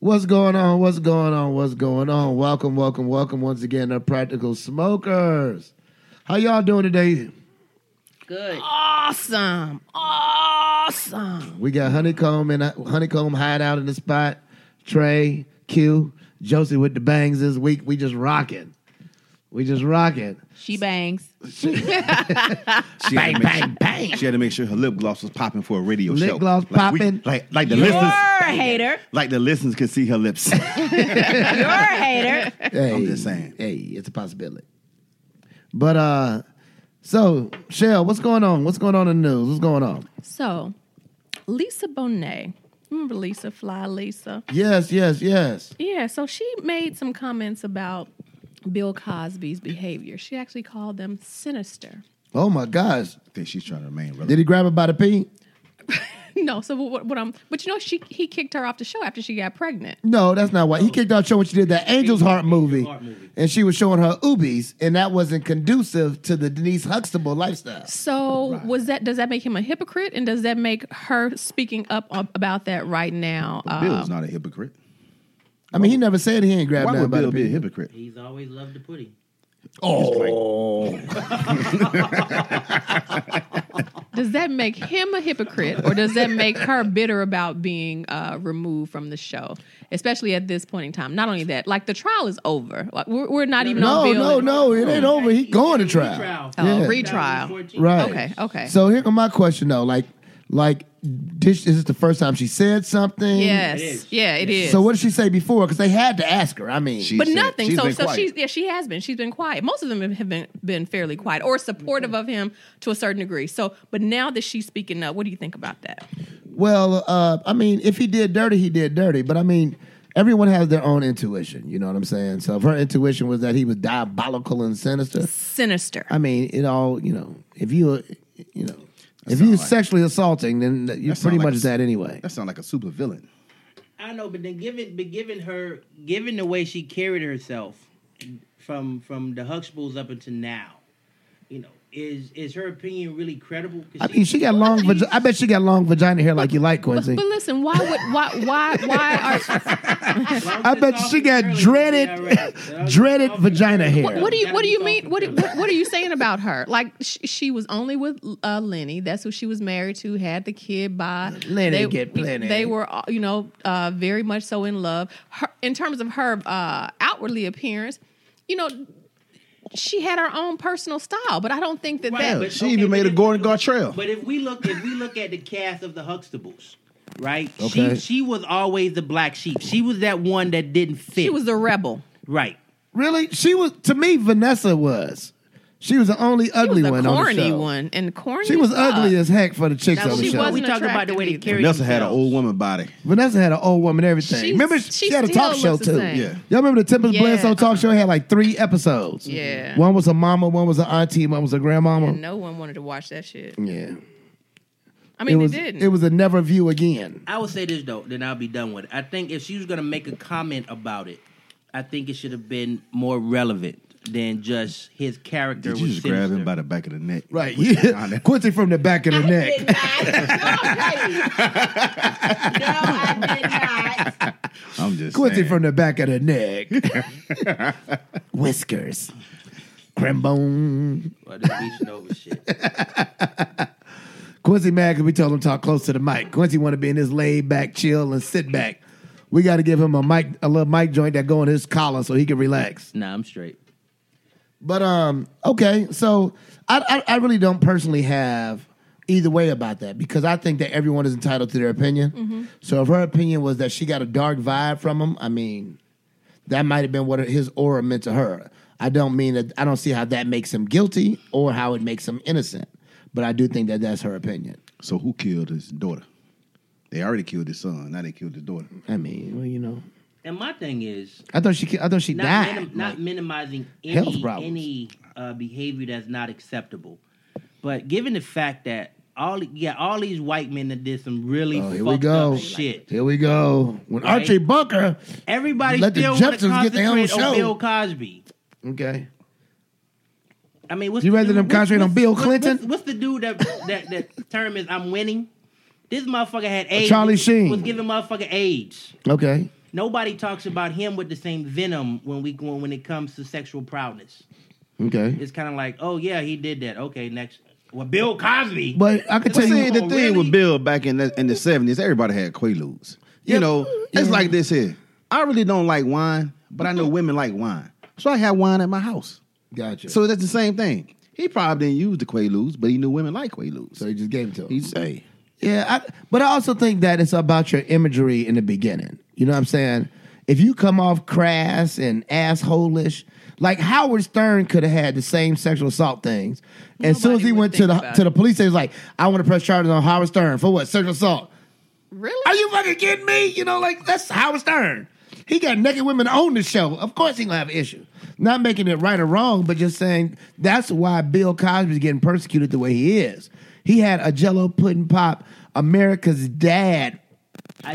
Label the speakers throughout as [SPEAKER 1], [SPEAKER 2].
[SPEAKER 1] What's going on? What's going on? What's going on? Welcome, welcome, welcome once again to Practical Smokers. How y'all doing today?
[SPEAKER 2] Good.
[SPEAKER 3] Awesome. Awesome.
[SPEAKER 1] We got Honeycomb and Honeycomb Hideout in the spot. Trey, Q, Josie with the bangs this week. We just rocking. We just rocking.
[SPEAKER 3] She bangs.
[SPEAKER 4] She had to make sure, She had to make sure her lip gloss was popping for a radio
[SPEAKER 1] Lip
[SPEAKER 4] show.
[SPEAKER 1] gloss
[SPEAKER 4] Like we-
[SPEAKER 1] popping.
[SPEAKER 4] Like, like the
[SPEAKER 3] You're
[SPEAKER 4] listeners.
[SPEAKER 3] a hater.
[SPEAKER 4] Like the listeners could see her lips.
[SPEAKER 3] You're a hater.
[SPEAKER 1] Hey,
[SPEAKER 4] I'm just saying.
[SPEAKER 1] Hey, it's a possibility. But uh, so Shell, what's going on? What's going on in the news? What's going on?
[SPEAKER 3] So, Lisa Bonet. Remember Lisa Fly Lisa?
[SPEAKER 1] Yes, yes, yes.
[SPEAKER 3] Yeah, so she made some comments about Bill Cosby's behavior. She actually called them sinister.
[SPEAKER 1] Oh my gosh!
[SPEAKER 4] I think she's trying to remain
[SPEAKER 1] Did
[SPEAKER 4] relevant.
[SPEAKER 1] he grab her by the pee?
[SPEAKER 3] No, so what, what I'm, but you know, she he kicked her off the show after she got pregnant.
[SPEAKER 1] No, that's not why. He kicked out show when she did that Angel's Heart movie, and she was showing her oobies, and that wasn't conducive to the Denise Huxtable lifestyle.
[SPEAKER 3] So was that? Does that make him a hypocrite? And does that make her speaking up on, about that right now? um,
[SPEAKER 4] Bill's not a hypocrite.
[SPEAKER 1] I mean, he never said he ain't grabbed
[SPEAKER 4] Why
[SPEAKER 1] nothing
[SPEAKER 4] would
[SPEAKER 1] by
[SPEAKER 4] Bill
[SPEAKER 1] the
[SPEAKER 4] be a
[SPEAKER 1] pee.
[SPEAKER 4] hypocrite?
[SPEAKER 2] He's always loved the pudding.
[SPEAKER 1] Oh.
[SPEAKER 3] does that make him a hypocrite, or does that make her bitter about being uh, removed from the show, especially at this point in time? Not only that, like the trial is over. Like, we're, we're not even on
[SPEAKER 1] No,
[SPEAKER 3] Bill.
[SPEAKER 1] no, no, it ain't over. He going to trial.
[SPEAKER 3] Oh,
[SPEAKER 1] Yeah.
[SPEAKER 3] retrial.
[SPEAKER 2] 2014.
[SPEAKER 1] Right.
[SPEAKER 3] Okay, okay.
[SPEAKER 1] So here come my question though. Like, like, this, is this the first time she said something?
[SPEAKER 3] Yes,
[SPEAKER 2] It is.
[SPEAKER 3] yeah, it is.
[SPEAKER 1] So what did she say before? Because they had to ask her. I mean,
[SPEAKER 4] She
[SPEAKER 3] But
[SPEAKER 4] said-
[SPEAKER 3] nothing.
[SPEAKER 4] she's
[SPEAKER 3] So,
[SPEAKER 4] been
[SPEAKER 3] so
[SPEAKER 4] quiet.
[SPEAKER 3] she's yeah, she has been. She's been quiet. Most of them have been been fairly quiet or supportive of him to a certain degree. So, but now that she's speaking up, what do you think about that?
[SPEAKER 1] well, uh, I mean, if he did dirty, he did dirty. But I mean, everyone has their own intuition. You know what I'm saying? So if her intuition was that he was diabolical and sinister,
[SPEAKER 3] Sinister.
[SPEAKER 1] I mean, it all you know. If you, you know, if you
[SPEAKER 4] sound like-
[SPEAKER 1] sexually assaulting, then you're
[SPEAKER 4] sound
[SPEAKER 1] pretty
[SPEAKER 4] like
[SPEAKER 1] much
[SPEAKER 4] a-
[SPEAKER 1] that anyway.
[SPEAKER 4] That sounds like a super villain.
[SPEAKER 2] I know, but then given but given her given the way she carried herself from from the Huxtables up until now, you know, is is her opinion really credible? 'Cause
[SPEAKER 1] I mean, she got long. Vagi- I bet she got long vagina hair like you like,
[SPEAKER 3] but,
[SPEAKER 1] Quincy.
[SPEAKER 3] but listen, why would why why why are
[SPEAKER 2] Long
[SPEAKER 1] I bet
[SPEAKER 2] since
[SPEAKER 1] she got
[SPEAKER 2] Officer Shirley
[SPEAKER 1] dreaded-
[SPEAKER 2] did that, right?
[SPEAKER 1] dreaded
[SPEAKER 2] Officer
[SPEAKER 1] vagina
[SPEAKER 2] Shirley-
[SPEAKER 1] hair.
[SPEAKER 3] what, what do you what do you mean what
[SPEAKER 2] Officer
[SPEAKER 3] what, what are you saying about her? Like sh- she was only with uh, Lenny. That's who she was married to. Had the kid by
[SPEAKER 1] Lenny get plenty.
[SPEAKER 3] They were uh, you know uh, very much so in love. Her, in terms of her uh, outwardly appearance, you know. She had her own personal style, but I don't think that
[SPEAKER 2] Right,
[SPEAKER 3] that
[SPEAKER 2] but-
[SPEAKER 4] she
[SPEAKER 2] okay,
[SPEAKER 4] even
[SPEAKER 2] but
[SPEAKER 4] made a
[SPEAKER 2] if-
[SPEAKER 4] Gordon Gartrell.
[SPEAKER 2] But if we look, if we look at the cast of the Huxtables, right?
[SPEAKER 1] Okay.
[SPEAKER 2] She she was always the black sheep. She was that one that didn't fit.
[SPEAKER 3] she was a rebel.
[SPEAKER 2] right.
[SPEAKER 1] Really? She was to me. Vanessa was. She was the only
[SPEAKER 3] She
[SPEAKER 1] ugly
[SPEAKER 3] was a
[SPEAKER 1] one on the
[SPEAKER 3] corny
[SPEAKER 1] show.
[SPEAKER 3] one and corny.
[SPEAKER 1] She was
[SPEAKER 3] as fuck.
[SPEAKER 2] uh,
[SPEAKER 1] ugly as heck for the chicks
[SPEAKER 3] No,
[SPEAKER 1] on the
[SPEAKER 3] she
[SPEAKER 1] show.
[SPEAKER 3] wasn't
[SPEAKER 2] we talking about the way they
[SPEAKER 3] attractive
[SPEAKER 2] carry
[SPEAKER 4] Vanessa had an
[SPEAKER 2] themselves.
[SPEAKER 4] old woman body.
[SPEAKER 1] Vanessa had an old woman everything.
[SPEAKER 3] She's-
[SPEAKER 1] remember, she,
[SPEAKER 3] she
[SPEAKER 1] had a
[SPEAKER 3] still
[SPEAKER 1] talk show
[SPEAKER 3] looks the
[SPEAKER 1] too.
[SPEAKER 3] same.
[SPEAKER 4] Yeah.
[SPEAKER 1] Y'all remember the Tempest
[SPEAKER 3] Yeah.
[SPEAKER 1] Bledsoe talk show? It had like three episodes.
[SPEAKER 3] Yeah.
[SPEAKER 1] One was a mama, one was an auntie, one was a grandmama.
[SPEAKER 3] And no one wanted to watch that shit.
[SPEAKER 1] Yeah.
[SPEAKER 3] I
[SPEAKER 1] It
[SPEAKER 3] mean,
[SPEAKER 1] was
[SPEAKER 3] they didn't.
[SPEAKER 1] it was a never view again.
[SPEAKER 2] I would say this though, then I'll be done with it. I think if she was gonna make a comment about it, I think it should have been more relevant than just his
[SPEAKER 4] Did
[SPEAKER 2] character was
[SPEAKER 4] you just grab
[SPEAKER 2] sinister.
[SPEAKER 4] him by the back of the neck?
[SPEAKER 1] Right. Yeah. Quincy from the back of the neck.
[SPEAKER 4] I'm just
[SPEAKER 1] Quincy
[SPEAKER 4] saying.
[SPEAKER 1] from the back of the neck. Whiskers. Crimbone.
[SPEAKER 2] Well, this Beach Nova shit.
[SPEAKER 1] Quincy mad because we told him to talk close to the mic. Quincy want to be in his laid back, chill, and sit back. We got to give him a mic, a little mic joint that go in his collar so he can relax.
[SPEAKER 2] Nah, I'm straight.
[SPEAKER 1] But um, okay, so I, I I really don't personally have either way about that because I think that everyone is entitled to their opinion. So if her opinion was that she got a dark vibe from him, I mean, that might have been what his aura meant to her. I don't mean that I don't see how that makes him guilty or how it makes him innocent, but I do think that that's her opinion.
[SPEAKER 4] So who killed his daughter? They already killed his son. Now they killed his daughter.
[SPEAKER 1] I mean, well, you know,
[SPEAKER 2] And my thing is
[SPEAKER 1] I thought she ki- I thought she
[SPEAKER 2] not
[SPEAKER 1] died.
[SPEAKER 2] minim- not minimizing
[SPEAKER 1] health
[SPEAKER 2] any
[SPEAKER 1] problems.
[SPEAKER 2] any uh, behavior that's not acceptable, but given the fact that all yeah all these white men that did some really
[SPEAKER 1] Oh, here
[SPEAKER 2] fucked
[SPEAKER 1] we go.
[SPEAKER 2] up shit,
[SPEAKER 1] Here we go. When
[SPEAKER 2] Right.
[SPEAKER 1] Archie Bunker,
[SPEAKER 2] everybody
[SPEAKER 1] Let the
[SPEAKER 2] still want to
[SPEAKER 1] Jeffersons get their own
[SPEAKER 2] concentrate on
[SPEAKER 1] show.
[SPEAKER 2] Bill Cosby.
[SPEAKER 1] okay.
[SPEAKER 2] I mean, what's
[SPEAKER 1] You
[SPEAKER 2] the
[SPEAKER 1] rather
[SPEAKER 2] dude-
[SPEAKER 1] them
[SPEAKER 2] what's-
[SPEAKER 1] concentrate on
[SPEAKER 2] what's-
[SPEAKER 1] Bill
[SPEAKER 2] what's-
[SPEAKER 1] Clinton?
[SPEAKER 2] What's, what's the dude that that that term is? I'm winning. This motherfucker had AIDS.
[SPEAKER 1] Charlie Sheen.
[SPEAKER 2] was giving motherfucker AIDS.
[SPEAKER 1] Okay.
[SPEAKER 2] Nobody talks about him with the same venom when we when, when it comes to sexual proudness.
[SPEAKER 1] Okay.
[SPEAKER 2] It's kind of like, oh yeah, he did that. Okay, next. Well, Bill Cosby.
[SPEAKER 1] But I could
[SPEAKER 2] But
[SPEAKER 1] tell
[SPEAKER 4] See,
[SPEAKER 1] you
[SPEAKER 4] the
[SPEAKER 2] Oh,
[SPEAKER 4] thing
[SPEAKER 2] really?
[SPEAKER 4] with Bill back in the, in the 70s, everybody had Quaaludes. You
[SPEAKER 1] Yeah.
[SPEAKER 4] know, it's
[SPEAKER 1] Yeah.
[SPEAKER 4] like this here. I really don't like wine, but I know women like wine. So I had wine at my house.
[SPEAKER 1] Gotcha. So,
[SPEAKER 4] So that's the same thing. He probably didn't use the Quaaludes, but he knew women like Quaaludes.
[SPEAKER 1] so he just gave it to him.
[SPEAKER 4] he'd say,
[SPEAKER 1] Yeah, I, but I also think that it's about your imagery in the beginning. You know what I'm saying? If you come off crass and assholeish, like Howard Stern could have had the same sexual assault things. as soon as
[SPEAKER 3] Nobody
[SPEAKER 1] he
[SPEAKER 3] would
[SPEAKER 1] went to
[SPEAKER 3] think
[SPEAKER 1] the
[SPEAKER 3] about
[SPEAKER 1] to the
[SPEAKER 3] it.
[SPEAKER 1] police, they was like, "I want to press charges on Howard Stern for what sexual assault."
[SPEAKER 3] Really?
[SPEAKER 1] Are you fucking kidding me? You know, like that's Howard Stern. He got naked women on the show. Of course he gonna have issues. Not making it right or wrong, but just saying that's why Bill Cosby's getting persecuted the way he is. He had a Jello pudding pop, America's dad.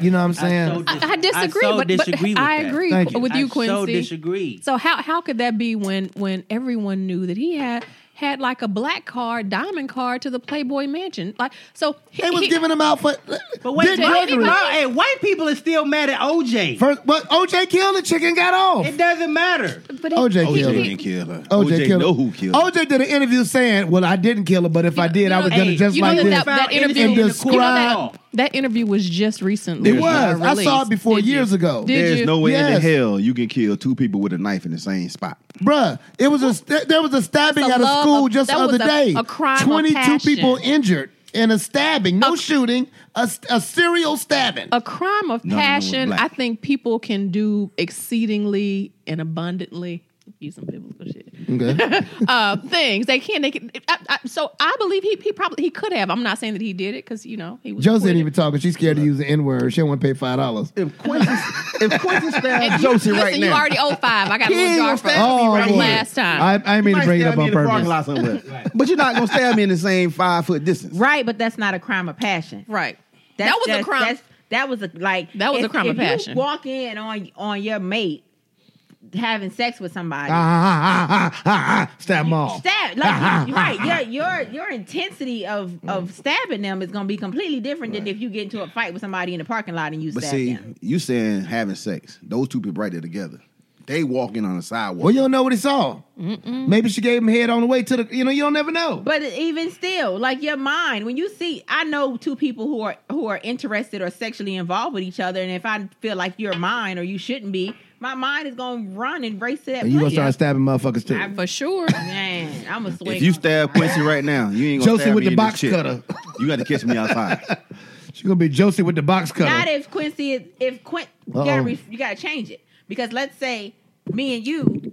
[SPEAKER 1] You know what I'm saying?
[SPEAKER 3] I, I disagree,
[SPEAKER 2] so
[SPEAKER 3] but, but
[SPEAKER 2] disagree with
[SPEAKER 3] I
[SPEAKER 2] that.
[SPEAKER 3] agree
[SPEAKER 1] Thank you.
[SPEAKER 3] with you, Quincy.
[SPEAKER 2] I so disagree.
[SPEAKER 3] So how how could that be when when everyone knew that he had had like a black card, diamond card to the Playboy Mansion? Like so, he,
[SPEAKER 1] They was
[SPEAKER 3] he-
[SPEAKER 1] giving him out for uh,
[SPEAKER 2] but wait,
[SPEAKER 1] Dick
[SPEAKER 2] white people,
[SPEAKER 1] Gregory.
[SPEAKER 2] no, hey, white people are still mad at OJ.
[SPEAKER 1] First, but OJ killed the chicken, got off.
[SPEAKER 2] it doesn't matter.
[SPEAKER 3] but they-
[SPEAKER 1] OJ
[SPEAKER 3] he-
[SPEAKER 4] OJ
[SPEAKER 1] killed
[SPEAKER 3] he-
[SPEAKER 1] him.
[SPEAKER 4] didn't kill her.
[SPEAKER 1] OJ,
[SPEAKER 4] OJ,
[SPEAKER 1] killed
[SPEAKER 4] know
[SPEAKER 1] him.
[SPEAKER 4] who killed her.
[SPEAKER 1] OJ did an interview saying, "Well, I didn't kill her, but if I did, I
[SPEAKER 3] you
[SPEAKER 1] was
[SPEAKER 3] know-
[SPEAKER 1] gonna
[SPEAKER 2] hey,
[SPEAKER 1] just
[SPEAKER 3] you know
[SPEAKER 1] like
[SPEAKER 3] that,
[SPEAKER 1] this."
[SPEAKER 3] that, that
[SPEAKER 2] And
[SPEAKER 3] interview,
[SPEAKER 1] describe-
[SPEAKER 3] you know that, that interview was just recently.
[SPEAKER 1] It was.
[SPEAKER 3] uh,
[SPEAKER 1] I saw it
[SPEAKER 3] released.
[SPEAKER 1] before
[SPEAKER 3] Did you?
[SPEAKER 1] years ago.
[SPEAKER 3] Did
[SPEAKER 4] There's
[SPEAKER 3] you?
[SPEAKER 4] no way
[SPEAKER 1] Yes.
[SPEAKER 4] in the hell you can kill two people with a knife in the same spot.
[SPEAKER 1] Bruh, it was a th- there was a stabbing
[SPEAKER 3] That's
[SPEAKER 1] at
[SPEAKER 3] a
[SPEAKER 1] a
[SPEAKER 3] love
[SPEAKER 1] school
[SPEAKER 3] of-
[SPEAKER 1] just the
[SPEAKER 3] that
[SPEAKER 1] other
[SPEAKER 3] was a-
[SPEAKER 1] day.
[SPEAKER 3] a crime of
[SPEAKER 1] Twenty two
[SPEAKER 3] passion.
[SPEAKER 1] people injured in a stabbing, no shooting, a, s- a serial stabbing.
[SPEAKER 3] a crime of
[SPEAKER 4] no, no, it was
[SPEAKER 3] passion,
[SPEAKER 4] black.
[SPEAKER 3] I think people can do exceedingly and abundantly. Use some biblical shit.
[SPEAKER 1] okay.
[SPEAKER 3] uh, things they can. They can. I, I, so I believe he he probably he could have. I'm not saying that he did it because you know he was.
[SPEAKER 1] Josie ain't
[SPEAKER 3] acquitted.
[SPEAKER 1] even talking. She's scared to use the N word. She don't want to pay five dollars.
[SPEAKER 4] If Quincy, if Quincy
[SPEAKER 3] And
[SPEAKER 4] stabbed
[SPEAKER 3] you-
[SPEAKER 4] Josie
[SPEAKER 3] listen,
[SPEAKER 4] right
[SPEAKER 3] you
[SPEAKER 4] now,
[SPEAKER 3] already owe five. I got a
[SPEAKER 4] He
[SPEAKER 3] little
[SPEAKER 4] ain't
[SPEAKER 3] jar
[SPEAKER 4] gonna
[SPEAKER 3] from
[SPEAKER 4] stab me right
[SPEAKER 3] from
[SPEAKER 4] here.
[SPEAKER 3] last time.
[SPEAKER 1] I, I ain't mean to bring it up on purpose.
[SPEAKER 4] But you're not gonna stab me in the same five foot distance.
[SPEAKER 5] Right, but that's not a crime of passion.
[SPEAKER 3] right.
[SPEAKER 5] That's-
[SPEAKER 3] that was
[SPEAKER 5] that's-
[SPEAKER 3] a crime.
[SPEAKER 5] That's, that was a like
[SPEAKER 3] That was a
[SPEAKER 5] if-
[SPEAKER 3] crime of
[SPEAKER 5] if
[SPEAKER 3] passion.
[SPEAKER 5] You walk in on on your mate having sex with somebody.
[SPEAKER 1] Ah, ah, ah, ah, ah, ah. Stab them all.
[SPEAKER 5] Stab like right. Your your your intensity of
[SPEAKER 4] Mm.
[SPEAKER 5] of stabbing them is gonna be completely different than if you get into a fight with somebody in the parking lot and you
[SPEAKER 4] But
[SPEAKER 5] stab
[SPEAKER 4] see,
[SPEAKER 5] them.
[SPEAKER 4] you saying having sex, those two people right there together, they walking on the sidewalk.
[SPEAKER 1] Well, you don't know what he saw. Maybe she gave him head on the way to the. You know, you don't never know.
[SPEAKER 5] But even still, like your mind, when you see, I know two people who are who are interested or sexually involved with each other, and if I feel like you're mine or you shouldn't be, my mind is gonna run and race to that.
[SPEAKER 1] and you gonna
[SPEAKER 5] place.
[SPEAKER 1] start stabbing motherfuckers too.
[SPEAKER 3] for sure.
[SPEAKER 5] Man, I'm a swing.
[SPEAKER 4] if you
[SPEAKER 5] on
[SPEAKER 4] stab
[SPEAKER 5] somebody.
[SPEAKER 4] Quincy right now, you ain't gonna
[SPEAKER 1] Josie
[SPEAKER 4] stab
[SPEAKER 1] with
[SPEAKER 4] me
[SPEAKER 1] the
[SPEAKER 4] in this
[SPEAKER 1] box
[SPEAKER 4] shit.
[SPEAKER 1] cutter.
[SPEAKER 4] You got to catch me outside.
[SPEAKER 1] She's gonna be Josie with the box cutter.
[SPEAKER 5] not if Quincy is if Quint you
[SPEAKER 1] Uh-oh.
[SPEAKER 5] gotta, re- you gotta change it because let's say me and you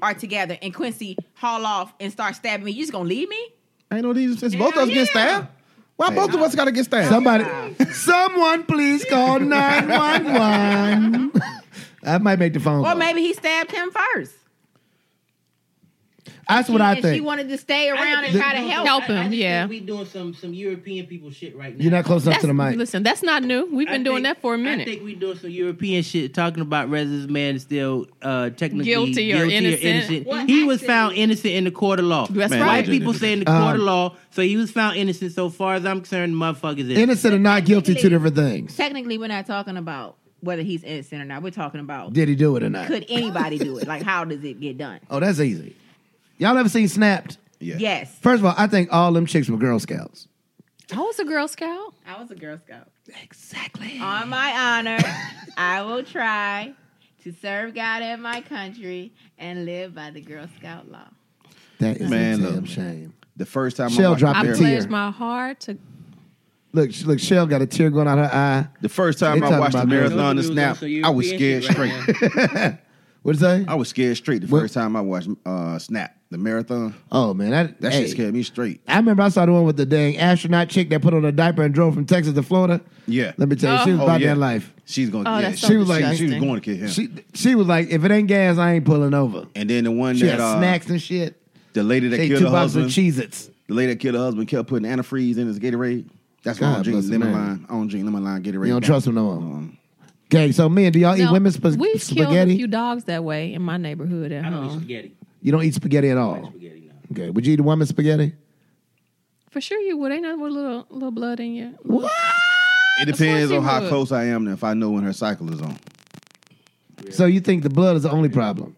[SPEAKER 5] are together and Quincy haul off and start stabbing me, you just gonna leave me?
[SPEAKER 4] ain't no reason since both of us
[SPEAKER 5] Yeah.
[SPEAKER 4] get stabbed. Why both of us got to get stabbed?
[SPEAKER 1] Somebody, someone, please call nine one one. I might make the phone.
[SPEAKER 5] Or
[SPEAKER 1] call.
[SPEAKER 5] maybe he stabbed him first.
[SPEAKER 1] that's what I
[SPEAKER 5] and She
[SPEAKER 1] think.
[SPEAKER 5] wanted to stay
[SPEAKER 2] I
[SPEAKER 5] around
[SPEAKER 2] think
[SPEAKER 5] and try to
[SPEAKER 2] we-
[SPEAKER 5] help.
[SPEAKER 3] Help
[SPEAKER 2] I- I
[SPEAKER 3] him,
[SPEAKER 2] just
[SPEAKER 3] yeah.
[SPEAKER 2] think We doing some some European people shit right now.
[SPEAKER 1] You're not close enough
[SPEAKER 3] That's,
[SPEAKER 1] to the mic.
[SPEAKER 3] listen, that's not new. We've been
[SPEAKER 2] I
[SPEAKER 3] doing
[SPEAKER 2] think-
[SPEAKER 3] that for a
[SPEAKER 2] I
[SPEAKER 3] minute.
[SPEAKER 2] think we doing some European shit, talking about whether this man is still uh, technically
[SPEAKER 3] Guilty or innocent.
[SPEAKER 5] Well,
[SPEAKER 2] he was
[SPEAKER 5] actually-
[SPEAKER 2] found innocent in the court of law.
[SPEAKER 3] That's
[SPEAKER 2] White
[SPEAKER 3] Man, right.
[SPEAKER 2] people say in the court of law, so he was found innocent. So far as I'm concerned, the motherfuckers is
[SPEAKER 1] Innocent or not guilty, two different things.
[SPEAKER 5] Technically, we're not talking about whether he's innocent or not. We're talking about
[SPEAKER 1] Did he do it or not?
[SPEAKER 5] could anybody do it? Like, how does it get done?
[SPEAKER 1] Oh, that's easy. Y'all ever seen Snapped?
[SPEAKER 4] yeah.
[SPEAKER 5] Yes,
[SPEAKER 1] First of all, I think all them chicks were Girl Scouts.
[SPEAKER 3] I was Oh, a Girl Scout.
[SPEAKER 5] I was a Girl Scout.
[SPEAKER 3] Exactly.
[SPEAKER 5] On my honor, I will try to serve God and my country and live by the Girl Scout law.
[SPEAKER 1] That is
[SPEAKER 4] Man,
[SPEAKER 1] a damn
[SPEAKER 4] look.
[SPEAKER 1] shame.
[SPEAKER 4] The first time
[SPEAKER 1] Shell
[SPEAKER 4] I watched
[SPEAKER 1] dropped
[SPEAKER 3] I
[SPEAKER 1] there.
[SPEAKER 4] therapy,
[SPEAKER 3] pledged
[SPEAKER 1] Tear.
[SPEAKER 3] my heart to.
[SPEAKER 1] Look, sh- look, Shell got a tear going out her eye.
[SPEAKER 4] the first time
[SPEAKER 1] They
[SPEAKER 4] I
[SPEAKER 1] talking
[SPEAKER 4] watched the
[SPEAKER 1] about girls.
[SPEAKER 4] marathon and
[SPEAKER 2] Those
[SPEAKER 4] snap,
[SPEAKER 2] dudes are so
[SPEAKER 4] I was
[SPEAKER 2] European
[SPEAKER 4] scared
[SPEAKER 2] shit right
[SPEAKER 4] straight.
[SPEAKER 1] What'd you say?
[SPEAKER 4] I was scared straight the
[SPEAKER 1] What?
[SPEAKER 4] first time I watched uh, snap the marathon.
[SPEAKER 1] Oh man, that,
[SPEAKER 4] That
[SPEAKER 1] hey.
[SPEAKER 4] shit scared me straight.
[SPEAKER 1] I remember I saw the one with the dang astronaut chick that put on a diaper and drove from Texas to Florida.
[SPEAKER 4] Yeah.
[SPEAKER 1] Let me tell you, she was
[SPEAKER 4] Oh,
[SPEAKER 1] about
[SPEAKER 4] yeah.
[SPEAKER 1] that life.
[SPEAKER 4] She's gonna.
[SPEAKER 3] Oh,
[SPEAKER 4] yeah,
[SPEAKER 3] that's
[SPEAKER 4] she
[SPEAKER 3] so
[SPEAKER 4] was like she was
[SPEAKER 3] disgusting.
[SPEAKER 4] going to kill him.
[SPEAKER 1] She she was like, if it ain't gas, I ain't pulling over.
[SPEAKER 4] and then the one
[SPEAKER 1] She
[SPEAKER 4] that
[SPEAKER 1] had
[SPEAKER 4] uh,
[SPEAKER 1] snacks and shit.
[SPEAKER 4] the lady that
[SPEAKER 1] She ate
[SPEAKER 4] killed
[SPEAKER 1] two
[SPEAKER 4] her
[SPEAKER 1] boxes of
[SPEAKER 4] husband,
[SPEAKER 1] Cheez-Its.
[SPEAKER 4] the lady that killed her husband kept putting antifreeze in his Gatorade. That's why I
[SPEAKER 1] God
[SPEAKER 4] don't drink
[SPEAKER 1] bless
[SPEAKER 4] lemon
[SPEAKER 1] America.
[SPEAKER 4] line. I don't drink lemon line Gatorade.
[SPEAKER 1] You don't trust him no more.
[SPEAKER 4] Um,
[SPEAKER 1] Okay, so men, do y'all eat
[SPEAKER 3] No,
[SPEAKER 1] women's sp-
[SPEAKER 3] we killed a
[SPEAKER 1] spaghetti?
[SPEAKER 3] few dogs that way in my neighborhood at
[SPEAKER 2] I don't eat
[SPEAKER 3] home.
[SPEAKER 2] spaghetti.
[SPEAKER 1] you don't eat spaghetti at
[SPEAKER 2] I don't eat
[SPEAKER 1] all.
[SPEAKER 2] spaghetti now.
[SPEAKER 1] Okay, would you eat a woman's spaghetti?
[SPEAKER 3] For sure, you would. Ain't nothing with a little little blood in you.
[SPEAKER 1] What?
[SPEAKER 4] It depends
[SPEAKER 3] you
[SPEAKER 4] on how
[SPEAKER 3] would.
[SPEAKER 4] close I am and if I know when her cycle is on.
[SPEAKER 1] So you think the blood is the only problem?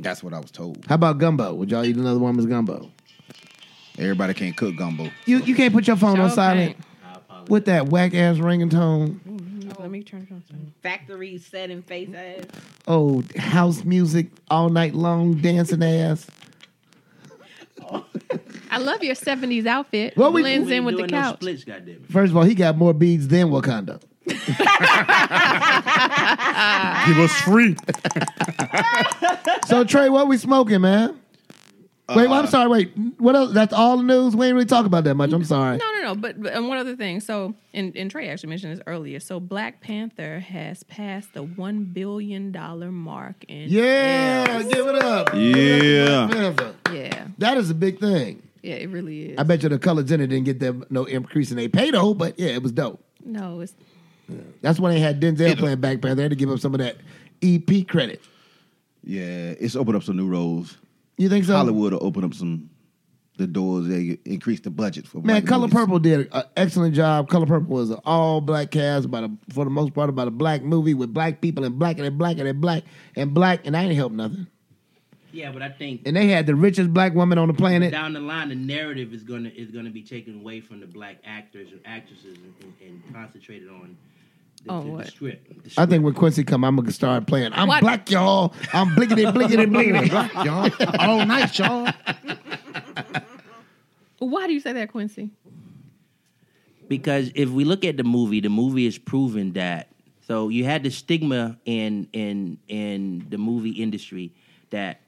[SPEAKER 4] That's what I was told.
[SPEAKER 1] How about gumbo? Would y'all eat another woman's gumbo?
[SPEAKER 4] Everybody can't cook gumbo.
[SPEAKER 1] You you can't put your phone on
[SPEAKER 3] Sure
[SPEAKER 1] silent
[SPEAKER 2] I apologize.
[SPEAKER 1] with that whack ass ringtone.
[SPEAKER 3] Let me turn it on.
[SPEAKER 5] Factory setting face ass.
[SPEAKER 1] Oh, house music all night long, dancing ass.
[SPEAKER 3] I love your '70s outfit.
[SPEAKER 1] Well, we-
[SPEAKER 3] blends
[SPEAKER 2] We
[SPEAKER 3] in
[SPEAKER 2] ain't
[SPEAKER 3] with the
[SPEAKER 2] doing no
[SPEAKER 3] couch.
[SPEAKER 2] splits, goddamn it.
[SPEAKER 1] First of all, he got more beads than Wakanda.
[SPEAKER 6] He was free.
[SPEAKER 1] So Trey, what we smoking, man? Wait, well, I'm
[SPEAKER 4] Uh,
[SPEAKER 1] sorry. Wait, what else? That's all the news. We ain't really talk about that much. I'm sorry.
[SPEAKER 3] No, no, no. But, but and one other thing. So, and, and Trey actually mentioned this earlier. So, Black Panther has passed the one billion dollar mark in
[SPEAKER 1] Yeah, give it up.
[SPEAKER 4] Yeah.
[SPEAKER 1] Panther.
[SPEAKER 3] yeah,
[SPEAKER 1] That is a big thing.
[SPEAKER 3] yeah. It really is.
[SPEAKER 1] I bet you the color Jenner didn't get them no increase in their pay though, but yeah, it was dope.
[SPEAKER 3] no, it's
[SPEAKER 1] That's when they had Denzel playing Black Panther. They had to give up some of that EP credit.
[SPEAKER 4] Yeah. It's opened up some new roles.
[SPEAKER 1] You think so?
[SPEAKER 4] Hollywood will open up some the doors. They increase the budget for
[SPEAKER 1] Man,
[SPEAKER 4] black
[SPEAKER 1] Color
[SPEAKER 4] movies.
[SPEAKER 1] Purple did an excellent job. Color Purple was an all black cast, about a, for the most part, about a black movie with black people and black and they black and they black and black, and I ain't help nothing.
[SPEAKER 2] Yeah, but I think
[SPEAKER 1] And they had the richest black woman on the planet.
[SPEAKER 2] down the line, the narrative is gonna is gonna be taken away from the black actors and actresses and, and, and concentrated on the,
[SPEAKER 3] On
[SPEAKER 2] the- the
[SPEAKER 3] what?
[SPEAKER 2] script. The
[SPEAKER 1] I
[SPEAKER 2] script.
[SPEAKER 1] think when Quincy come, I'm gonna start playing. I'm
[SPEAKER 3] What?
[SPEAKER 1] black, y'all. I'm blinkety, blinkety, blinkety, black.
[SPEAKER 6] y'all. All night, y'all.
[SPEAKER 3] why do you say that, Quincy?
[SPEAKER 2] because if we look at the movie, the movie is proving that. So you had the stigma in in in the movie industry that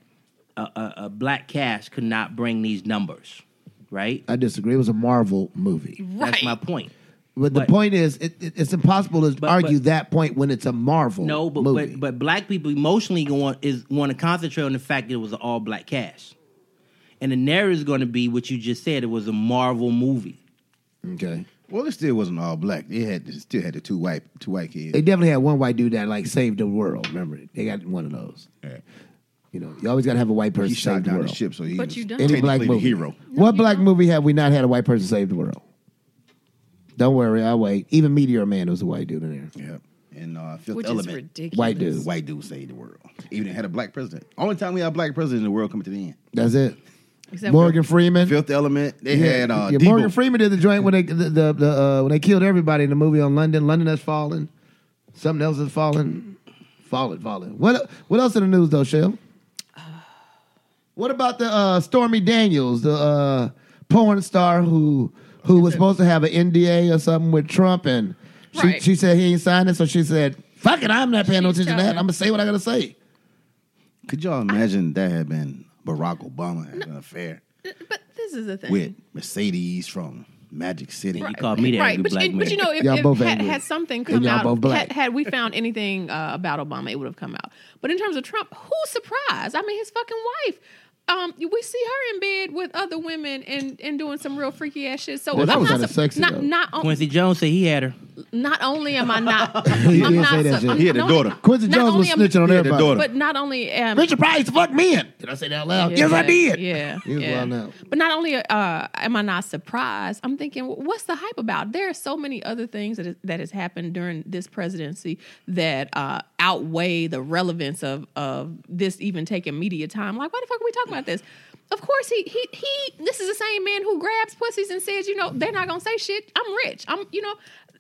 [SPEAKER 2] a, a, a black cast could not bring these numbers, right?
[SPEAKER 1] I disagree. It was a Marvel movie,
[SPEAKER 2] That's my point.
[SPEAKER 1] but the
[SPEAKER 2] But-
[SPEAKER 1] point is, it, it- it's impossible to
[SPEAKER 2] but-
[SPEAKER 1] argue that point when it's a Marvel.
[SPEAKER 2] No, but
[SPEAKER 1] movie.
[SPEAKER 2] but but black people emotionally going is want to concentrate on the fact that it was an all black cast, and the narrative is going to be what you just said. It was a Marvel movie.
[SPEAKER 1] okay,
[SPEAKER 4] Well, it still wasn't all black. They had they still had the two white two white kids.
[SPEAKER 1] they definitely had one white dude that like saved the world. Remember, they got one of those. You know, you always got to have a white person
[SPEAKER 4] he shot
[SPEAKER 1] save the
[SPEAKER 4] down the,
[SPEAKER 1] world.
[SPEAKER 4] ship, so he
[SPEAKER 3] But
[SPEAKER 4] was
[SPEAKER 3] you don't.
[SPEAKER 1] Any
[SPEAKER 4] technically
[SPEAKER 1] black
[SPEAKER 4] the
[SPEAKER 1] movie
[SPEAKER 4] hero.
[SPEAKER 1] What black movie have we not had a white person save the world? Don't worry, I'll wait. Even Meteor Man was a white dude in there.
[SPEAKER 4] Yeah. And uh, Fifth
[SPEAKER 3] Which
[SPEAKER 4] Element.
[SPEAKER 3] is ridiculous.
[SPEAKER 1] White dude.
[SPEAKER 4] White dude saved the world. Even had a black president. Only time we had a black president in the world coming to the end.
[SPEAKER 1] That's it.
[SPEAKER 3] Except
[SPEAKER 1] Morgan Freeman.
[SPEAKER 4] Fifth Element. They had uh,
[SPEAKER 1] yeah,
[SPEAKER 4] Debo.
[SPEAKER 1] Morgan Freeman did the joint when they the, the, the uh, when they killed everybody in the movie on London. London has fallen. Something else has fallen. Fallen, fallen. What what else in the news though, Shell? What about the uh, Stormy Daniels, the uh, porn star who who was supposed to have an NDA or something with Trump, and she
[SPEAKER 3] Right.
[SPEAKER 1] she said he ain't signed it, so she said, "Fuck it, I'm not paying no
[SPEAKER 3] She's
[SPEAKER 1] attention to that.
[SPEAKER 3] telling.
[SPEAKER 1] I'm gonna say what I gotta say."
[SPEAKER 4] Could y'all imagine that had been Barack Obama had an affair
[SPEAKER 3] But this is the thing.
[SPEAKER 4] with Mercedes from Magic City?
[SPEAKER 2] You called me that
[SPEAKER 3] Right,
[SPEAKER 2] angry
[SPEAKER 3] but,
[SPEAKER 2] black
[SPEAKER 3] and-
[SPEAKER 2] man.
[SPEAKER 3] but you know, if,
[SPEAKER 1] Y'all
[SPEAKER 3] if
[SPEAKER 1] both
[SPEAKER 3] had,
[SPEAKER 1] angry.
[SPEAKER 3] had something
[SPEAKER 1] And
[SPEAKER 3] come
[SPEAKER 1] y'all
[SPEAKER 3] out,
[SPEAKER 1] both black.
[SPEAKER 3] Had, had we found anything uh, about Obama, it would have come out. But in terms of Trump, who surprised? I mean, his fucking wife. Um, we see her in bed with other women and, and doing some real freaky ass shit. So
[SPEAKER 1] Well, that
[SPEAKER 3] I'm
[SPEAKER 1] was
[SPEAKER 3] not,
[SPEAKER 1] kinda
[SPEAKER 3] su-
[SPEAKER 1] sexy, though.
[SPEAKER 3] Not not, on,
[SPEAKER 2] Quincy Jones said he had her. Oh,
[SPEAKER 3] not only am I not,
[SPEAKER 1] He
[SPEAKER 3] I'm
[SPEAKER 1] did
[SPEAKER 3] not
[SPEAKER 1] say that
[SPEAKER 3] su-
[SPEAKER 1] shit.
[SPEAKER 3] I'm
[SPEAKER 4] He had a
[SPEAKER 3] not-
[SPEAKER 4] daughter.
[SPEAKER 1] Quincy
[SPEAKER 3] not
[SPEAKER 1] Jones was
[SPEAKER 3] only am-
[SPEAKER 1] snitching on
[SPEAKER 4] Yeah, the
[SPEAKER 1] everybody.
[SPEAKER 4] daughter.
[SPEAKER 3] But not only am
[SPEAKER 1] Richard Price fucked men. Did I say that out loud? yes, I
[SPEAKER 3] Yeah,
[SPEAKER 1] did.
[SPEAKER 3] Yeah,
[SPEAKER 1] He was
[SPEAKER 3] yeah.
[SPEAKER 1] wild out.
[SPEAKER 3] But not only uh, am I not surprised, I'm thinking, "Wh- what's the hype about? There are so many other things that is, that has happened during this presidency that uh, outweigh the relevance of of this even taking media time. Like, why the fuck are we talking about this? Of course, he he he. This is the same man who grabs pussies and says, you know, they're not gonna say shit. I'm rich. I'm you know,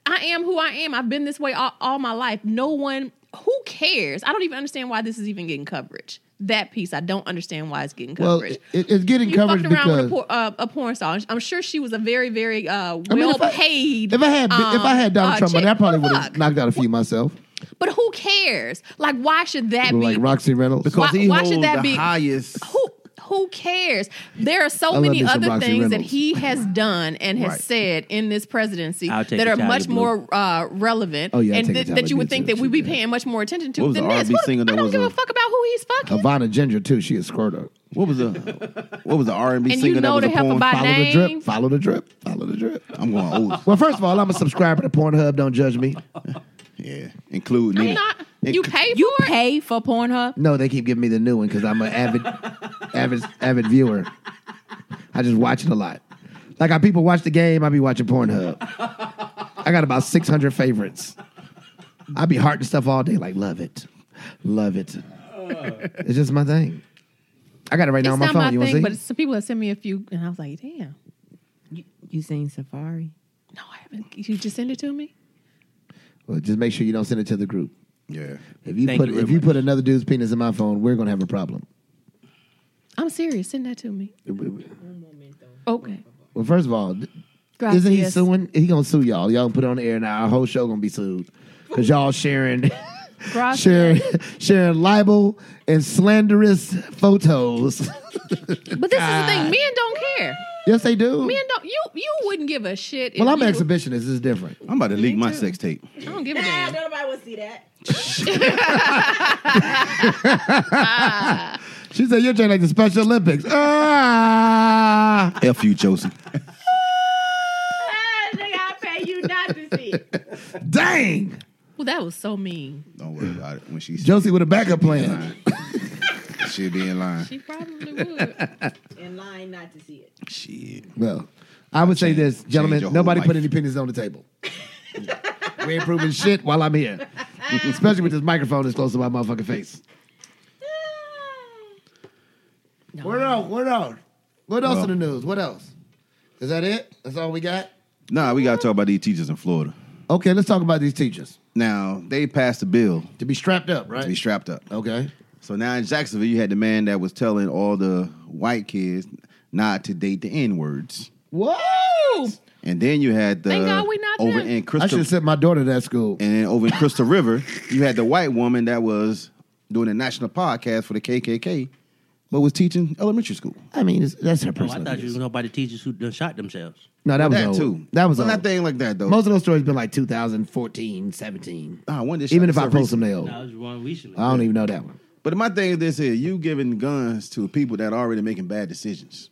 [SPEAKER 3] I am who I am. I've been this way all, all my life. No one who cares. I don't even understand why this is even getting coverage. That piece, I don't understand why it's getting
[SPEAKER 1] Well,
[SPEAKER 3] coverage
[SPEAKER 1] it, it's getting
[SPEAKER 3] you
[SPEAKER 1] coverage
[SPEAKER 3] fucked around
[SPEAKER 1] because
[SPEAKER 3] with a, por- uh, a porn star. I'm sure she was a very, very uh, well
[SPEAKER 1] I mean, if I-
[SPEAKER 3] paid.
[SPEAKER 1] If I had if I had Donald
[SPEAKER 3] um,
[SPEAKER 1] Trump,
[SPEAKER 3] uh,
[SPEAKER 1] money, I probably would
[SPEAKER 3] chick.
[SPEAKER 1] have knocked out a few myself,
[SPEAKER 3] But who cares? Like, why should that be?
[SPEAKER 1] like Roxy Reynolds.
[SPEAKER 4] Because
[SPEAKER 3] Why-
[SPEAKER 4] he
[SPEAKER 3] why should
[SPEAKER 4] holds
[SPEAKER 3] that
[SPEAKER 4] the
[SPEAKER 3] be-
[SPEAKER 4] highest.
[SPEAKER 3] who who cares? There are so
[SPEAKER 1] love
[SPEAKER 3] many
[SPEAKER 1] me some
[SPEAKER 3] other
[SPEAKER 1] Roxy
[SPEAKER 3] things that
[SPEAKER 1] Reynolds.
[SPEAKER 3] he has done and has
[SPEAKER 4] Right.
[SPEAKER 3] said in this presidency
[SPEAKER 2] I'll take
[SPEAKER 3] that
[SPEAKER 2] a
[SPEAKER 3] are
[SPEAKER 2] Tyler
[SPEAKER 3] much
[SPEAKER 2] Blue.
[SPEAKER 3] more uh, relevant
[SPEAKER 1] Oh, yeah, I'll
[SPEAKER 3] and
[SPEAKER 1] take a
[SPEAKER 3] that-
[SPEAKER 1] Tyler
[SPEAKER 3] that you would
[SPEAKER 1] Blue,
[SPEAKER 3] think
[SPEAKER 1] too.
[SPEAKER 3] that we'd be
[SPEAKER 1] Yeah.
[SPEAKER 3] paying much more attention to
[SPEAKER 4] What was
[SPEAKER 3] than
[SPEAKER 4] the
[SPEAKER 3] this.
[SPEAKER 4] R&B singer that
[SPEAKER 3] I don't
[SPEAKER 4] was
[SPEAKER 3] give a,
[SPEAKER 4] a-
[SPEAKER 3] fuck about who he's fucking.
[SPEAKER 1] Havana Ginger too. She a squirter.
[SPEAKER 4] What was the what was the R and B
[SPEAKER 3] And
[SPEAKER 4] singer
[SPEAKER 3] you know
[SPEAKER 4] that
[SPEAKER 3] the
[SPEAKER 4] was a
[SPEAKER 3] heifer
[SPEAKER 4] porn?
[SPEAKER 3] by
[SPEAKER 1] Follow the
[SPEAKER 3] name.
[SPEAKER 1] drip. Follow the drip. Follow the drip.
[SPEAKER 4] I'm going old.
[SPEAKER 1] Well, first of all, I'm a subscriber to Pornhub. Don't judge me.
[SPEAKER 4] yeah, include
[SPEAKER 3] I'm
[SPEAKER 4] Nina.
[SPEAKER 3] not.
[SPEAKER 4] It-
[SPEAKER 3] You pay for
[SPEAKER 5] You
[SPEAKER 3] it.
[SPEAKER 5] pay for Pornhub?
[SPEAKER 1] No, they keep giving me the new one because I'm an avid, avid, avid viewer. I just watch it a lot. Like how people watch the game, I be watching Pornhub. I I got about 600 favorites. I be hearting stuff all day, like, love it. Love it. it's just my thing. I got it right now
[SPEAKER 3] It's
[SPEAKER 1] on my
[SPEAKER 3] not
[SPEAKER 1] phone.
[SPEAKER 3] my
[SPEAKER 1] you want to
[SPEAKER 3] thing,
[SPEAKER 1] see?
[SPEAKER 3] but some people have sent me a few, and I was like, damn.
[SPEAKER 5] You, you seen Safari?
[SPEAKER 3] No, I haven't. You just send it to me.
[SPEAKER 1] Well, just make sure you don't send it to the group.
[SPEAKER 4] Yeah.
[SPEAKER 1] If you
[SPEAKER 2] Thank
[SPEAKER 1] put
[SPEAKER 2] you very
[SPEAKER 1] if you
[SPEAKER 2] much.
[SPEAKER 1] put another dude's penis in my phone, we're gonna have a problem.
[SPEAKER 3] I'm serious. Send that to me.
[SPEAKER 1] Well,
[SPEAKER 3] Okay.
[SPEAKER 1] first of all, th- isn't he suing? He gonna sue y'all. Y'all put it on the air now. Our whole show gonna be sued because y'all sharing.
[SPEAKER 3] Gracias.
[SPEAKER 1] Sharing, sharing libel and slanderous photos.
[SPEAKER 3] But this is the thing. Men don't care.
[SPEAKER 1] yes, they do.
[SPEAKER 3] Men don't. You you wouldn't give a shit.
[SPEAKER 1] well,
[SPEAKER 3] if
[SPEAKER 1] I'm
[SPEAKER 3] you,
[SPEAKER 1] an exhibitionist. It's different.
[SPEAKER 4] I'm about to leak my sex tape.
[SPEAKER 3] I don't give a damn.
[SPEAKER 5] Ah, nobody will see that.
[SPEAKER 1] She said, "You're trying like the Special Olympics." Ah!
[SPEAKER 4] F you, Joseph.
[SPEAKER 5] Ah, nigga, I pay you not to see.
[SPEAKER 1] Dang!
[SPEAKER 3] Well, that was so mean.
[SPEAKER 4] Don't worry about it. When she sees
[SPEAKER 1] Josie with a backup plan.
[SPEAKER 4] line, she'll be in line.
[SPEAKER 3] She probably would.
[SPEAKER 5] In line not to see it.
[SPEAKER 4] Shit.
[SPEAKER 1] Well, I would say this,
[SPEAKER 4] your
[SPEAKER 1] gentlemen.
[SPEAKER 4] whole
[SPEAKER 1] Nobody put
[SPEAKER 4] life.
[SPEAKER 1] any pennies on the table. we ain't proving shit while I'm here, especially with this microphone that's close to my motherfucking face. What else? What else? What else
[SPEAKER 4] Well-
[SPEAKER 1] in the news? What else? Is that it? That's all we got.
[SPEAKER 4] Nah, we gotta talk about these teachers in Florida.
[SPEAKER 1] Okay, let's talk about these teachers
[SPEAKER 4] Now they passed a bill
[SPEAKER 1] to be strapped up,
[SPEAKER 4] to be
[SPEAKER 1] right?
[SPEAKER 4] strapped up.
[SPEAKER 1] Okay.
[SPEAKER 4] So now in Jacksonville, you had the man that was telling all the white kids not to date the N words,
[SPEAKER 1] Whoa!
[SPEAKER 4] and then you had the
[SPEAKER 3] Thank God we not
[SPEAKER 4] over
[SPEAKER 3] them.
[SPEAKER 4] in
[SPEAKER 1] I should
[SPEAKER 4] Crystal
[SPEAKER 1] have sent my daughter to that school.
[SPEAKER 4] And then over in Crystal River, you had the white woman that was doing a national podcast for the KKK, but was teaching elementary school.
[SPEAKER 1] I mean, it's, that's her
[SPEAKER 2] Oh, I
[SPEAKER 1] personal.
[SPEAKER 2] thought you
[SPEAKER 1] views.
[SPEAKER 2] were talking about the teachers who done shot themselves.
[SPEAKER 1] no, that was
[SPEAKER 4] that
[SPEAKER 1] old.
[SPEAKER 4] too.
[SPEAKER 1] That was
[SPEAKER 4] Well,
[SPEAKER 1] old.
[SPEAKER 4] not thing like that though.
[SPEAKER 1] Most of those stories been like 2014, 17.
[SPEAKER 4] Ah, when did she-
[SPEAKER 1] even if I
[SPEAKER 4] so
[SPEAKER 1] post them,
[SPEAKER 4] recent-
[SPEAKER 1] they old.
[SPEAKER 2] That was one recently.
[SPEAKER 4] Uh,
[SPEAKER 1] I don't even know that one.
[SPEAKER 4] But my thing is this: here you giving guns to people that are already making bad decisions.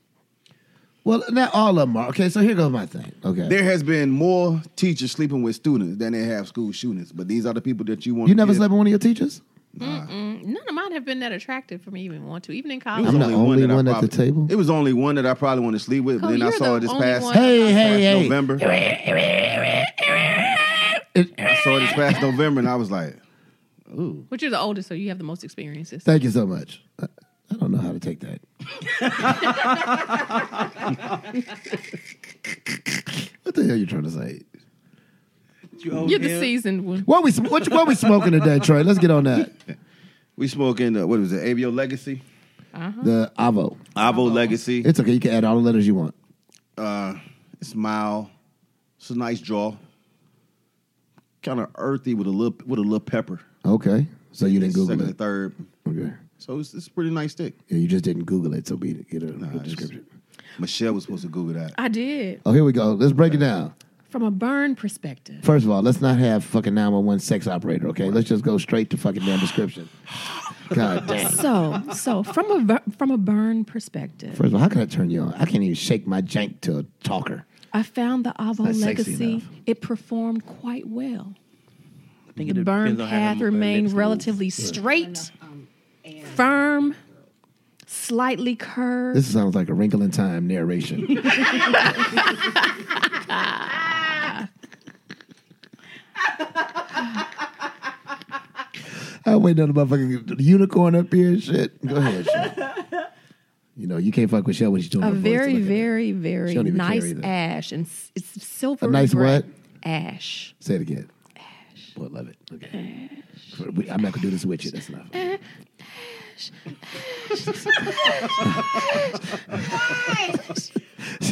[SPEAKER 1] Well, not all of them are. Okay, so here goes my thing. Okay.
[SPEAKER 4] There has been more teachers sleeping with students than they have school shootings. But these are the people that you want.
[SPEAKER 1] you
[SPEAKER 4] to
[SPEAKER 1] never
[SPEAKER 4] get-
[SPEAKER 1] slept with one of your teachers?
[SPEAKER 3] Mm, None of mine have been that attractive for me to even want to, even in
[SPEAKER 4] It
[SPEAKER 3] college.
[SPEAKER 4] was
[SPEAKER 1] I'm the only
[SPEAKER 4] that I
[SPEAKER 1] one at the
[SPEAKER 4] probably-
[SPEAKER 1] table?
[SPEAKER 4] It was only one that I probably want to sleep with. But
[SPEAKER 3] Cole,
[SPEAKER 4] then I
[SPEAKER 3] you're
[SPEAKER 4] saw
[SPEAKER 3] the
[SPEAKER 4] it this
[SPEAKER 3] only
[SPEAKER 4] past
[SPEAKER 3] one.
[SPEAKER 1] Hey, hey,
[SPEAKER 4] past
[SPEAKER 1] hey.
[SPEAKER 4] November. I saw it this past November, and I was like,
[SPEAKER 3] But you're the oldest, so you have the most experiences.
[SPEAKER 1] Thank you so much. I, I don't know how to take that. what the hell you trying to say?
[SPEAKER 3] You're the seasoned one.
[SPEAKER 1] What we sm- what, you- what we smoking today, Trey? Let's get on that.
[SPEAKER 4] We smoking the what was it? ABO Legacy,
[SPEAKER 1] The Avo.
[SPEAKER 4] Avo Legacy.
[SPEAKER 1] It's okay. You can add all the letters you want.
[SPEAKER 4] Uh, it's mild. It's a nice draw. Kind of earthy with a little with a little pepper.
[SPEAKER 1] Okay. So you didn't
[SPEAKER 4] Second
[SPEAKER 1] Google
[SPEAKER 4] and
[SPEAKER 1] it.
[SPEAKER 4] third.
[SPEAKER 1] Okay.
[SPEAKER 4] So it's, it's a pretty nice stick.
[SPEAKER 1] Yeah, you just didn't Google it, so be get a good
[SPEAKER 4] it's-
[SPEAKER 1] description.
[SPEAKER 4] Michelle was supposed to Google that.
[SPEAKER 3] I did.
[SPEAKER 1] Oh, here we go. Let's break it down.
[SPEAKER 3] From a burn perspective.
[SPEAKER 1] First of all, let's not have fucking 911 sex operator, okay? Let's just go straight to fucking damn description. God damn.
[SPEAKER 3] So, so from a ver- from a burn perspective,
[SPEAKER 1] First of all, how can I turn you on? I can't even shake my jank to a talker.
[SPEAKER 3] I found the Avo
[SPEAKER 1] not sexy
[SPEAKER 3] Legacy.
[SPEAKER 1] enough.
[SPEAKER 3] It performed quite well.
[SPEAKER 2] I think
[SPEAKER 3] The
[SPEAKER 2] it
[SPEAKER 3] burn
[SPEAKER 2] depends on how
[SPEAKER 3] path
[SPEAKER 2] them, uh,
[SPEAKER 3] remained
[SPEAKER 2] lips move.
[SPEAKER 3] relatively straight, firm, slightly curved.
[SPEAKER 1] This sounds like a wrinkle in time narration. I wait on the motherfucking unicorn up here and shit. Go ahead, Shell. You know, you can't fuck with Shell when she's doing
[SPEAKER 3] A
[SPEAKER 1] her voice.
[SPEAKER 3] very,
[SPEAKER 1] Look at that.
[SPEAKER 3] very,
[SPEAKER 1] She
[SPEAKER 3] very
[SPEAKER 1] don't even
[SPEAKER 3] nice
[SPEAKER 1] care either.
[SPEAKER 3] ash, and s- it's silver.
[SPEAKER 1] nice what?
[SPEAKER 3] Ash.
[SPEAKER 1] Say it again. Ash. Boy, love it. Okay. We- I'm not gonna do this with you. That's enough.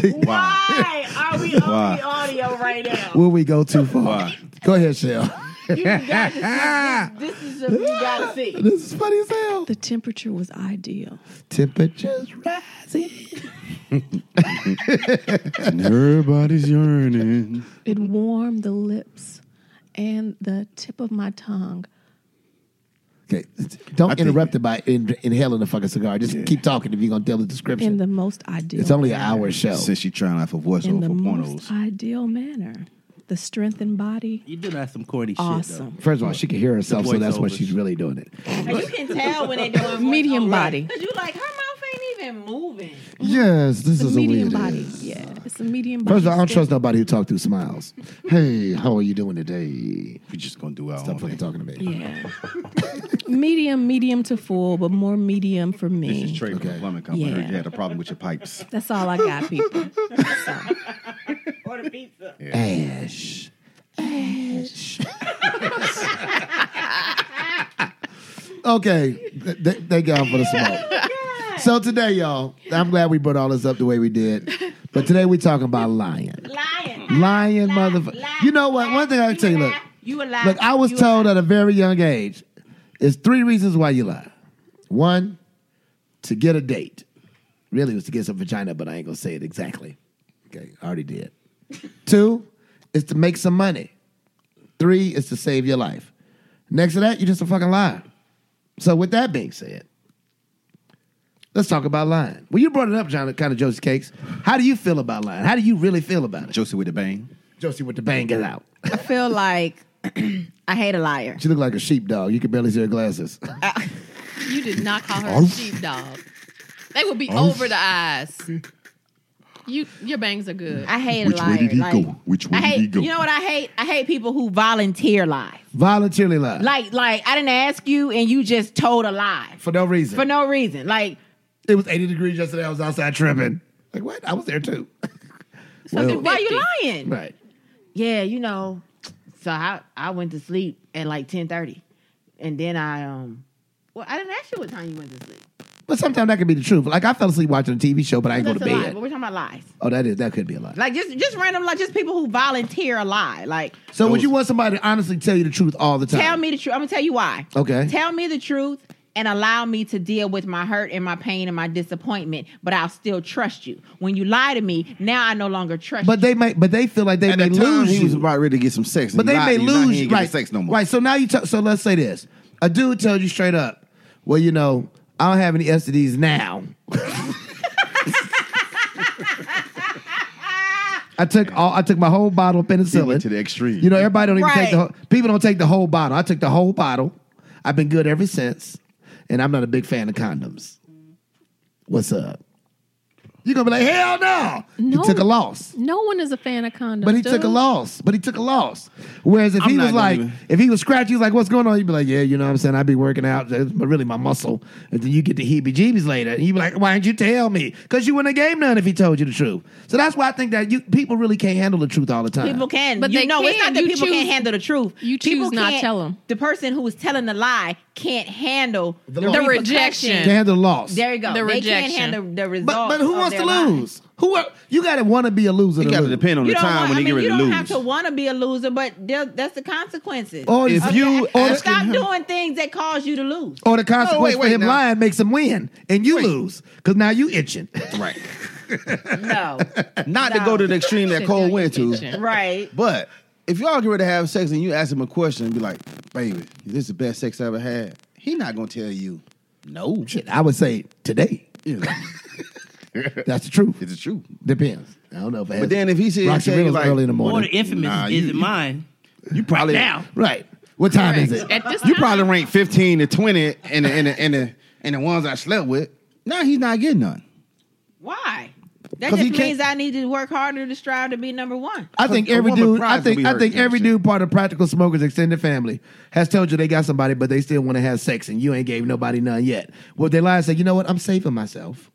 [SPEAKER 4] Wow.
[SPEAKER 5] Ah. Why are we on the audio right now?
[SPEAKER 1] Will we go too far? Go ahead, Shell.
[SPEAKER 5] You got to see. This, this is a, you got to see.
[SPEAKER 1] This is funny as hell.
[SPEAKER 3] The temperature was ideal.
[SPEAKER 1] Temperatures rising.
[SPEAKER 4] Everybody's yearning.
[SPEAKER 3] It warmed the lips and the tip of my tongue.
[SPEAKER 1] Okay, don't
[SPEAKER 4] I think-
[SPEAKER 1] interrupt it by in, inhaling the fucking cigar. Just
[SPEAKER 4] Yeah.
[SPEAKER 1] keep talking if you're gonna tell the description.
[SPEAKER 3] In the most ideal.
[SPEAKER 1] it's only an
[SPEAKER 3] manner.
[SPEAKER 1] hour show.
[SPEAKER 4] Since she trying out for
[SPEAKER 3] In
[SPEAKER 4] voiceover
[SPEAKER 3] the
[SPEAKER 4] for
[SPEAKER 3] most
[SPEAKER 4] pornos,
[SPEAKER 3] ideal manner. The strength and body.
[SPEAKER 2] You did have some corny shit though.
[SPEAKER 3] Awesome.
[SPEAKER 1] First of all, she can hear herself, so that's why
[SPEAKER 2] voiceovers.
[SPEAKER 3] Mm-hmm.
[SPEAKER 1] she's really doing it.
[SPEAKER 5] And you can tell when they're doing
[SPEAKER 3] Medium
[SPEAKER 5] voiceover.
[SPEAKER 3] body.
[SPEAKER 5] Cause you like her mouth ain't even moving.
[SPEAKER 1] Yes, this
[SPEAKER 3] It's
[SPEAKER 1] is
[SPEAKER 3] a
[SPEAKER 1] a
[SPEAKER 3] medium
[SPEAKER 1] weird.
[SPEAKER 3] body. Yeah, it's a medium body.
[SPEAKER 1] First of all, I don't trust nobody who talk through smiles. hey, how are you doing today?
[SPEAKER 4] We're just gonna do our
[SPEAKER 1] Stop
[SPEAKER 4] own
[SPEAKER 1] fucking
[SPEAKER 4] thing.
[SPEAKER 1] talking to me.
[SPEAKER 3] Yeah. medium, medium to full, but more medium for me.
[SPEAKER 4] This is Trey from
[SPEAKER 1] Okay.
[SPEAKER 4] the plumbing company. I heard
[SPEAKER 3] Yeah.
[SPEAKER 4] you had a problem with your pipes.
[SPEAKER 3] That's all I got, people. So,
[SPEAKER 5] Or the pizza.
[SPEAKER 1] Ash. Ash. okay. Th- th- thank y'all for the smoke. So today, y'all, I'm glad we brought all this up the way we did. But today we talking about lying.
[SPEAKER 5] Lying.
[SPEAKER 1] Lying, motherfucker. You know what? One thing I can tell you, look.
[SPEAKER 5] You a lie.
[SPEAKER 1] Look, I was
[SPEAKER 5] You a
[SPEAKER 1] told
[SPEAKER 5] lie.
[SPEAKER 1] at a very young age, there's three reasons why you lie. One, to get a date. Really it was to get some vagina, but I ain't gonna say it exactly. Okay, I already did. Two, is to make some money. Three is to save your life. Next to that, you're just a fucking liar. So with that being said, let's talk about lying. Well, you brought it up, John, kind of Josie Cakes. How do you feel about lying? How do you really feel about it?
[SPEAKER 4] Josie with the bang.
[SPEAKER 1] Josie with the bang is out.
[SPEAKER 7] I feel like I hate a liar.
[SPEAKER 1] She looked like a sheepdog. You could barely see her glasses.
[SPEAKER 3] you did not call her
[SPEAKER 1] Oh.
[SPEAKER 3] a sheepdog. They would be over the eyes. You, your bangs are good.
[SPEAKER 7] I hate a liar. like,
[SPEAKER 4] Which
[SPEAKER 7] I hate.
[SPEAKER 5] You know what I hate? I hate people who volunteer lie.
[SPEAKER 1] Voluntarily lie.
[SPEAKER 5] Like, like I didn't ask you, and you just told a lie
[SPEAKER 1] for no reason.
[SPEAKER 5] for no reason. Like,
[SPEAKER 1] it was 80 degrees yesterday. I was outside tripping. Like, what? I was there too. well,
[SPEAKER 5] why are you lying?
[SPEAKER 1] right.
[SPEAKER 5] yeah, you know. So I I went to sleep at like ten thirty, and then I um, well I didn't ask you what time you went to sleep.
[SPEAKER 1] But sometimes that could be the truth. Like, I fell asleep watching a TV show, but I ain't go to
[SPEAKER 5] That's a lie,
[SPEAKER 1] bed.
[SPEAKER 5] but we're talking about lies.
[SPEAKER 1] Oh, that is that could be a lie.
[SPEAKER 5] Like just just random like just people who volunteer a lie. Like
[SPEAKER 1] so, would you want somebody to honestly tell you the truth all the time?
[SPEAKER 5] tell me the truth. I'm gonna tell you why.
[SPEAKER 1] Okay.
[SPEAKER 5] Tell me the truth and allow me to deal with my hurt and my pain and my disappointment, but I'll still trust you. When you lie to me, now I no longer trust
[SPEAKER 1] but they might. But they feel like they
[SPEAKER 4] At
[SPEAKER 1] may
[SPEAKER 4] that time,
[SPEAKER 1] lose
[SPEAKER 4] he
[SPEAKER 1] you.
[SPEAKER 4] was about ready to get some sex.
[SPEAKER 1] but
[SPEAKER 4] and he
[SPEAKER 1] they
[SPEAKER 4] lied
[SPEAKER 1] may
[SPEAKER 4] to you. Now he
[SPEAKER 1] lose
[SPEAKER 4] ain't
[SPEAKER 1] you.
[SPEAKER 4] getting
[SPEAKER 1] Right.
[SPEAKER 4] sex no more.
[SPEAKER 1] Right. So now you. T- so let's say this: a dude tells you straight up, "Well, you know, I don't have any STDs now." I took all. I took my whole bottle of
[SPEAKER 4] He went
[SPEAKER 1] penicillin.
[SPEAKER 4] to the extreme.
[SPEAKER 1] You know, everybody don't even
[SPEAKER 5] Right.
[SPEAKER 1] take the whole, people don't take the whole bottle. I took the whole bottle. I've been good ever since, and I'm not a big fan of condoms. What's up? You're gonna be like, hell no!
[SPEAKER 3] No.
[SPEAKER 1] He took a loss.
[SPEAKER 3] no one is a fan of condoms.
[SPEAKER 1] But he took a
[SPEAKER 3] dude.
[SPEAKER 1] loss. But he took a loss. Whereas if
[SPEAKER 4] I'm
[SPEAKER 1] he
[SPEAKER 4] not
[SPEAKER 1] was
[SPEAKER 4] gonna
[SPEAKER 1] like,
[SPEAKER 4] even-
[SPEAKER 1] if he was scratchy, he was like, what's going on? He'd be like, yeah, you know what I'm saying? I'd be working out, that's my- really my muscle. And then you get the heebie jeebies later. And he'd be like, why didn't you tell me? Because you wouldn't have gave none if he told you the truth. So that's why I think that you people really can't handle the truth all the time.
[SPEAKER 5] People can, but
[SPEAKER 3] But
[SPEAKER 5] you
[SPEAKER 3] they
[SPEAKER 5] know it's
[SPEAKER 3] can.
[SPEAKER 5] not that
[SPEAKER 3] You
[SPEAKER 5] people can't
[SPEAKER 3] choose-
[SPEAKER 5] handle the truth.
[SPEAKER 3] you choose
[SPEAKER 5] people
[SPEAKER 3] not
[SPEAKER 5] can't-
[SPEAKER 3] tell 'em.
[SPEAKER 5] The person who is telling the lie can't handle the,
[SPEAKER 1] loss. The
[SPEAKER 5] rejection.
[SPEAKER 1] can't handle the loss.
[SPEAKER 5] There you go.
[SPEAKER 3] The
[SPEAKER 5] they
[SPEAKER 3] rejection.
[SPEAKER 5] can't handle the result.
[SPEAKER 1] but, but who
[SPEAKER 5] of
[SPEAKER 1] wants to
[SPEAKER 5] their lie.
[SPEAKER 1] lose? Who are, you gotta want to be a loser.
[SPEAKER 4] It
[SPEAKER 1] to
[SPEAKER 4] got to
[SPEAKER 1] lose.
[SPEAKER 4] depend on
[SPEAKER 5] You
[SPEAKER 4] the
[SPEAKER 5] don't
[SPEAKER 4] time
[SPEAKER 5] want,
[SPEAKER 4] when
[SPEAKER 5] I
[SPEAKER 4] they
[SPEAKER 5] mean,
[SPEAKER 4] get ready
[SPEAKER 5] you
[SPEAKER 4] to
[SPEAKER 5] don't have to
[SPEAKER 4] lose.
[SPEAKER 5] want to be a loser, but there- that's the consequences.
[SPEAKER 1] Or
[SPEAKER 4] If
[SPEAKER 1] if you,
[SPEAKER 4] you
[SPEAKER 5] And
[SPEAKER 4] asking
[SPEAKER 5] stop
[SPEAKER 4] him-
[SPEAKER 5] doing things that cause you to lose.
[SPEAKER 1] or the consequence
[SPEAKER 4] wait, wait,
[SPEAKER 1] for him
[SPEAKER 4] now.
[SPEAKER 1] lying makes him win, and you lose because now you itching.
[SPEAKER 4] Right.
[SPEAKER 5] No,
[SPEAKER 4] Not to go to the extreme that Cole went to.
[SPEAKER 3] Kitchen.
[SPEAKER 5] right?
[SPEAKER 4] But if y'all get ready to have sex and you ask him a question and be like, baby, is this the best sex I ever had? He not going to tell you no.
[SPEAKER 1] Shit, I would say today.
[SPEAKER 4] You know,
[SPEAKER 1] That's the truth.
[SPEAKER 4] it's the truth.
[SPEAKER 1] Depends. I don't know if.
[SPEAKER 4] But then if he said,
[SPEAKER 1] Roxy
[SPEAKER 4] said
[SPEAKER 1] Reels
[SPEAKER 4] like,
[SPEAKER 1] early in the morning,
[SPEAKER 2] Or the infamous
[SPEAKER 4] Nah, you-
[SPEAKER 2] isn't mine.
[SPEAKER 4] you probably
[SPEAKER 2] Now.
[SPEAKER 1] right? What time is
[SPEAKER 3] Correct.
[SPEAKER 1] it?
[SPEAKER 3] At this
[SPEAKER 4] You
[SPEAKER 3] time,
[SPEAKER 4] probably rank fifteen to twenty in the in the in the, in the ones I slept with. Now he's not getting none.
[SPEAKER 5] Why? That
[SPEAKER 4] 'Cause
[SPEAKER 5] just
[SPEAKER 4] he can't-
[SPEAKER 5] means I need to work harder to strive to be number one.
[SPEAKER 1] I think
[SPEAKER 4] A
[SPEAKER 1] every
[SPEAKER 4] woman
[SPEAKER 1] dude.
[SPEAKER 4] pride's
[SPEAKER 1] I think
[SPEAKER 4] gonna be
[SPEAKER 1] I
[SPEAKER 4] hurt
[SPEAKER 1] think
[SPEAKER 4] in that
[SPEAKER 1] every
[SPEAKER 4] shit.
[SPEAKER 1] dude part of Practical Smokers extended family has told you they got somebody, but they still want to have sex, and you ain't gave nobody none yet. Well, they lie and say, you know what? I'm saving myself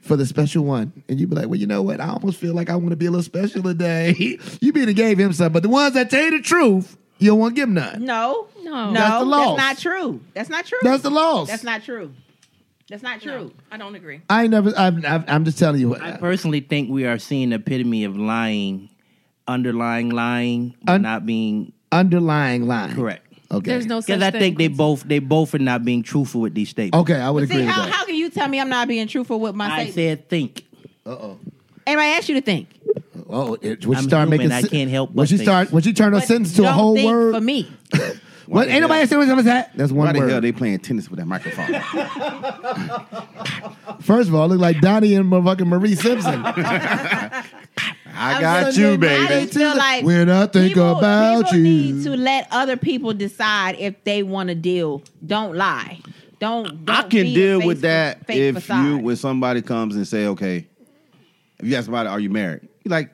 [SPEAKER 1] for the special one, and you be like, well, you know what? I almost feel like I want to be a little special today. you be to gave him some, but the ones that tell you the truth, you don't want to give none.
[SPEAKER 5] No,
[SPEAKER 3] No.
[SPEAKER 5] no,
[SPEAKER 1] That's the loss.
[SPEAKER 5] not true. That's not true.
[SPEAKER 1] That's the loss.
[SPEAKER 5] That's not true. That's not true.
[SPEAKER 3] I don't agree.
[SPEAKER 1] I ain't never. I've, I've, I'm just telling you what.
[SPEAKER 2] I personally think we are seeing the epitome of lying, underlying lying, but
[SPEAKER 1] Un-
[SPEAKER 2] not being
[SPEAKER 1] underlying line.
[SPEAKER 2] correct.
[SPEAKER 1] Okay.
[SPEAKER 3] There's no such
[SPEAKER 2] Because I think they
[SPEAKER 3] thing.
[SPEAKER 2] both they both are not being truthful with these statements.
[SPEAKER 1] Okay, I would agree
[SPEAKER 5] See
[SPEAKER 1] with
[SPEAKER 5] how,
[SPEAKER 1] that.
[SPEAKER 5] how can you tell me I'm not being truthful with my
[SPEAKER 2] I
[SPEAKER 5] statement?
[SPEAKER 2] said think.
[SPEAKER 5] And I asked you to think.
[SPEAKER 1] oh, it, when she
[SPEAKER 2] I'm
[SPEAKER 1] start
[SPEAKER 2] human,
[SPEAKER 1] making,
[SPEAKER 2] I
[SPEAKER 1] sen-
[SPEAKER 2] can't help
[SPEAKER 1] When
[SPEAKER 2] but
[SPEAKER 1] she
[SPEAKER 2] think.
[SPEAKER 1] start, when she turned her
[SPEAKER 5] But
[SPEAKER 1] sentence to a
[SPEAKER 5] don't
[SPEAKER 1] whole
[SPEAKER 5] think
[SPEAKER 1] word.
[SPEAKER 5] for me.
[SPEAKER 1] What?
[SPEAKER 4] the
[SPEAKER 1] Ain't nobody
[SPEAKER 4] hell-
[SPEAKER 1] say what that? That's one
[SPEAKER 4] Why the
[SPEAKER 1] word.
[SPEAKER 4] hell they playing tennis with that microphone? That's
[SPEAKER 1] First of all, it look like Donnie and motherfucking Marie Simpson.
[SPEAKER 5] I
[SPEAKER 4] got
[SPEAKER 5] feel-
[SPEAKER 4] you, baby.
[SPEAKER 5] I just feel like
[SPEAKER 1] When I think
[SPEAKER 5] people,
[SPEAKER 1] about
[SPEAKER 5] people
[SPEAKER 1] you.
[SPEAKER 5] need to let other people decide if they want to deal. Don't lie. Don't,
[SPEAKER 4] I
[SPEAKER 5] don't
[SPEAKER 4] can
[SPEAKER 5] be a
[SPEAKER 4] deal
[SPEAKER 5] face-
[SPEAKER 4] with that
[SPEAKER 5] fake
[SPEAKER 4] if
[SPEAKER 5] facade.
[SPEAKER 4] you when somebody comes and say, okay, if you ask somebody, are you married? You're like,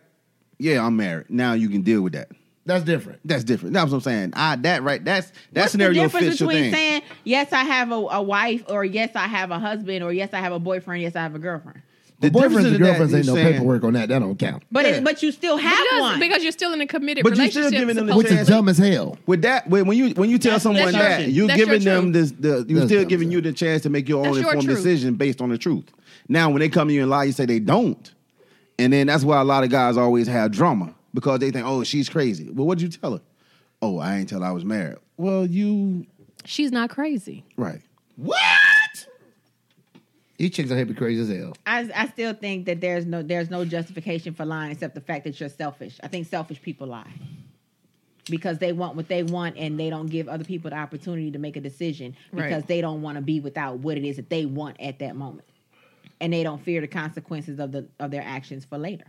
[SPEAKER 4] yeah, I'm married. Now you can deal with that.
[SPEAKER 1] That's different.
[SPEAKER 4] That's different. That's what I'm saying. I that right. That's that
[SPEAKER 5] What's
[SPEAKER 4] scenario
[SPEAKER 5] the difference
[SPEAKER 4] fits your
[SPEAKER 5] between
[SPEAKER 4] thing.
[SPEAKER 5] saying yes, I have a, a wife, or yes, I have a husband, or yes, I have a boyfriend, yes, I have a girlfriend.
[SPEAKER 1] The
[SPEAKER 4] difference
[SPEAKER 1] boyfriends and
[SPEAKER 4] in that
[SPEAKER 1] girlfriends ain't
[SPEAKER 4] is
[SPEAKER 1] no
[SPEAKER 4] saying-
[SPEAKER 1] paperwork on that. That don't count.
[SPEAKER 5] But
[SPEAKER 4] Yeah.
[SPEAKER 5] it, but you still have
[SPEAKER 3] because,
[SPEAKER 5] one.
[SPEAKER 3] because you're still in a committed
[SPEAKER 4] But you're still
[SPEAKER 3] relationship.
[SPEAKER 4] giving them the
[SPEAKER 1] Which
[SPEAKER 3] supposedly.
[SPEAKER 1] is dumb as hell.
[SPEAKER 4] With that, when, when you when you tell
[SPEAKER 2] That's-
[SPEAKER 4] someone
[SPEAKER 2] that's your
[SPEAKER 4] that,
[SPEAKER 2] truth.
[SPEAKER 4] you're
[SPEAKER 3] That's
[SPEAKER 4] giving
[SPEAKER 3] your
[SPEAKER 4] them
[SPEAKER 3] truth.
[SPEAKER 4] this, the, you're
[SPEAKER 1] That's
[SPEAKER 4] still
[SPEAKER 1] dumb,
[SPEAKER 4] giving
[SPEAKER 1] yeah.
[SPEAKER 4] you the chance to make your own
[SPEAKER 3] That's your
[SPEAKER 4] informed
[SPEAKER 3] truth.
[SPEAKER 4] decision based on the truth. Now, when they come to you and lie, you say they don't, and then that's why a lot of guys always have drama because they think, oh, she's crazy. Well, what did you tell her? Oh, I ain't tell her I was married. Well, you
[SPEAKER 3] She's not crazy.
[SPEAKER 4] right.
[SPEAKER 1] What? These chicks out here be crazy as hell.
[SPEAKER 5] I, I still think that there's no there's no justification for lying except the fact that you're selfish. I think selfish people lie because they want what they want and they don't give other people the opportunity to make a decision
[SPEAKER 3] Right.
[SPEAKER 5] because they don't want to be without what it is that they want at that moment. And they don't fear the consequences of the of their actions for later.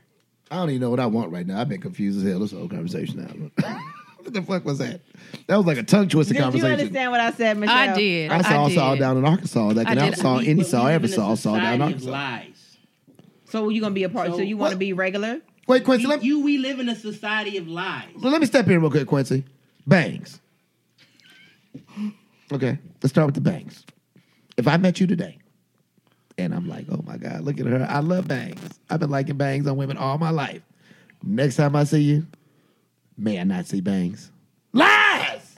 [SPEAKER 1] I don't even know what I want right now. I've been confused as hell this whole conversation now. what the fuck was that? That was like a tongue twister
[SPEAKER 5] Did you
[SPEAKER 1] conversation.
[SPEAKER 5] understand what I said, Michelle?
[SPEAKER 3] I did.
[SPEAKER 1] I saw saw
[SPEAKER 3] did.
[SPEAKER 1] down in Arkansas. Like
[SPEAKER 3] I
[SPEAKER 1] and I
[SPEAKER 3] did.
[SPEAKER 1] saw Uh, any
[SPEAKER 2] But
[SPEAKER 1] saw
[SPEAKER 2] we
[SPEAKER 1] ever
[SPEAKER 2] live in a
[SPEAKER 1] saw saw down in
[SPEAKER 2] society of
[SPEAKER 1] Arkansas.
[SPEAKER 2] lies.
[SPEAKER 5] So you're gonna be a part. So,
[SPEAKER 2] So
[SPEAKER 5] you want to
[SPEAKER 1] what-
[SPEAKER 5] be regular?
[SPEAKER 1] Wait, Quincy,
[SPEAKER 2] You,
[SPEAKER 1] let,
[SPEAKER 2] you- we live in a society of lies.
[SPEAKER 1] let me step in real quick, Quincy. Bangs. Okay, let's start with the bangs. If I met you today, and I'm like, oh my God, look at her. I love bangs. I've been liking bangs on women all my life. Next time I see you, may I not see bangs. Lies!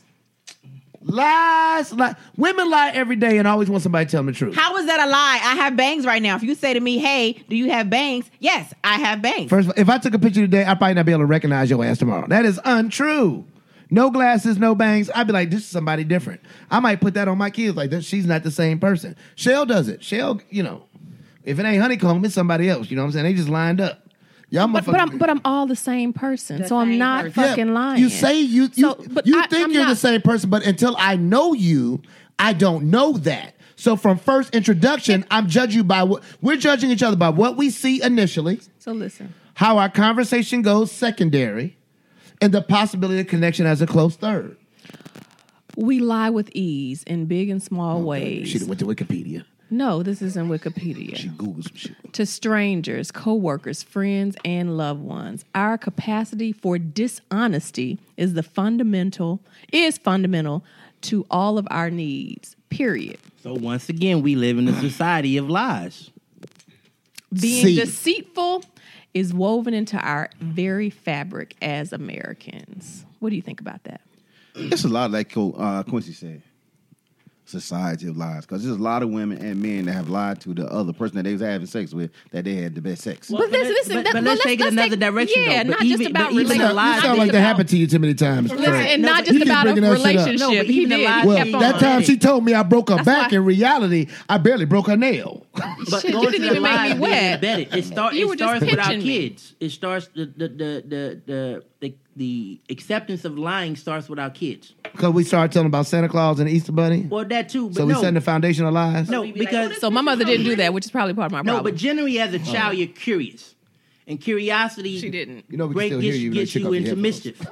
[SPEAKER 1] Lies, lies. Women lie every day and always want somebody to tell them the truth.
[SPEAKER 5] How is that a lie? I have bangs right now. If you say to me, "Hey, do you have bangs?" Yes, I have bangs.
[SPEAKER 1] First of all, if I took a picture today, I'd probably not be able to recognize your ass tomorrow. That is untrue. No glasses, no bangs. I'd be like, this is somebody different. I might put that on my kids. Like, this, she's not the same person. Shell does it. Shell, you know, if it ain't honeycomb, it's somebody else. You know what I'm saying? They just lined up. Y'all
[SPEAKER 3] But,
[SPEAKER 1] motherfuckers.
[SPEAKER 3] but I'm but I'm all the same person,
[SPEAKER 5] The
[SPEAKER 3] so I'm
[SPEAKER 5] same
[SPEAKER 3] not
[SPEAKER 5] person.
[SPEAKER 1] Yeah,
[SPEAKER 3] fucking lying.
[SPEAKER 1] You say you you,
[SPEAKER 3] So, but
[SPEAKER 1] you
[SPEAKER 3] I-
[SPEAKER 1] think
[SPEAKER 3] I'm
[SPEAKER 1] you're the
[SPEAKER 3] not-
[SPEAKER 1] same person, but until I know you, I don't know that. So from first introduction, I'm judging you by what we're judging each other by what we see initially.
[SPEAKER 3] So listen,
[SPEAKER 1] how our conversation goes secondary, and the possibility of connection as a close third.
[SPEAKER 3] we lie with ease in big and small ways.
[SPEAKER 1] Oh, She done went to Wikipedia.
[SPEAKER 3] No, this isn't Wikipedia.
[SPEAKER 1] She Googled some shit.
[SPEAKER 3] to strangers, coworkers, friends, and loved ones. Our capacity for dishonesty is the fundamental is fundamental to all of our needs. Period.
[SPEAKER 2] So once again, we live in a society of lies.
[SPEAKER 3] Being
[SPEAKER 1] See.
[SPEAKER 3] deceitful is woven into our very fabric as Americans. What do you think about that?
[SPEAKER 4] It's a lot like Co- uh, Quincy said. Society of lies, because there's a lot of women and men that have lied to the other person that they was having sex with that they had the best sex.
[SPEAKER 2] Well,
[SPEAKER 3] But this-
[SPEAKER 2] let's-
[SPEAKER 3] listen,
[SPEAKER 2] but-
[SPEAKER 3] that-
[SPEAKER 2] but
[SPEAKER 3] no,
[SPEAKER 2] let's
[SPEAKER 3] let's-
[SPEAKER 2] take it
[SPEAKER 3] let's
[SPEAKER 2] another
[SPEAKER 3] take-
[SPEAKER 2] direction.
[SPEAKER 3] yeah,
[SPEAKER 2] though. But
[SPEAKER 3] not just
[SPEAKER 2] even-
[SPEAKER 3] about
[SPEAKER 2] but even
[SPEAKER 3] relation-
[SPEAKER 2] the
[SPEAKER 1] You
[SPEAKER 2] lies-
[SPEAKER 1] sound like
[SPEAKER 3] think
[SPEAKER 1] that
[SPEAKER 3] about-
[SPEAKER 1] happened to you too many times.
[SPEAKER 3] Listen,
[SPEAKER 1] Craig.
[SPEAKER 3] and
[SPEAKER 2] No,
[SPEAKER 3] not
[SPEAKER 2] but
[SPEAKER 3] just
[SPEAKER 1] you keep
[SPEAKER 3] about a
[SPEAKER 1] bringing that shit up.
[SPEAKER 3] relationship.
[SPEAKER 2] No, but
[SPEAKER 3] he
[SPEAKER 2] even the
[SPEAKER 3] did.
[SPEAKER 2] lies
[SPEAKER 3] He
[SPEAKER 1] Well,
[SPEAKER 3] kept on
[SPEAKER 1] that time
[SPEAKER 3] lying.
[SPEAKER 1] she told me I broke her back.
[SPEAKER 3] why-
[SPEAKER 1] In reality, I barely broke her nail.
[SPEAKER 2] But
[SPEAKER 3] Shit,
[SPEAKER 2] going
[SPEAKER 3] you didn't
[SPEAKER 2] to the
[SPEAKER 3] even make me
[SPEAKER 2] lies being
[SPEAKER 3] wet.
[SPEAKER 2] embedded. It, start,
[SPEAKER 3] You
[SPEAKER 2] it
[SPEAKER 3] were just
[SPEAKER 2] starts with our
[SPEAKER 3] pitching me.
[SPEAKER 2] kids. It starts the the the the the, the, the acceptance of lying starts with our kids.
[SPEAKER 1] Because we started telling about Santa Claus and the Easter Bunny.
[SPEAKER 2] Well, that too. But
[SPEAKER 1] so we
[SPEAKER 2] no,
[SPEAKER 1] setting the foundation of lies.
[SPEAKER 2] no, because
[SPEAKER 3] So my mother didn't do that, which is probably part of my
[SPEAKER 2] no,
[SPEAKER 3] problem.
[SPEAKER 2] but generally as a
[SPEAKER 1] Uh-huh.
[SPEAKER 2] child, you're curious, and curiosity
[SPEAKER 3] she didn't.
[SPEAKER 1] You know we can
[SPEAKER 2] break-
[SPEAKER 1] still hear
[SPEAKER 2] gets,
[SPEAKER 1] you. when they
[SPEAKER 2] gets
[SPEAKER 1] took
[SPEAKER 2] you
[SPEAKER 1] off your
[SPEAKER 2] into
[SPEAKER 1] headphones.
[SPEAKER 2] mischief.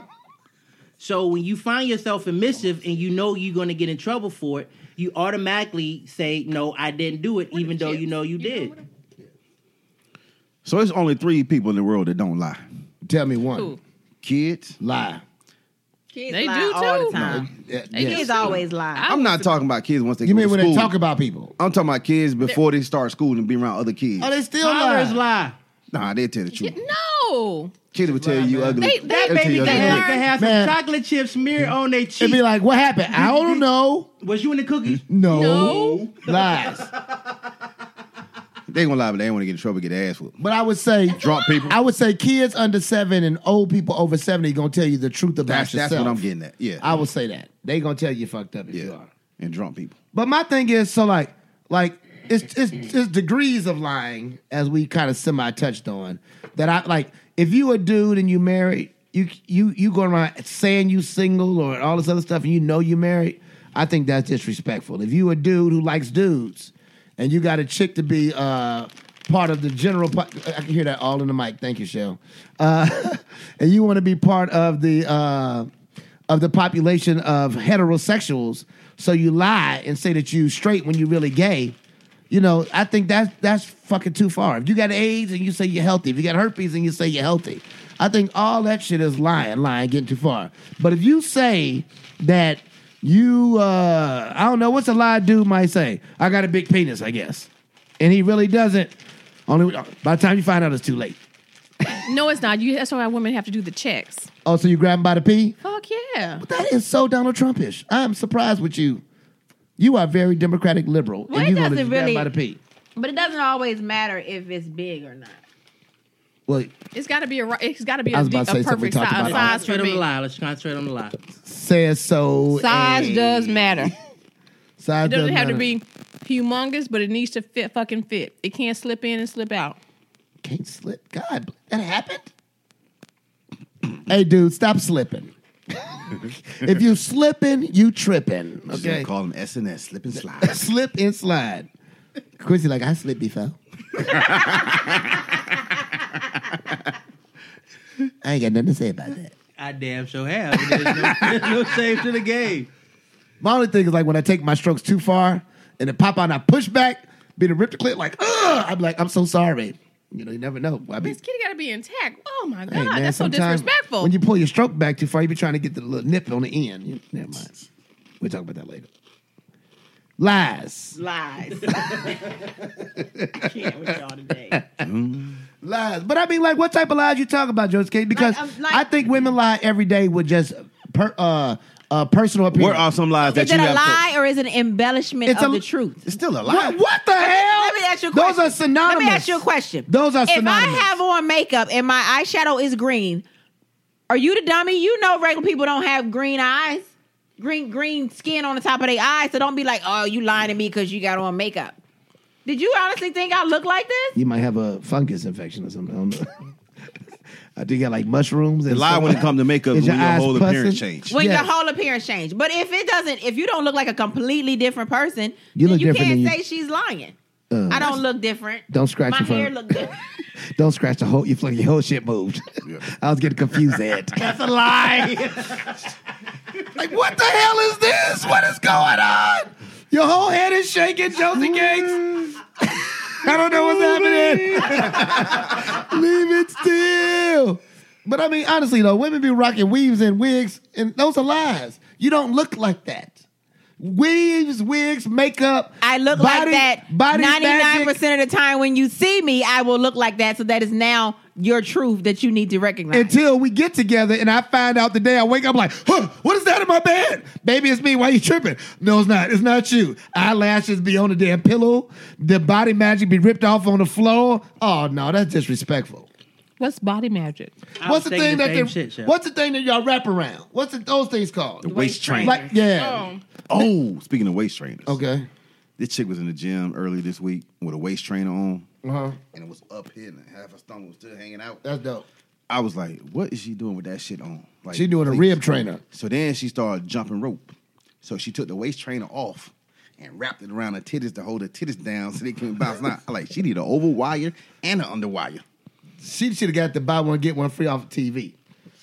[SPEAKER 2] So when you find yourself in mischief and you know you're going to get in trouble for it, you automatically say, "No, I didn't do it," even though you know you did.
[SPEAKER 4] So it's only three people in the world that don't lie:
[SPEAKER 1] Tell me one.
[SPEAKER 3] Ooh.
[SPEAKER 4] kids.
[SPEAKER 1] Lie.
[SPEAKER 5] Kids
[SPEAKER 3] They
[SPEAKER 5] lie
[SPEAKER 3] do
[SPEAKER 5] all
[SPEAKER 3] too.
[SPEAKER 5] the time.
[SPEAKER 1] Yeah, yes.
[SPEAKER 5] Kids always lie.
[SPEAKER 4] I'm not talking about kids once they
[SPEAKER 1] You
[SPEAKER 4] go
[SPEAKER 1] mean
[SPEAKER 4] to
[SPEAKER 1] when
[SPEAKER 4] school.
[SPEAKER 1] they talk about people?
[SPEAKER 4] I'm talking about kids before they start school and be around other kids.
[SPEAKER 1] Oh, they still
[SPEAKER 2] Toddlers
[SPEAKER 1] lie.
[SPEAKER 2] lie.
[SPEAKER 4] Nah, they tell the truth.
[SPEAKER 3] No,
[SPEAKER 4] Kids will tell you ugly.
[SPEAKER 3] They- they-
[SPEAKER 4] tell
[SPEAKER 2] Baby,
[SPEAKER 4] you
[SPEAKER 2] they
[SPEAKER 4] ugly.
[SPEAKER 2] like to have some
[SPEAKER 1] Man.
[SPEAKER 2] chocolate chips smeared on their cheek.
[SPEAKER 1] It'd be like, what happened? I don't know.
[SPEAKER 2] Was you in the cookies?
[SPEAKER 1] No.
[SPEAKER 3] No.
[SPEAKER 1] Lies.
[SPEAKER 4] They gonna lie, but they ain't wanna get in trouble, get their ass whooped.
[SPEAKER 1] But I would say
[SPEAKER 4] Drunk people.
[SPEAKER 1] I would say kids under seven and old people over seventy gonna tell you the truth about
[SPEAKER 4] That's
[SPEAKER 1] yourself.
[SPEAKER 4] that's what I'm getting at. Yeah,
[SPEAKER 1] I would say that they gonna tell you fucked up if you
[SPEAKER 4] yeah,
[SPEAKER 1] are.
[SPEAKER 4] and drunk people.
[SPEAKER 1] But my thing is, so like, like it's it's, it's degrees of lying, as we kind of semi touched on. That I like, if you a dude and you married, you you you going around saying you single or all this other stuff, and you know you married. I think that's disrespectful. If you a dude who likes dudes, and you got a chick to be uh, part of the general, po- I can hear that all in the mic. Thank you, Shell. Uh, and you want to be part of the. Uh, of the population of heterosexuals. So you lie and say that you straight when you really gay. You know, I think that's that's fucking too far. If you got AIDS and you say you're healthy, if you got herpes and you say you're healthy, I think all that shit is lying, lying, getting too far. But if you say that you, uh, I don't know, what's a lie dude might say? I got a big penis, I guess, and he really doesn't. Only by the time you find out, it's too late.
[SPEAKER 3] No, it's not. You, that's why women have to do the checks.
[SPEAKER 1] Oh, so you grab him by the pee?
[SPEAKER 3] Fuck yeah.
[SPEAKER 1] That is so Donald Trumpish. I am surprised with you. You are very Democratic liberal,
[SPEAKER 5] Well,
[SPEAKER 1] and
[SPEAKER 5] it
[SPEAKER 1] you want to
[SPEAKER 5] doesn't
[SPEAKER 1] grab
[SPEAKER 5] really-
[SPEAKER 1] by the pee.
[SPEAKER 5] But it doesn't always matter if it's big or not.
[SPEAKER 1] Well,
[SPEAKER 3] It's got to be a. ri- It's got to be
[SPEAKER 1] I
[SPEAKER 3] a,
[SPEAKER 1] was
[SPEAKER 3] de-
[SPEAKER 1] about
[SPEAKER 3] a
[SPEAKER 1] to say something we
[SPEAKER 3] perfect si-
[SPEAKER 1] talked
[SPEAKER 3] a
[SPEAKER 1] about.
[SPEAKER 3] size for
[SPEAKER 2] Straight on the
[SPEAKER 3] me.
[SPEAKER 2] lie. Let's concentrate on the lie.
[SPEAKER 1] says so.
[SPEAKER 3] Size
[SPEAKER 1] and-
[SPEAKER 3] does matter.
[SPEAKER 1] Size
[SPEAKER 3] It doesn't have to
[SPEAKER 1] matter.
[SPEAKER 3] be humongous, but it needs to fit. Fucking fit. It can't slip in and slip out.
[SPEAKER 1] Can't slip. God, that happened. hey, dude, stop slipping. if you slipping, you tripping.
[SPEAKER 4] Just gonna
[SPEAKER 1] Okay,
[SPEAKER 4] Call them SNS, slip and slide.
[SPEAKER 1] slip and slide. Quincy, like I slipped before. I ain't got nothing to say about that.
[SPEAKER 2] I damn sure have. There's no, there's no save to the game.
[SPEAKER 1] My only thing is like when I take my strokes too far and it pop out and I push back, be the rip the clip like, ugh, I'm like, I'm so sorry. You know, you never know. I be,
[SPEAKER 3] This kitty got to be intact. Oh my god,
[SPEAKER 1] hey, man,
[SPEAKER 3] that's so
[SPEAKER 1] sometimes
[SPEAKER 3] disrespectful.
[SPEAKER 1] When you pull your stroke back too far, you be trying to get the little nip on the end. You- never mind. We'll talk about that later. Lies.
[SPEAKER 5] Lies. Can't with y'all today.
[SPEAKER 1] Lies. But I mean, like, what type of lies you talk about, Joe Kate? Because
[SPEAKER 5] Like, um, like-
[SPEAKER 1] I think women lie every day with just per, uh, uh, personal opinion.
[SPEAKER 4] Where are some lies that
[SPEAKER 5] Is
[SPEAKER 4] you
[SPEAKER 5] it a
[SPEAKER 4] have?
[SPEAKER 5] lie or is it an embellishment
[SPEAKER 1] It's
[SPEAKER 5] of
[SPEAKER 1] a-
[SPEAKER 5] the truth?
[SPEAKER 4] It's still a lie.
[SPEAKER 1] What, what the hell?
[SPEAKER 5] Let me ask you a
[SPEAKER 1] Those
[SPEAKER 5] question.
[SPEAKER 1] are synonymous.
[SPEAKER 5] Let me ask you a question.
[SPEAKER 1] Those are
[SPEAKER 5] if I
[SPEAKER 1] synonymous.
[SPEAKER 5] have on makeup and my eyeshadow is green, are you the dummy? You know regular people don't have green eyes. Green green skin on the top of their eyes. So don't be like, oh, you lying to me because you got on makeup. Did you honestly think I look like this?
[SPEAKER 1] you might have a fungus infection or something. I don't know. I think you got like mushrooms. And
[SPEAKER 4] The lie
[SPEAKER 1] stuff.
[SPEAKER 4] when it comes to makeup
[SPEAKER 1] Is
[SPEAKER 4] is
[SPEAKER 1] your
[SPEAKER 4] when your
[SPEAKER 1] eyes
[SPEAKER 4] whole
[SPEAKER 1] pussing?
[SPEAKER 4] appearance change.
[SPEAKER 5] When
[SPEAKER 1] Yes.
[SPEAKER 5] your whole appearance changed. But if it doesn't, if you don't look like a completely different person,
[SPEAKER 1] You
[SPEAKER 5] then
[SPEAKER 1] look
[SPEAKER 5] you
[SPEAKER 1] different
[SPEAKER 5] can't
[SPEAKER 1] than
[SPEAKER 5] say
[SPEAKER 1] you-
[SPEAKER 5] she's lying.
[SPEAKER 1] Uh,
[SPEAKER 5] I don't look different.
[SPEAKER 1] Don't scratch
[SPEAKER 5] my
[SPEAKER 1] your phone.
[SPEAKER 5] hair. Look different.
[SPEAKER 1] Don't scratch the whole. You feel like your whole shit moved. I was getting confused. At that's a lie. like what the hell is this? What is going on? Your whole head is shaking, Josie
[SPEAKER 5] Mm.
[SPEAKER 1] Cakes. I don't know what's happening. Leave it still. But I mean, honestly though, women be rocking weaves and wigs, and those are lies. You don't look like that. Weaves, wigs, makeup.
[SPEAKER 5] I look like
[SPEAKER 1] body-
[SPEAKER 5] that
[SPEAKER 1] Body
[SPEAKER 5] ninety nine
[SPEAKER 1] magic.
[SPEAKER 5] percent of the time when you see me, I will look like that. So that is now your truth that you need to recognize.
[SPEAKER 1] until we get together and I find out the day I wake up like, huh, what is that in my bed? Baby, it's me. Why you tripping? No, it's not. It's not you. Eyelashes be on the damn pillow. The body magic be ripped off on the floor. Oh no, that's disrespectful.
[SPEAKER 3] What's body magic?
[SPEAKER 2] I
[SPEAKER 1] What's the
[SPEAKER 2] was
[SPEAKER 1] thing
[SPEAKER 2] thinking the
[SPEAKER 1] that
[SPEAKER 2] same
[SPEAKER 1] they,
[SPEAKER 2] shit, Chef.
[SPEAKER 1] What's the thing that y'all wrap around? What's the, those things called?
[SPEAKER 4] Waist train.
[SPEAKER 1] Like yeah.
[SPEAKER 3] Oh,
[SPEAKER 4] Oh, speaking of waist trainers.
[SPEAKER 1] Okay.
[SPEAKER 4] This chick was in the gym early this week with a waist trainer on.
[SPEAKER 1] Uh-huh.
[SPEAKER 4] And it was up here and half her stomach was still hanging out.
[SPEAKER 1] That's dope.
[SPEAKER 4] I was like, what is she doing with that shit on? Like
[SPEAKER 1] She doing a
[SPEAKER 4] please.
[SPEAKER 1] rib trainer.
[SPEAKER 4] So then she started jumping rope. So she took the waist trainer off and wrapped it around her titties to hold her titties down so they couldn't bounce out. I like she need an over wire and an under wire.
[SPEAKER 1] she should have got the buy one get one free off TV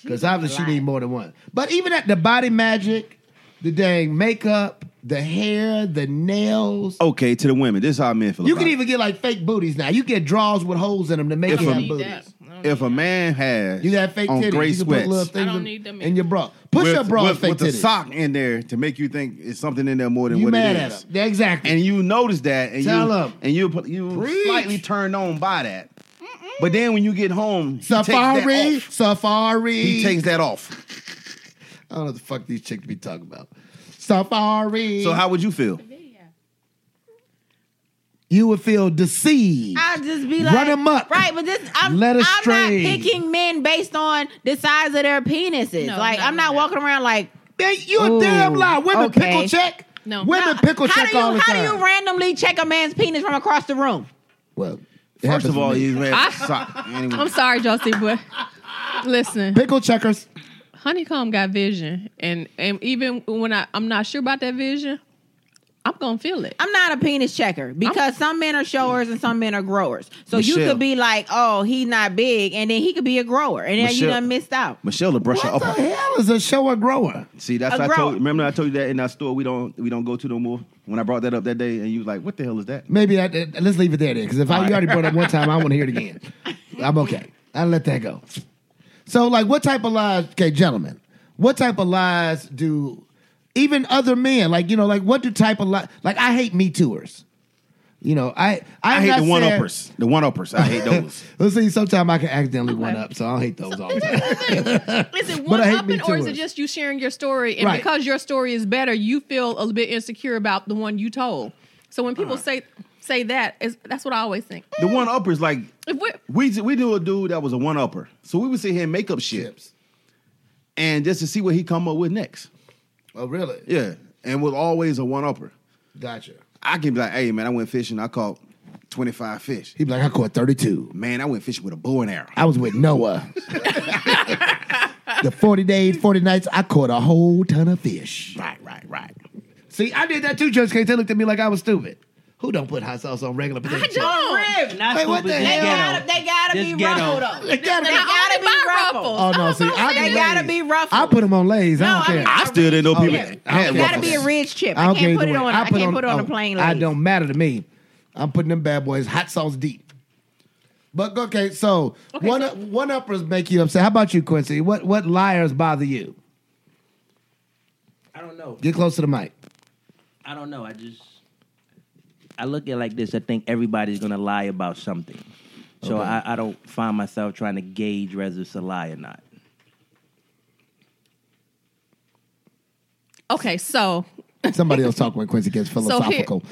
[SPEAKER 1] because obviously she need more than one. But even at the body magic, the dang makeup, the hair, the nails.
[SPEAKER 4] Okay, to the women, this is how men feel.
[SPEAKER 1] You
[SPEAKER 4] Oh, about
[SPEAKER 1] can
[SPEAKER 4] it.
[SPEAKER 1] even get like fake booties now. You get drawers with holes in them to make
[SPEAKER 4] If
[SPEAKER 1] you
[SPEAKER 4] a-
[SPEAKER 1] have
[SPEAKER 4] Need
[SPEAKER 1] booties.
[SPEAKER 4] if a man has
[SPEAKER 1] You got fake
[SPEAKER 4] on
[SPEAKER 1] titties.
[SPEAKER 4] gray
[SPEAKER 1] you can put
[SPEAKER 4] sweats
[SPEAKER 1] little things
[SPEAKER 3] I don't
[SPEAKER 1] in,
[SPEAKER 3] need them
[SPEAKER 1] in your bra. Push
[SPEAKER 4] with,
[SPEAKER 1] your bra
[SPEAKER 4] with,
[SPEAKER 1] with, fake
[SPEAKER 4] with
[SPEAKER 1] titties.
[SPEAKER 4] the sock in there to make you think it's something in there more than
[SPEAKER 1] you
[SPEAKER 4] what
[SPEAKER 1] mad
[SPEAKER 4] it
[SPEAKER 1] at
[SPEAKER 4] is.
[SPEAKER 1] them? Yeah, exactly.
[SPEAKER 4] and you notice that, and
[SPEAKER 1] Tell
[SPEAKER 4] you
[SPEAKER 1] 'em.
[SPEAKER 4] and you put- you
[SPEAKER 1] Preach.
[SPEAKER 4] slightly turned on by that. But then when you get home, he takes that
[SPEAKER 1] safari,
[SPEAKER 4] off.
[SPEAKER 1] safari.
[SPEAKER 4] He takes that off.
[SPEAKER 1] I don't know what the fuck these chicks be talking about. Safari.
[SPEAKER 4] So how would you feel?
[SPEAKER 1] you would feel deceived.
[SPEAKER 5] I'll just be like,
[SPEAKER 1] Run 'em up.
[SPEAKER 5] right? But this, I'm,
[SPEAKER 1] Let us
[SPEAKER 5] I'm not
[SPEAKER 1] train.
[SPEAKER 5] picking men based on the size of their penises.
[SPEAKER 3] No,
[SPEAKER 5] like
[SPEAKER 3] no,
[SPEAKER 5] I'm
[SPEAKER 3] no,
[SPEAKER 5] not
[SPEAKER 3] no.
[SPEAKER 5] walking around like
[SPEAKER 1] Man, you a
[SPEAKER 5] Ooh,
[SPEAKER 1] damn lie. Women
[SPEAKER 5] okay.
[SPEAKER 1] pickle check.
[SPEAKER 3] No.
[SPEAKER 1] Women
[SPEAKER 5] Now,
[SPEAKER 1] pickle
[SPEAKER 5] how
[SPEAKER 1] check
[SPEAKER 5] do you,
[SPEAKER 1] all the
[SPEAKER 5] How
[SPEAKER 1] time.
[SPEAKER 5] do you randomly check a man's penis from across the room?
[SPEAKER 1] well,
[SPEAKER 4] First of all, you
[SPEAKER 3] I-
[SPEAKER 4] have sock. Anyway.
[SPEAKER 3] I'm sorry, Josie, but listen,
[SPEAKER 1] pickle checkers.
[SPEAKER 3] honeycomb got vision, and and even when I I'm not sure about that vision, I'm gonna feel it.
[SPEAKER 5] I'm not a penis checker because some men are showers and some men are growers. So you
[SPEAKER 4] Michelle.
[SPEAKER 5] could be like, oh, he's not big, and then he could be a grower, and then you
[SPEAKER 4] Michelle.
[SPEAKER 5] done missed out.
[SPEAKER 4] Michelle will brush her
[SPEAKER 1] What
[SPEAKER 4] up.
[SPEAKER 1] the hell is a shower grower?
[SPEAKER 4] See, that's
[SPEAKER 5] A
[SPEAKER 4] what I
[SPEAKER 5] grower.
[SPEAKER 4] told. Remember, I told you that in that store we don't we don't go to no more. When I brought that up that day, and you was like, "What the hell is that?"
[SPEAKER 1] Maybe I, uh, let's leave it there then, because if I, you already brought it up one time, I want to hear it again. I'm okay. I let that go. So, like, what type of lies? Okay, gentlemen, what type of lies do even other men like? You know, like what do type of lies? Like, I hate me tours. You know, I i
[SPEAKER 4] I hate the one uppers. The one uppers. I hate those.
[SPEAKER 1] Let's see. Sometimes I can accidentally
[SPEAKER 3] Okay.
[SPEAKER 1] one up, so I don't hate those always.
[SPEAKER 3] Is it
[SPEAKER 1] But
[SPEAKER 3] one
[SPEAKER 1] I hate Me
[SPEAKER 3] upping or is
[SPEAKER 1] Too
[SPEAKER 3] it
[SPEAKER 1] is.
[SPEAKER 3] just you sharing your story? And
[SPEAKER 1] Right.
[SPEAKER 3] because your story is better, you feel a little bit insecure about the one you told. So when
[SPEAKER 1] Uh-huh.
[SPEAKER 3] people say say that, is that's what I always think.
[SPEAKER 4] the one uppers like
[SPEAKER 3] If we're
[SPEAKER 4] we we knew a dude that was a one upper, so we would sit here and make up shit, and just to see what he come up with next.
[SPEAKER 1] oh, really?
[SPEAKER 4] Yeah, and was always a one upper.
[SPEAKER 1] Gotcha.
[SPEAKER 4] I can be like, "Hey man, I went fishing. I caught twenty five fish.
[SPEAKER 1] He'd be like, I caught 32.
[SPEAKER 4] Man, I went fishing with a bow and arrow."
[SPEAKER 1] I was with Noah. the 40 days, 40 nights, I caught a whole ton of fish.
[SPEAKER 4] Right, right, right.
[SPEAKER 1] See, I did that too, Judge Case. They looked at me like I was stupid. Who don't put hot sauce on regular potato chips?
[SPEAKER 2] Not
[SPEAKER 1] Wait, what
[SPEAKER 2] stupid,
[SPEAKER 1] the
[SPEAKER 2] just
[SPEAKER 1] hell?
[SPEAKER 2] ghetto.
[SPEAKER 5] Gotta- they gotta
[SPEAKER 2] Just
[SPEAKER 5] be
[SPEAKER 2] ghetto.
[SPEAKER 5] ruffled up.
[SPEAKER 1] It gotta
[SPEAKER 5] They
[SPEAKER 1] be-
[SPEAKER 5] gotta
[SPEAKER 3] only
[SPEAKER 5] be
[SPEAKER 3] buy
[SPEAKER 5] ruffled.
[SPEAKER 3] ruffles.
[SPEAKER 1] Oh, no, see, I
[SPEAKER 5] They
[SPEAKER 1] do
[SPEAKER 5] gotta
[SPEAKER 1] Lay's.
[SPEAKER 5] be ruffled.
[SPEAKER 1] I put them on Lay's. I don't
[SPEAKER 5] I
[SPEAKER 1] care.
[SPEAKER 5] mean,
[SPEAKER 4] I still didn't know
[SPEAKER 1] Oh,
[SPEAKER 4] people
[SPEAKER 1] yeah.
[SPEAKER 4] had
[SPEAKER 1] I don't care.
[SPEAKER 5] gotta
[SPEAKER 4] ruffles.
[SPEAKER 5] be a ridge chip.
[SPEAKER 1] I
[SPEAKER 5] I,
[SPEAKER 1] don't care
[SPEAKER 5] can't put it
[SPEAKER 1] either
[SPEAKER 5] on.
[SPEAKER 1] way.
[SPEAKER 5] I, can't
[SPEAKER 1] on-
[SPEAKER 5] put it on
[SPEAKER 1] oh,
[SPEAKER 5] a plain.
[SPEAKER 1] I
[SPEAKER 5] Lays.
[SPEAKER 1] don't matter to me. I'm putting them bad boys hot sauce deep. But okay, so one up one uppers make you upset. How about you, Quincy? What what liars bother you?
[SPEAKER 2] I don't know.
[SPEAKER 1] Get close to the mic.
[SPEAKER 2] I don't know. I just I look at it like this. I think everybody's gonna lie about something. So
[SPEAKER 1] Okay.
[SPEAKER 2] I, I don't find myself trying to gauge whether it's a lie or not.
[SPEAKER 3] okay, so
[SPEAKER 1] Somebody else talk when Quincy gets
[SPEAKER 3] so here,
[SPEAKER 1] philosophical.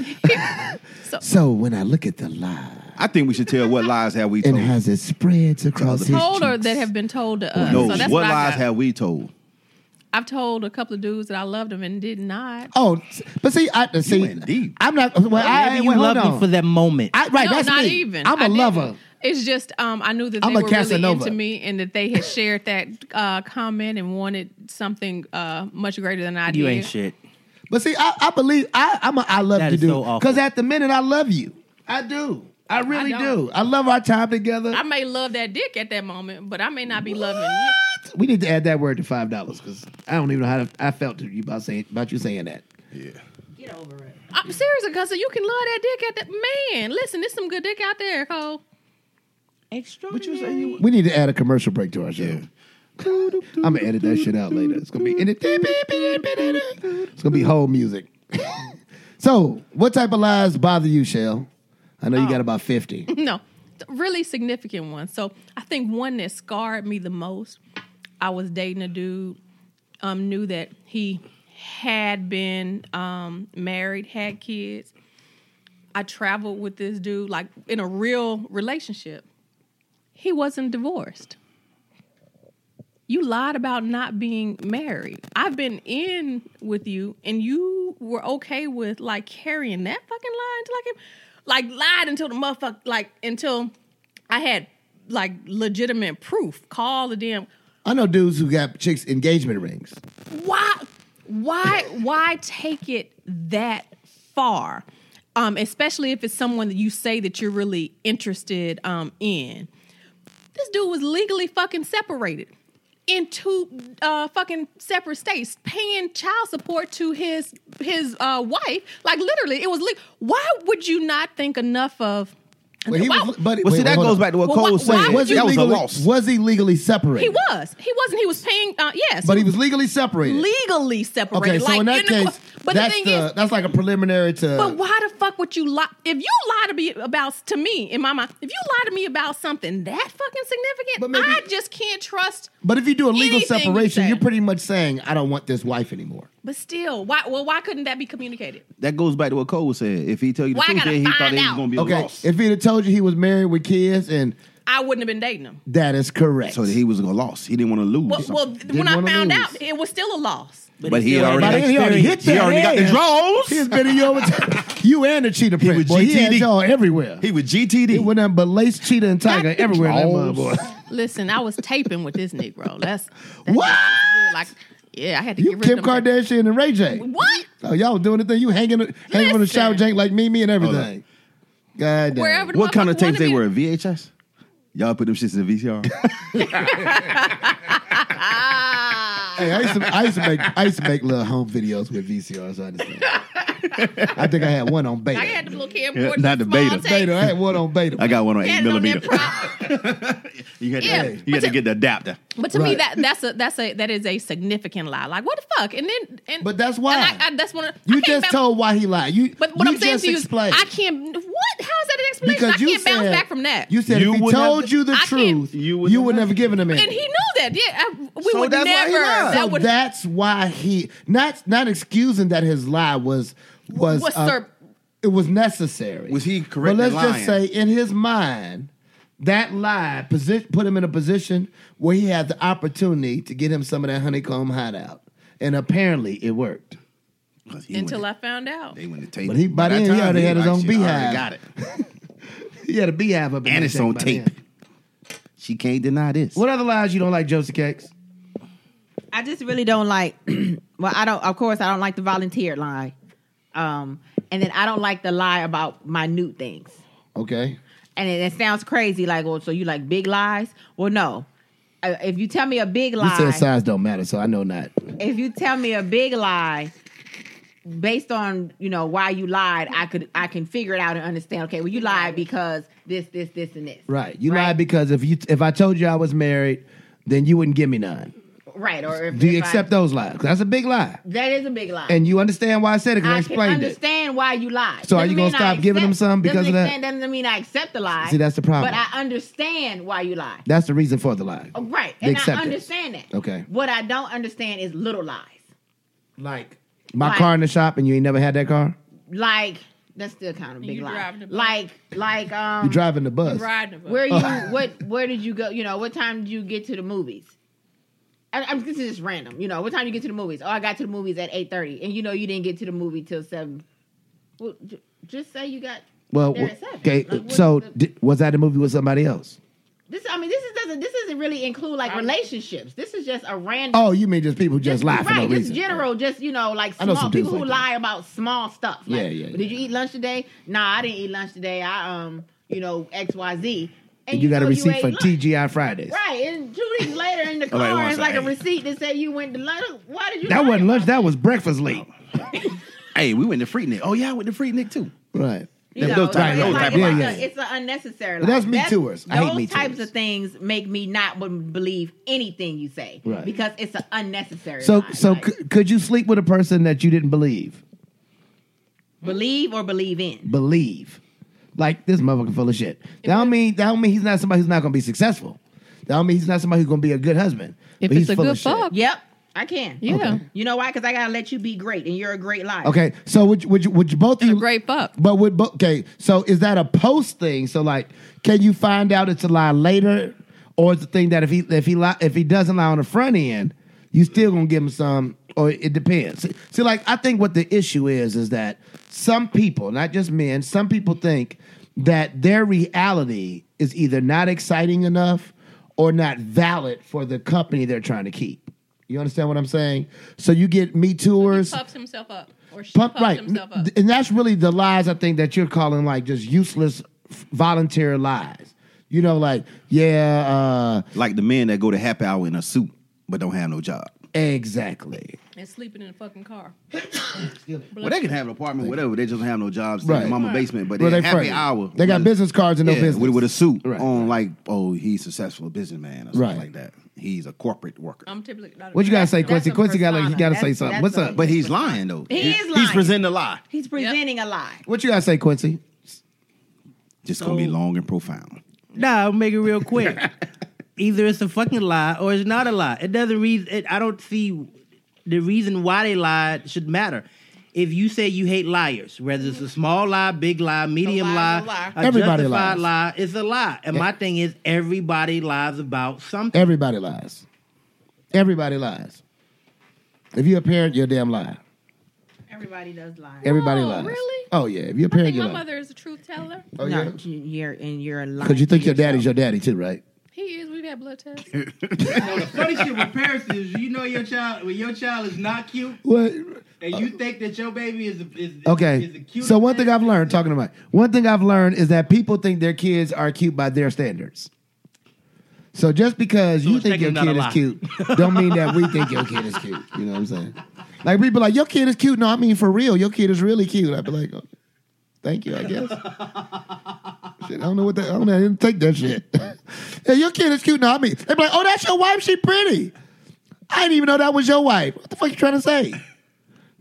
[SPEAKER 1] So,
[SPEAKER 3] so
[SPEAKER 1] when I look at the lie
[SPEAKER 4] I think we should tell what lies have we
[SPEAKER 1] and
[SPEAKER 4] told.
[SPEAKER 1] has it spreads across his
[SPEAKER 3] told or
[SPEAKER 1] cheeks.
[SPEAKER 3] that have been told to us.
[SPEAKER 4] no,
[SPEAKER 3] so that's
[SPEAKER 4] what
[SPEAKER 3] what, I
[SPEAKER 4] lies
[SPEAKER 3] got.
[SPEAKER 4] have we told?
[SPEAKER 3] I've told a couple of dudes that I loved them and did not.
[SPEAKER 1] Oh, but see, I see.
[SPEAKER 4] went deep.
[SPEAKER 1] I'm not. Well, I,
[SPEAKER 2] Maybe
[SPEAKER 1] wait,
[SPEAKER 2] you
[SPEAKER 1] hold
[SPEAKER 2] love
[SPEAKER 1] on.
[SPEAKER 2] me for that moment.
[SPEAKER 1] I, right,
[SPEAKER 3] no,
[SPEAKER 1] that's
[SPEAKER 3] not
[SPEAKER 1] me.
[SPEAKER 3] even.
[SPEAKER 1] I'm a
[SPEAKER 3] I didn't.
[SPEAKER 1] lover.
[SPEAKER 3] It's just um, I knew that they
[SPEAKER 1] I'm a
[SPEAKER 3] were
[SPEAKER 1] Casanova.
[SPEAKER 3] really into me and that they had shared that uh, comment and wanted something uh, much greater than I
[SPEAKER 2] you
[SPEAKER 3] did.
[SPEAKER 2] ain't shit.
[SPEAKER 1] But see, I, I believe I, I'm a I love
[SPEAKER 2] That
[SPEAKER 1] to
[SPEAKER 2] is
[SPEAKER 1] do
[SPEAKER 2] so awful.
[SPEAKER 1] because at the minute I love you, I do, I really
[SPEAKER 3] I don't.
[SPEAKER 1] do. I love our time together.
[SPEAKER 3] I may love that dick at that moment, but I may not be loving you.
[SPEAKER 1] What? We need to add that word to five dollars because I don't even know how to, I felt to you about saying about you saying that.
[SPEAKER 3] I'm serious, Augusta. You can love that dick at that man. Listen, there's some good dick out there, Cole.
[SPEAKER 5] Extraordinary.
[SPEAKER 1] We need to add a commercial break to our show.
[SPEAKER 4] Yeah.
[SPEAKER 1] I'm gonna edit that shit out later. It's gonna be it's gonna be whole music. so, what type of lies bother you, Shell? I know you got about fifty.
[SPEAKER 3] No, th- really significant one. So I think one that scarred me the most. I was dating a dude. Um, knew that he had been um married, had kids. I traveled with this dude, like in a real relationship. He wasn't divorced. You lied about not being married. I've been in with you, and you were okay with like carrying that fucking lie until I came, like lied until the motherfucker, like until I had like legitimate proof. Call the damn.
[SPEAKER 1] I know dudes who got chicks engagement rings.
[SPEAKER 3] Why, why, why take it that far? Um, especially if it's someone that you say that you're really interested um in. This dude was legally fucking separated in two uh, fucking separate states, paying child support to his his uh, wife. Like literally, it was. Le- why would you not think enough of?
[SPEAKER 1] Well, he
[SPEAKER 3] why-
[SPEAKER 1] was, but
[SPEAKER 4] Well, see,
[SPEAKER 1] wait,
[SPEAKER 4] that
[SPEAKER 1] hold
[SPEAKER 4] goes
[SPEAKER 1] on.
[SPEAKER 4] back to what
[SPEAKER 3] Well,
[SPEAKER 4] Cole
[SPEAKER 3] why-
[SPEAKER 4] was saying.
[SPEAKER 3] why would you
[SPEAKER 4] That was a
[SPEAKER 1] legally-
[SPEAKER 4] loss.
[SPEAKER 1] Was he legally separated?
[SPEAKER 3] he was. He wasn't. He was paying. Uh, yes,
[SPEAKER 1] But he was legally separated.
[SPEAKER 3] legally separated.
[SPEAKER 1] okay, so
[SPEAKER 3] like,
[SPEAKER 1] in that
[SPEAKER 3] the-
[SPEAKER 1] case,
[SPEAKER 3] but the
[SPEAKER 1] that's
[SPEAKER 3] thing
[SPEAKER 1] the-
[SPEAKER 3] is,
[SPEAKER 1] that's like a preliminary to.
[SPEAKER 3] But why the fuck would you lie? If you lie to me about to me in my mind, if you lie to me about something that fucking significant,
[SPEAKER 1] But maybe-
[SPEAKER 3] I just can't trust.
[SPEAKER 1] But if you do a legal
[SPEAKER 3] Anything you
[SPEAKER 1] separation,
[SPEAKER 3] say.
[SPEAKER 1] you're pretty much saying, "I don't want this wife anymore."
[SPEAKER 3] But still, why? Well, why couldn't that be communicated?
[SPEAKER 4] That goes back to what Cole said. If he tell you the
[SPEAKER 3] Well, I
[SPEAKER 4] truth,
[SPEAKER 3] gotta
[SPEAKER 4] then he thought
[SPEAKER 3] find
[SPEAKER 4] it was
[SPEAKER 3] out.
[SPEAKER 4] gonna be a
[SPEAKER 1] Okay,
[SPEAKER 4] loss.
[SPEAKER 1] if he'd have told you he was married with kids, and
[SPEAKER 3] I wouldn't have been dating him.
[SPEAKER 1] that is correct.
[SPEAKER 4] so that he was gonna loss. He didn't want to lose.
[SPEAKER 3] Well, well when I
[SPEAKER 1] wanna
[SPEAKER 3] found
[SPEAKER 1] lose.
[SPEAKER 3] out, it was still a loss.
[SPEAKER 4] But
[SPEAKER 2] it's
[SPEAKER 4] he
[SPEAKER 2] still
[SPEAKER 4] already-
[SPEAKER 1] By
[SPEAKER 2] an
[SPEAKER 1] the end, he already hit
[SPEAKER 2] experience.
[SPEAKER 1] that.
[SPEAKER 4] he already got the
[SPEAKER 1] ass.
[SPEAKER 4] draws.
[SPEAKER 1] He has been in your you and the cheetah print.
[SPEAKER 4] was
[SPEAKER 1] boy. He had
[SPEAKER 4] GTD.
[SPEAKER 1] y'all everywhere.
[SPEAKER 4] He
[SPEAKER 1] He,
[SPEAKER 4] with GTD.
[SPEAKER 1] went nothing but lace, cheetah, and tiger everywhere. In that
[SPEAKER 4] draws.
[SPEAKER 1] motherboy.
[SPEAKER 3] Listen, I was taping with this Negro. That's, that's
[SPEAKER 1] What?
[SPEAKER 3] like yeah, I had to
[SPEAKER 1] You
[SPEAKER 3] get rid
[SPEAKER 1] Kim
[SPEAKER 3] of them.
[SPEAKER 1] Kardashian and Ray J.
[SPEAKER 3] What?
[SPEAKER 1] Oh, y'all was doing the thing. You hanging, hanging on the shower
[SPEAKER 3] Listen.
[SPEAKER 1] jank like Mimi and everything.
[SPEAKER 4] Hold
[SPEAKER 1] God damn.
[SPEAKER 3] Wherever the
[SPEAKER 4] What kind of
[SPEAKER 3] motherfucker
[SPEAKER 4] tapes they were?
[SPEAKER 3] wanted
[SPEAKER 4] VHS? Y'all put them shits in the VCR?
[SPEAKER 1] Hey, I used, to, I used to make I used to make little home videos with VCRs. I understand. I think I had one on beta.
[SPEAKER 3] me- I had the little camcorder.
[SPEAKER 4] Not the beta.
[SPEAKER 3] small tape.
[SPEAKER 1] beta. I had one on beta.
[SPEAKER 4] I got one on
[SPEAKER 3] Had it
[SPEAKER 4] 8
[SPEAKER 3] on
[SPEAKER 4] millimeter.
[SPEAKER 3] that prop.
[SPEAKER 4] You had,
[SPEAKER 3] Yeah,
[SPEAKER 4] to,
[SPEAKER 3] but
[SPEAKER 4] you had to
[SPEAKER 3] to-
[SPEAKER 4] get the adapter.
[SPEAKER 3] But to
[SPEAKER 1] Right.
[SPEAKER 3] me, that that's a that's a that is a significant lie. Like what the fuck? And then and
[SPEAKER 1] But that's why.
[SPEAKER 3] and I, I, that's one. Of, I
[SPEAKER 1] you
[SPEAKER 3] can't
[SPEAKER 1] just
[SPEAKER 3] bounce-
[SPEAKER 1] told why he lied. You
[SPEAKER 3] But what
[SPEAKER 1] you
[SPEAKER 3] I'm saying
[SPEAKER 1] just
[SPEAKER 3] to you
[SPEAKER 1] explained.
[SPEAKER 3] is, I can't. What? How is that an explanation?
[SPEAKER 1] because
[SPEAKER 3] I
[SPEAKER 1] you
[SPEAKER 3] can't
[SPEAKER 1] said,
[SPEAKER 3] bounce back from that.
[SPEAKER 1] You said
[SPEAKER 4] You
[SPEAKER 1] if he
[SPEAKER 4] would have-
[SPEAKER 1] told you the
[SPEAKER 3] I can't-
[SPEAKER 1] truth,
[SPEAKER 4] You
[SPEAKER 1] you
[SPEAKER 4] would
[SPEAKER 1] would,
[SPEAKER 4] have-
[SPEAKER 1] never give him a minute.
[SPEAKER 3] and he knew that. Yeah, I, we
[SPEAKER 4] So
[SPEAKER 3] would
[SPEAKER 4] that's why he
[SPEAKER 3] never.
[SPEAKER 4] lied.
[SPEAKER 1] so
[SPEAKER 3] that would
[SPEAKER 1] that's why he not not excusing that his lie was was
[SPEAKER 3] was
[SPEAKER 1] uh,
[SPEAKER 3] sur-
[SPEAKER 1] it was necessary.
[SPEAKER 4] Was he correct
[SPEAKER 1] But
[SPEAKER 4] in
[SPEAKER 1] let's just say,
[SPEAKER 4] lying?
[SPEAKER 1] in his mind, that lie posi- put him in a position where he had the opportunity to get him some of that honeycomb hideout, and apparently it worked.
[SPEAKER 4] 'Cause he
[SPEAKER 3] until
[SPEAKER 4] went
[SPEAKER 3] I found out.
[SPEAKER 4] to- They went to tape.
[SPEAKER 1] But he- by
[SPEAKER 4] that
[SPEAKER 1] then, he
[SPEAKER 4] time,
[SPEAKER 1] already had
[SPEAKER 4] was
[SPEAKER 1] his own
[SPEAKER 4] "Shit, I already
[SPEAKER 1] beehive."
[SPEAKER 4] got it.
[SPEAKER 1] He had a beehive up, in
[SPEAKER 4] And
[SPEAKER 1] that
[SPEAKER 4] it's
[SPEAKER 1] thing
[SPEAKER 4] on
[SPEAKER 1] by
[SPEAKER 4] tape.
[SPEAKER 1] then.
[SPEAKER 4] She can't deny this.
[SPEAKER 1] What other lies you don't like, Josie Cakes?
[SPEAKER 5] I just really don't like. well, I don't. Of course, I don't like the volunteer lie, um, and then I don't like the lie about minute things.
[SPEAKER 1] Okay,
[SPEAKER 5] And it, it sounds crazy, like, well, so you like big lies? Well, no. Uh, If you tell me a big
[SPEAKER 1] you said
[SPEAKER 5] lie,
[SPEAKER 1] size don't matter, so I know not.
[SPEAKER 5] if you tell me a big lie based on you know why you lied i could i can figure it out and understand okay well you lied because this this this and this
[SPEAKER 1] Right, you lied because if you if I told you I was married, then you wouldn't give me none.
[SPEAKER 5] right or if,
[SPEAKER 1] Do you
[SPEAKER 5] if I-
[SPEAKER 1] accept those lies? 'Cause that's a big lie,
[SPEAKER 5] that is a big lie
[SPEAKER 1] and you understand why I said it because I,
[SPEAKER 5] I can
[SPEAKER 1] explained it.
[SPEAKER 5] understand why you lied.
[SPEAKER 1] So are you gonna
[SPEAKER 5] mean I
[SPEAKER 1] stop giving them some because
[SPEAKER 5] doesn't
[SPEAKER 1] of that?
[SPEAKER 5] extend- Doesn't mean I accept the lie.
[SPEAKER 1] See, that's the problem.
[SPEAKER 5] But I understand why you lie.
[SPEAKER 1] That's the reason for the lie.
[SPEAKER 5] Oh, right,
[SPEAKER 1] They
[SPEAKER 5] and I
[SPEAKER 1] accept it.
[SPEAKER 5] understand that.
[SPEAKER 1] Okay.
[SPEAKER 5] What I don't understand is little lies,
[SPEAKER 1] Like my
[SPEAKER 5] Like-
[SPEAKER 1] car in the shop, and you ain't never had that car.
[SPEAKER 5] like that's still kind of a big
[SPEAKER 3] you
[SPEAKER 5] lie.
[SPEAKER 3] driving the bus.
[SPEAKER 5] Like like um,
[SPEAKER 1] You driving the bus.
[SPEAKER 3] Riding the
[SPEAKER 5] Where you what where did you go? You know, what time did you get to the movies? I, I'm this is just random. You know, what time you get to the movies? Oh, I got to the movies at eight thirty, and you know you didn't get to the movie till seven. Well, j- just say you got
[SPEAKER 1] Well,
[SPEAKER 5] there at
[SPEAKER 1] wh-
[SPEAKER 5] seven.
[SPEAKER 1] okay.
[SPEAKER 5] Like, what-
[SPEAKER 1] so
[SPEAKER 5] the-
[SPEAKER 1] di- was that a movie with somebody else?
[SPEAKER 5] this I mean this is doesn't this doesn't really include like relationships. This is just a random.
[SPEAKER 1] Oh, you mean just people just lie for
[SPEAKER 5] right,
[SPEAKER 1] no
[SPEAKER 5] just
[SPEAKER 1] reason?
[SPEAKER 5] general, just you know, like
[SPEAKER 1] I know
[SPEAKER 5] small
[SPEAKER 1] some
[SPEAKER 5] people
[SPEAKER 1] dudes
[SPEAKER 5] who
[SPEAKER 1] like that.
[SPEAKER 5] lie about small stuff. Like,
[SPEAKER 1] Yeah, yeah, yeah.
[SPEAKER 5] Did you eat lunch today? Nah, I didn't eat lunch today. I um, you know, X Y Z.
[SPEAKER 1] And you, got a
[SPEAKER 5] know
[SPEAKER 1] receipt
[SPEAKER 5] ate
[SPEAKER 1] for
[SPEAKER 5] lunch.
[SPEAKER 1] TGI Fridays.
[SPEAKER 5] Right, and two weeks later in the
[SPEAKER 4] wait,
[SPEAKER 5] car,
[SPEAKER 4] one
[SPEAKER 5] it's like a
[SPEAKER 4] second.
[SPEAKER 5] receipt that said you went to lunch. Why did you?
[SPEAKER 1] That
[SPEAKER 5] lie
[SPEAKER 1] wasn't lunch.
[SPEAKER 5] about
[SPEAKER 1] That was breakfast late.
[SPEAKER 4] Hey, we went to Freaknik. Oh, yeah, I went to Freaknik too.
[SPEAKER 1] Right.
[SPEAKER 5] it? You know,
[SPEAKER 4] those
[SPEAKER 5] so
[SPEAKER 4] type-
[SPEAKER 5] it's
[SPEAKER 4] those
[SPEAKER 5] like-
[SPEAKER 4] type
[SPEAKER 5] it's
[SPEAKER 1] of
[SPEAKER 5] like
[SPEAKER 1] lies.
[SPEAKER 5] a- It's an unnecessary.
[SPEAKER 1] But
[SPEAKER 5] lie.
[SPEAKER 1] that's Me Tooers. I hate
[SPEAKER 5] those
[SPEAKER 1] Me
[SPEAKER 5] types
[SPEAKER 1] Tooers.
[SPEAKER 5] of things make me not would believe anything you say
[SPEAKER 1] Right.
[SPEAKER 5] because it's an unnecessary.
[SPEAKER 1] So
[SPEAKER 5] lie.
[SPEAKER 1] so
[SPEAKER 5] Like,
[SPEAKER 1] c- could you sleep with a person that you didn't believe?
[SPEAKER 5] believe or believe in.
[SPEAKER 1] Believe. Like this motherfucker full of shit. That don't mean that don't mean he's not somebody who's not gonna be successful. That don't mean he's not somebody who's gonna be a good husband.
[SPEAKER 3] If
[SPEAKER 1] But
[SPEAKER 3] it's
[SPEAKER 1] he's
[SPEAKER 3] a
[SPEAKER 1] full of
[SPEAKER 3] good
[SPEAKER 1] shit.
[SPEAKER 3] fuck,
[SPEAKER 5] Yep, I can.
[SPEAKER 3] yeah,
[SPEAKER 5] You know why? Because I gotta let you be great, and you're a great liar.
[SPEAKER 1] Okay, so would you, would you, would you both of
[SPEAKER 3] a
[SPEAKER 1] you
[SPEAKER 3] great fuck.
[SPEAKER 1] But with bo- okay, so is that a post thing? So like, can you find out it's a lie later, or is the thing that if he if he lie, if he doesn't lie on the front end, you still gonna give him some? Or it depends. See, see, like I think what the issue is is that some people, not just men, some people think that their reality is either not exciting enough or not valid for the company they're trying to keep. You understand what I'm saying? So you get me tours.
[SPEAKER 3] puffs himself up, or she
[SPEAKER 1] Pump,
[SPEAKER 3] puffs
[SPEAKER 1] right.
[SPEAKER 3] himself up.
[SPEAKER 1] And that's really the lies I think that you're calling like just useless f- volunteer lies. You know, like, yeah, uh,
[SPEAKER 4] Like the men that go to happy hour in a suit but don't have no job.
[SPEAKER 1] uh, exactly.
[SPEAKER 3] and sleeping in a fucking car.
[SPEAKER 4] Well, they can have an apartment, whatever. They just don't have no jobs in
[SPEAKER 1] Right.
[SPEAKER 4] their mama basement. But
[SPEAKER 1] Well,
[SPEAKER 4] they
[SPEAKER 1] they
[SPEAKER 4] happy
[SPEAKER 1] friends.
[SPEAKER 4] hour.
[SPEAKER 1] They got
[SPEAKER 4] with-
[SPEAKER 1] business cards and no
[SPEAKER 4] yeah,
[SPEAKER 1] business.
[SPEAKER 4] With, with a suit
[SPEAKER 1] Right.
[SPEAKER 4] on, like, oh, he's successful businessman or something
[SPEAKER 1] Right.
[SPEAKER 4] like that. He's a corporate worker.
[SPEAKER 3] I'm typically not a-
[SPEAKER 1] What you gotta say,
[SPEAKER 3] That's
[SPEAKER 1] Quincy?
[SPEAKER 3] a
[SPEAKER 1] Quincy got like you
[SPEAKER 5] persona.
[SPEAKER 1] gotta say
[SPEAKER 5] That's-
[SPEAKER 1] something.
[SPEAKER 5] that's
[SPEAKER 1] What's
[SPEAKER 5] a-
[SPEAKER 1] up?
[SPEAKER 4] but he's lying though.
[SPEAKER 5] He is
[SPEAKER 4] He's
[SPEAKER 5] lying.
[SPEAKER 4] presenting a lie.
[SPEAKER 5] He's presenting a lie.
[SPEAKER 1] What you gotta say, Quincy?
[SPEAKER 4] Just gonna be long and profound.
[SPEAKER 2] Nah, I'll make it real quick. Either it's a fucking lie or it's not a lie. It doesn't read. It, I don't see the reason why they lied should matter. If you say you hate liars, whether it's a small lie, big lie, medium
[SPEAKER 3] lie
[SPEAKER 2] lie,
[SPEAKER 3] is a lie.
[SPEAKER 2] a
[SPEAKER 1] Everybody
[SPEAKER 2] justified
[SPEAKER 1] lies.
[SPEAKER 2] lie, it's a lie. And my thing is, everybody lies about something.
[SPEAKER 1] Everybody lies. Everybody lies. If you're a parent, you're a damn liar.
[SPEAKER 5] Everybody does lie.
[SPEAKER 1] Everybody
[SPEAKER 3] Whoa,
[SPEAKER 1] lies.
[SPEAKER 3] really?
[SPEAKER 1] Oh yeah. If you're a
[SPEAKER 3] I
[SPEAKER 1] parent,
[SPEAKER 3] think
[SPEAKER 1] you're
[SPEAKER 3] my
[SPEAKER 1] lying.
[SPEAKER 3] mother is a truth teller.
[SPEAKER 1] Oh
[SPEAKER 5] no,
[SPEAKER 1] yeah.
[SPEAKER 5] you- you're and you're a liar.
[SPEAKER 1] Because you think your
[SPEAKER 5] to yourself.
[SPEAKER 1] daddy's your daddy too, right?
[SPEAKER 3] He is. We've got blood tests?
[SPEAKER 2] the funny shit with parents is you know your child when your child is not cute
[SPEAKER 1] What?
[SPEAKER 2] and you think that your baby is is is the
[SPEAKER 1] Uh, Okay.
[SPEAKER 2] cutest
[SPEAKER 1] So one thing I've learned talking about one thing I've learned is that people think their kids are cute by their standards. So just because you
[SPEAKER 2] it's
[SPEAKER 1] think your
[SPEAKER 2] technically
[SPEAKER 1] kid is
[SPEAKER 2] not a
[SPEAKER 1] cute, don't mean that we think your kid is cute. You know what I'm saying? Like people like your kid is cute. No, I mean for real, your kid is really cute. I'd be like, oh, thank you, I guess. Shit, I don't know what that. I don't know. I didn't take that shit. yeah, your kid is cute. No, I mean they'd be like, oh, that's your wife. She pretty. I didn't even know that was your wife. What the fuck you trying to say?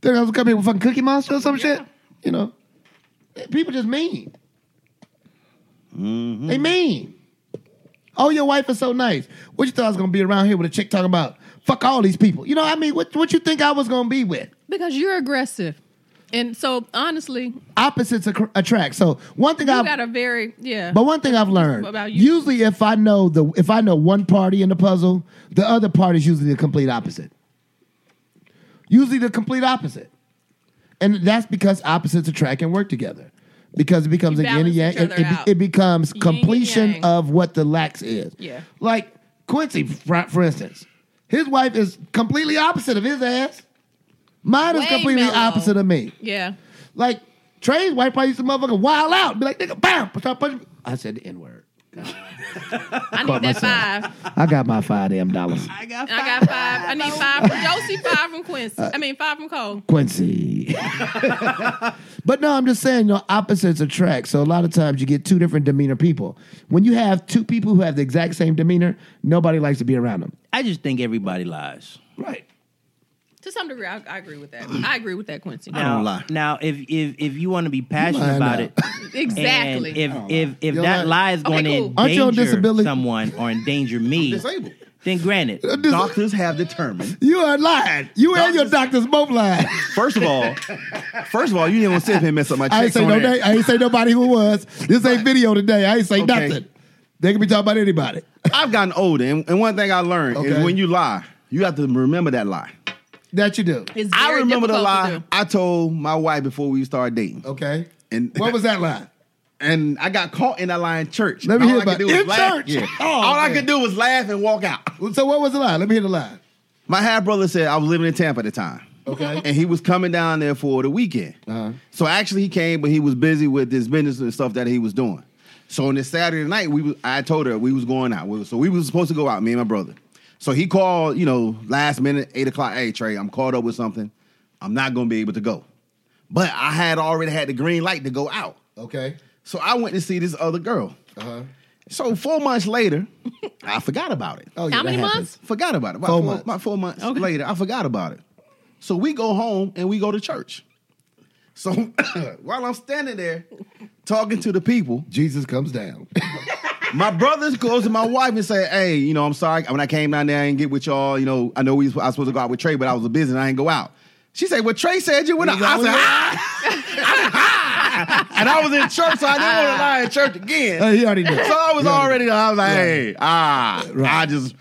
[SPEAKER 1] Think I was coming here with fucking Cookie Monster or some shit? You know, people just mean.
[SPEAKER 2] Mm-hmm.
[SPEAKER 1] They mean. Oh, your wife is so nice. What you thought I was gonna be around here with a chick talking about? Fuck all these people. You know, what I mean, what what you think I was gonna be with?
[SPEAKER 3] Because you're aggressive. And so honestly, you
[SPEAKER 1] Opposites acc- attract. So one thing I've
[SPEAKER 3] got a very yeah.
[SPEAKER 1] But one thing I've learned,
[SPEAKER 3] About you.
[SPEAKER 1] usually if I know the if I know one party in the puzzle, the other party is usually the complete opposite. Usually the complete opposite, and that's because opposites attract and work together, because it becomes
[SPEAKER 3] You
[SPEAKER 1] a yin and
[SPEAKER 3] balance
[SPEAKER 1] yang.
[SPEAKER 3] each
[SPEAKER 1] It,
[SPEAKER 3] other
[SPEAKER 1] it be-
[SPEAKER 3] out.
[SPEAKER 1] it becomes
[SPEAKER 3] and
[SPEAKER 1] completion
[SPEAKER 3] yang.
[SPEAKER 1] of what the lax is.
[SPEAKER 3] Yeah.
[SPEAKER 1] like Quincy, for, for instance, his wife is completely opposite of his ass. Mine is
[SPEAKER 3] Way
[SPEAKER 1] completely
[SPEAKER 3] mellow.
[SPEAKER 1] opposite of me.
[SPEAKER 3] yeah.
[SPEAKER 1] Like Trey's wife probably used to motherfucking wild out, be like, nigga, bam, start punching. me. I said the N word.
[SPEAKER 3] I need that five.
[SPEAKER 1] I got my five damn dollars.
[SPEAKER 3] And I got five. I need five from Josie, five from Quincy.
[SPEAKER 4] Uh,
[SPEAKER 3] I mean five from Cole.
[SPEAKER 1] Quincy. but no, I'm just saying, you know, opposites attract. So a lot of times you get two different demeanor people. When you have two people who have the exact same demeanor, nobody likes to be around them.
[SPEAKER 2] I just think everybody lies
[SPEAKER 1] Right.
[SPEAKER 3] To some degree, I, I agree with that. I agree with that, Quincy.
[SPEAKER 2] now,
[SPEAKER 4] don't lie.
[SPEAKER 2] now if if if you want to be passionate
[SPEAKER 1] lying
[SPEAKER 2] about
[SPEAKER 1] now.
[SPEAKER 2] it
[SPEAKER 3] exactly.
[SPEAKER 2] and if if if
[SPEAKER 1] You're
[SPEAKER 2] that
[SPEAKER 1] lying.
[SPEAKER 2] lie is
[SPEAKER 3] Okay,
[SPEAKER 2] going
[SPEAKER 3] cool.
[SPEAKER 2] to
[SPEAKER 1] Aren't you on
[SPEAKER 2] endanger
[SPEAKER 1] disability?
[SPEAKER 2] someone or endanger me
[SPEAKER 4] Disabled.
[SPEAKER 2] then granted
[SPEAKER 4] Doctors have determined.
[SPEAKER 1] You are lying. You and your doctors both lying.
[SPEAKER 4] First of all, first of all, you didn't want to sit up here and mess up my
[SPEAKER 1] I ain't
[SPEAKER 4] checks
[SPEAKER 1] say
[SPEAKER 4] on
[SPEAKER 1] no
[SPEAKER 4] air.
[SPEAKER 1] name. I ain't say nobody who was. This ain't video today. I ain't say
[SPEAKER 4] Okay.
[SPEAKER 1] nothing. They can be talking about anybody.
[SPEAKER 4] I've gotten older, and, and one thing I learned
[SPEAKER 1] Okay.
[SPEAKER 4] is when you lie, you have to remember that lie.
[SPEAKER 1] That you do.
[SPEAKER 3] it's
[SPEAKER 4] I
[SPEAKER 3] very
[SPEAKER 4] remember the
[SPEAKER 3] difficult to
[SPEAKER 4] lie
[SPEAKER 3] do.
[SPEAKER 4] I told my wife before we started dating.
[SPEAKER 1] Okay.
[SPEAKER 4] And
[SPEAKER 1] What was that lie?
[SPEAKER 4] And I got caught in that lie in church.
[SPEAKER 1] Let me
[SPEAKER 4] All
[SPEAKER 1] hear
[SPEAKER 4] I could
[SPEAKER 1] about-
[SPEAKER 4] do was
[SPEAKER 1] in
[SPEAKER 4] laugh.
[SPEAKER 1] church?
[SPEAKER 4] Yeah.
[SPEAKER 1] Oh,
[SPEAKER 4] All I
[SPEAKER 1] man.
[SPEAKER 4] could do was laugh and walk out.
[SPEAKER 1] So what was the lie? Let me hear the lie.
[SPEAKER 4] My half brother said I was living in Tampa at the time.
[SPEAKER 1] Okay.
[SPEAKER 4] And he was coming down there for the weekend.
[SPEAKER 1] Uh-huh.
[SPEAKER 4] So actually, he came, but he was busy with this business and stuff that he was doing. So on this Saturday night, we was, I told her we was going out. We was- so we was supposed to go out, me and my brother. So he called, you know, last minute, eight o'clock. Hey Trey, I'm caught up with something. I'm not gonna be able to go. But I had already had the green light to go out.
[SPEAKER 1] Okay.
[SPEAKER 4] So I went to see this other girl.
[SPEAKER 1] Uh-huh.
[SPEAKER 4] So four months later, I forgot about it.
[SPEAKER 1] Oh, yeah,
[SPEAKER 3] How many
[SPEAKER 1] that happens.
[SPEAKER 3] months?
[SPEAKER 4] Forgot about it. About
[SPEAKER 1] Four
[SPEAKER 4] four,
[SPEAKER 1] months.
[SPEAKER 4] about four months later, I forgot about it. So we go home and we go to church. So while I'm standing there talking to the people,
[SPEAKER 1] Jesus comes down.
[SPEAKER 4] my brother goes to my wife and say, "Hey, you know, I'm sorry when I came down there, I didn't get with y'all. You know, I know we was, I was supposed to go out with Trey, but I was busy and I didn't go out." She said, "Well, Trey said you went out." I said, "Ah!" I said, "Ah!" and I was in church, so I didn't want to lie in church again.
[SPEAKER 1] Hey, he already did.
[SPEAKER 4] So I was
[SPEAKER 1] Yeah.
[SPEAKER 4] already, I was like, hey, ah, I just,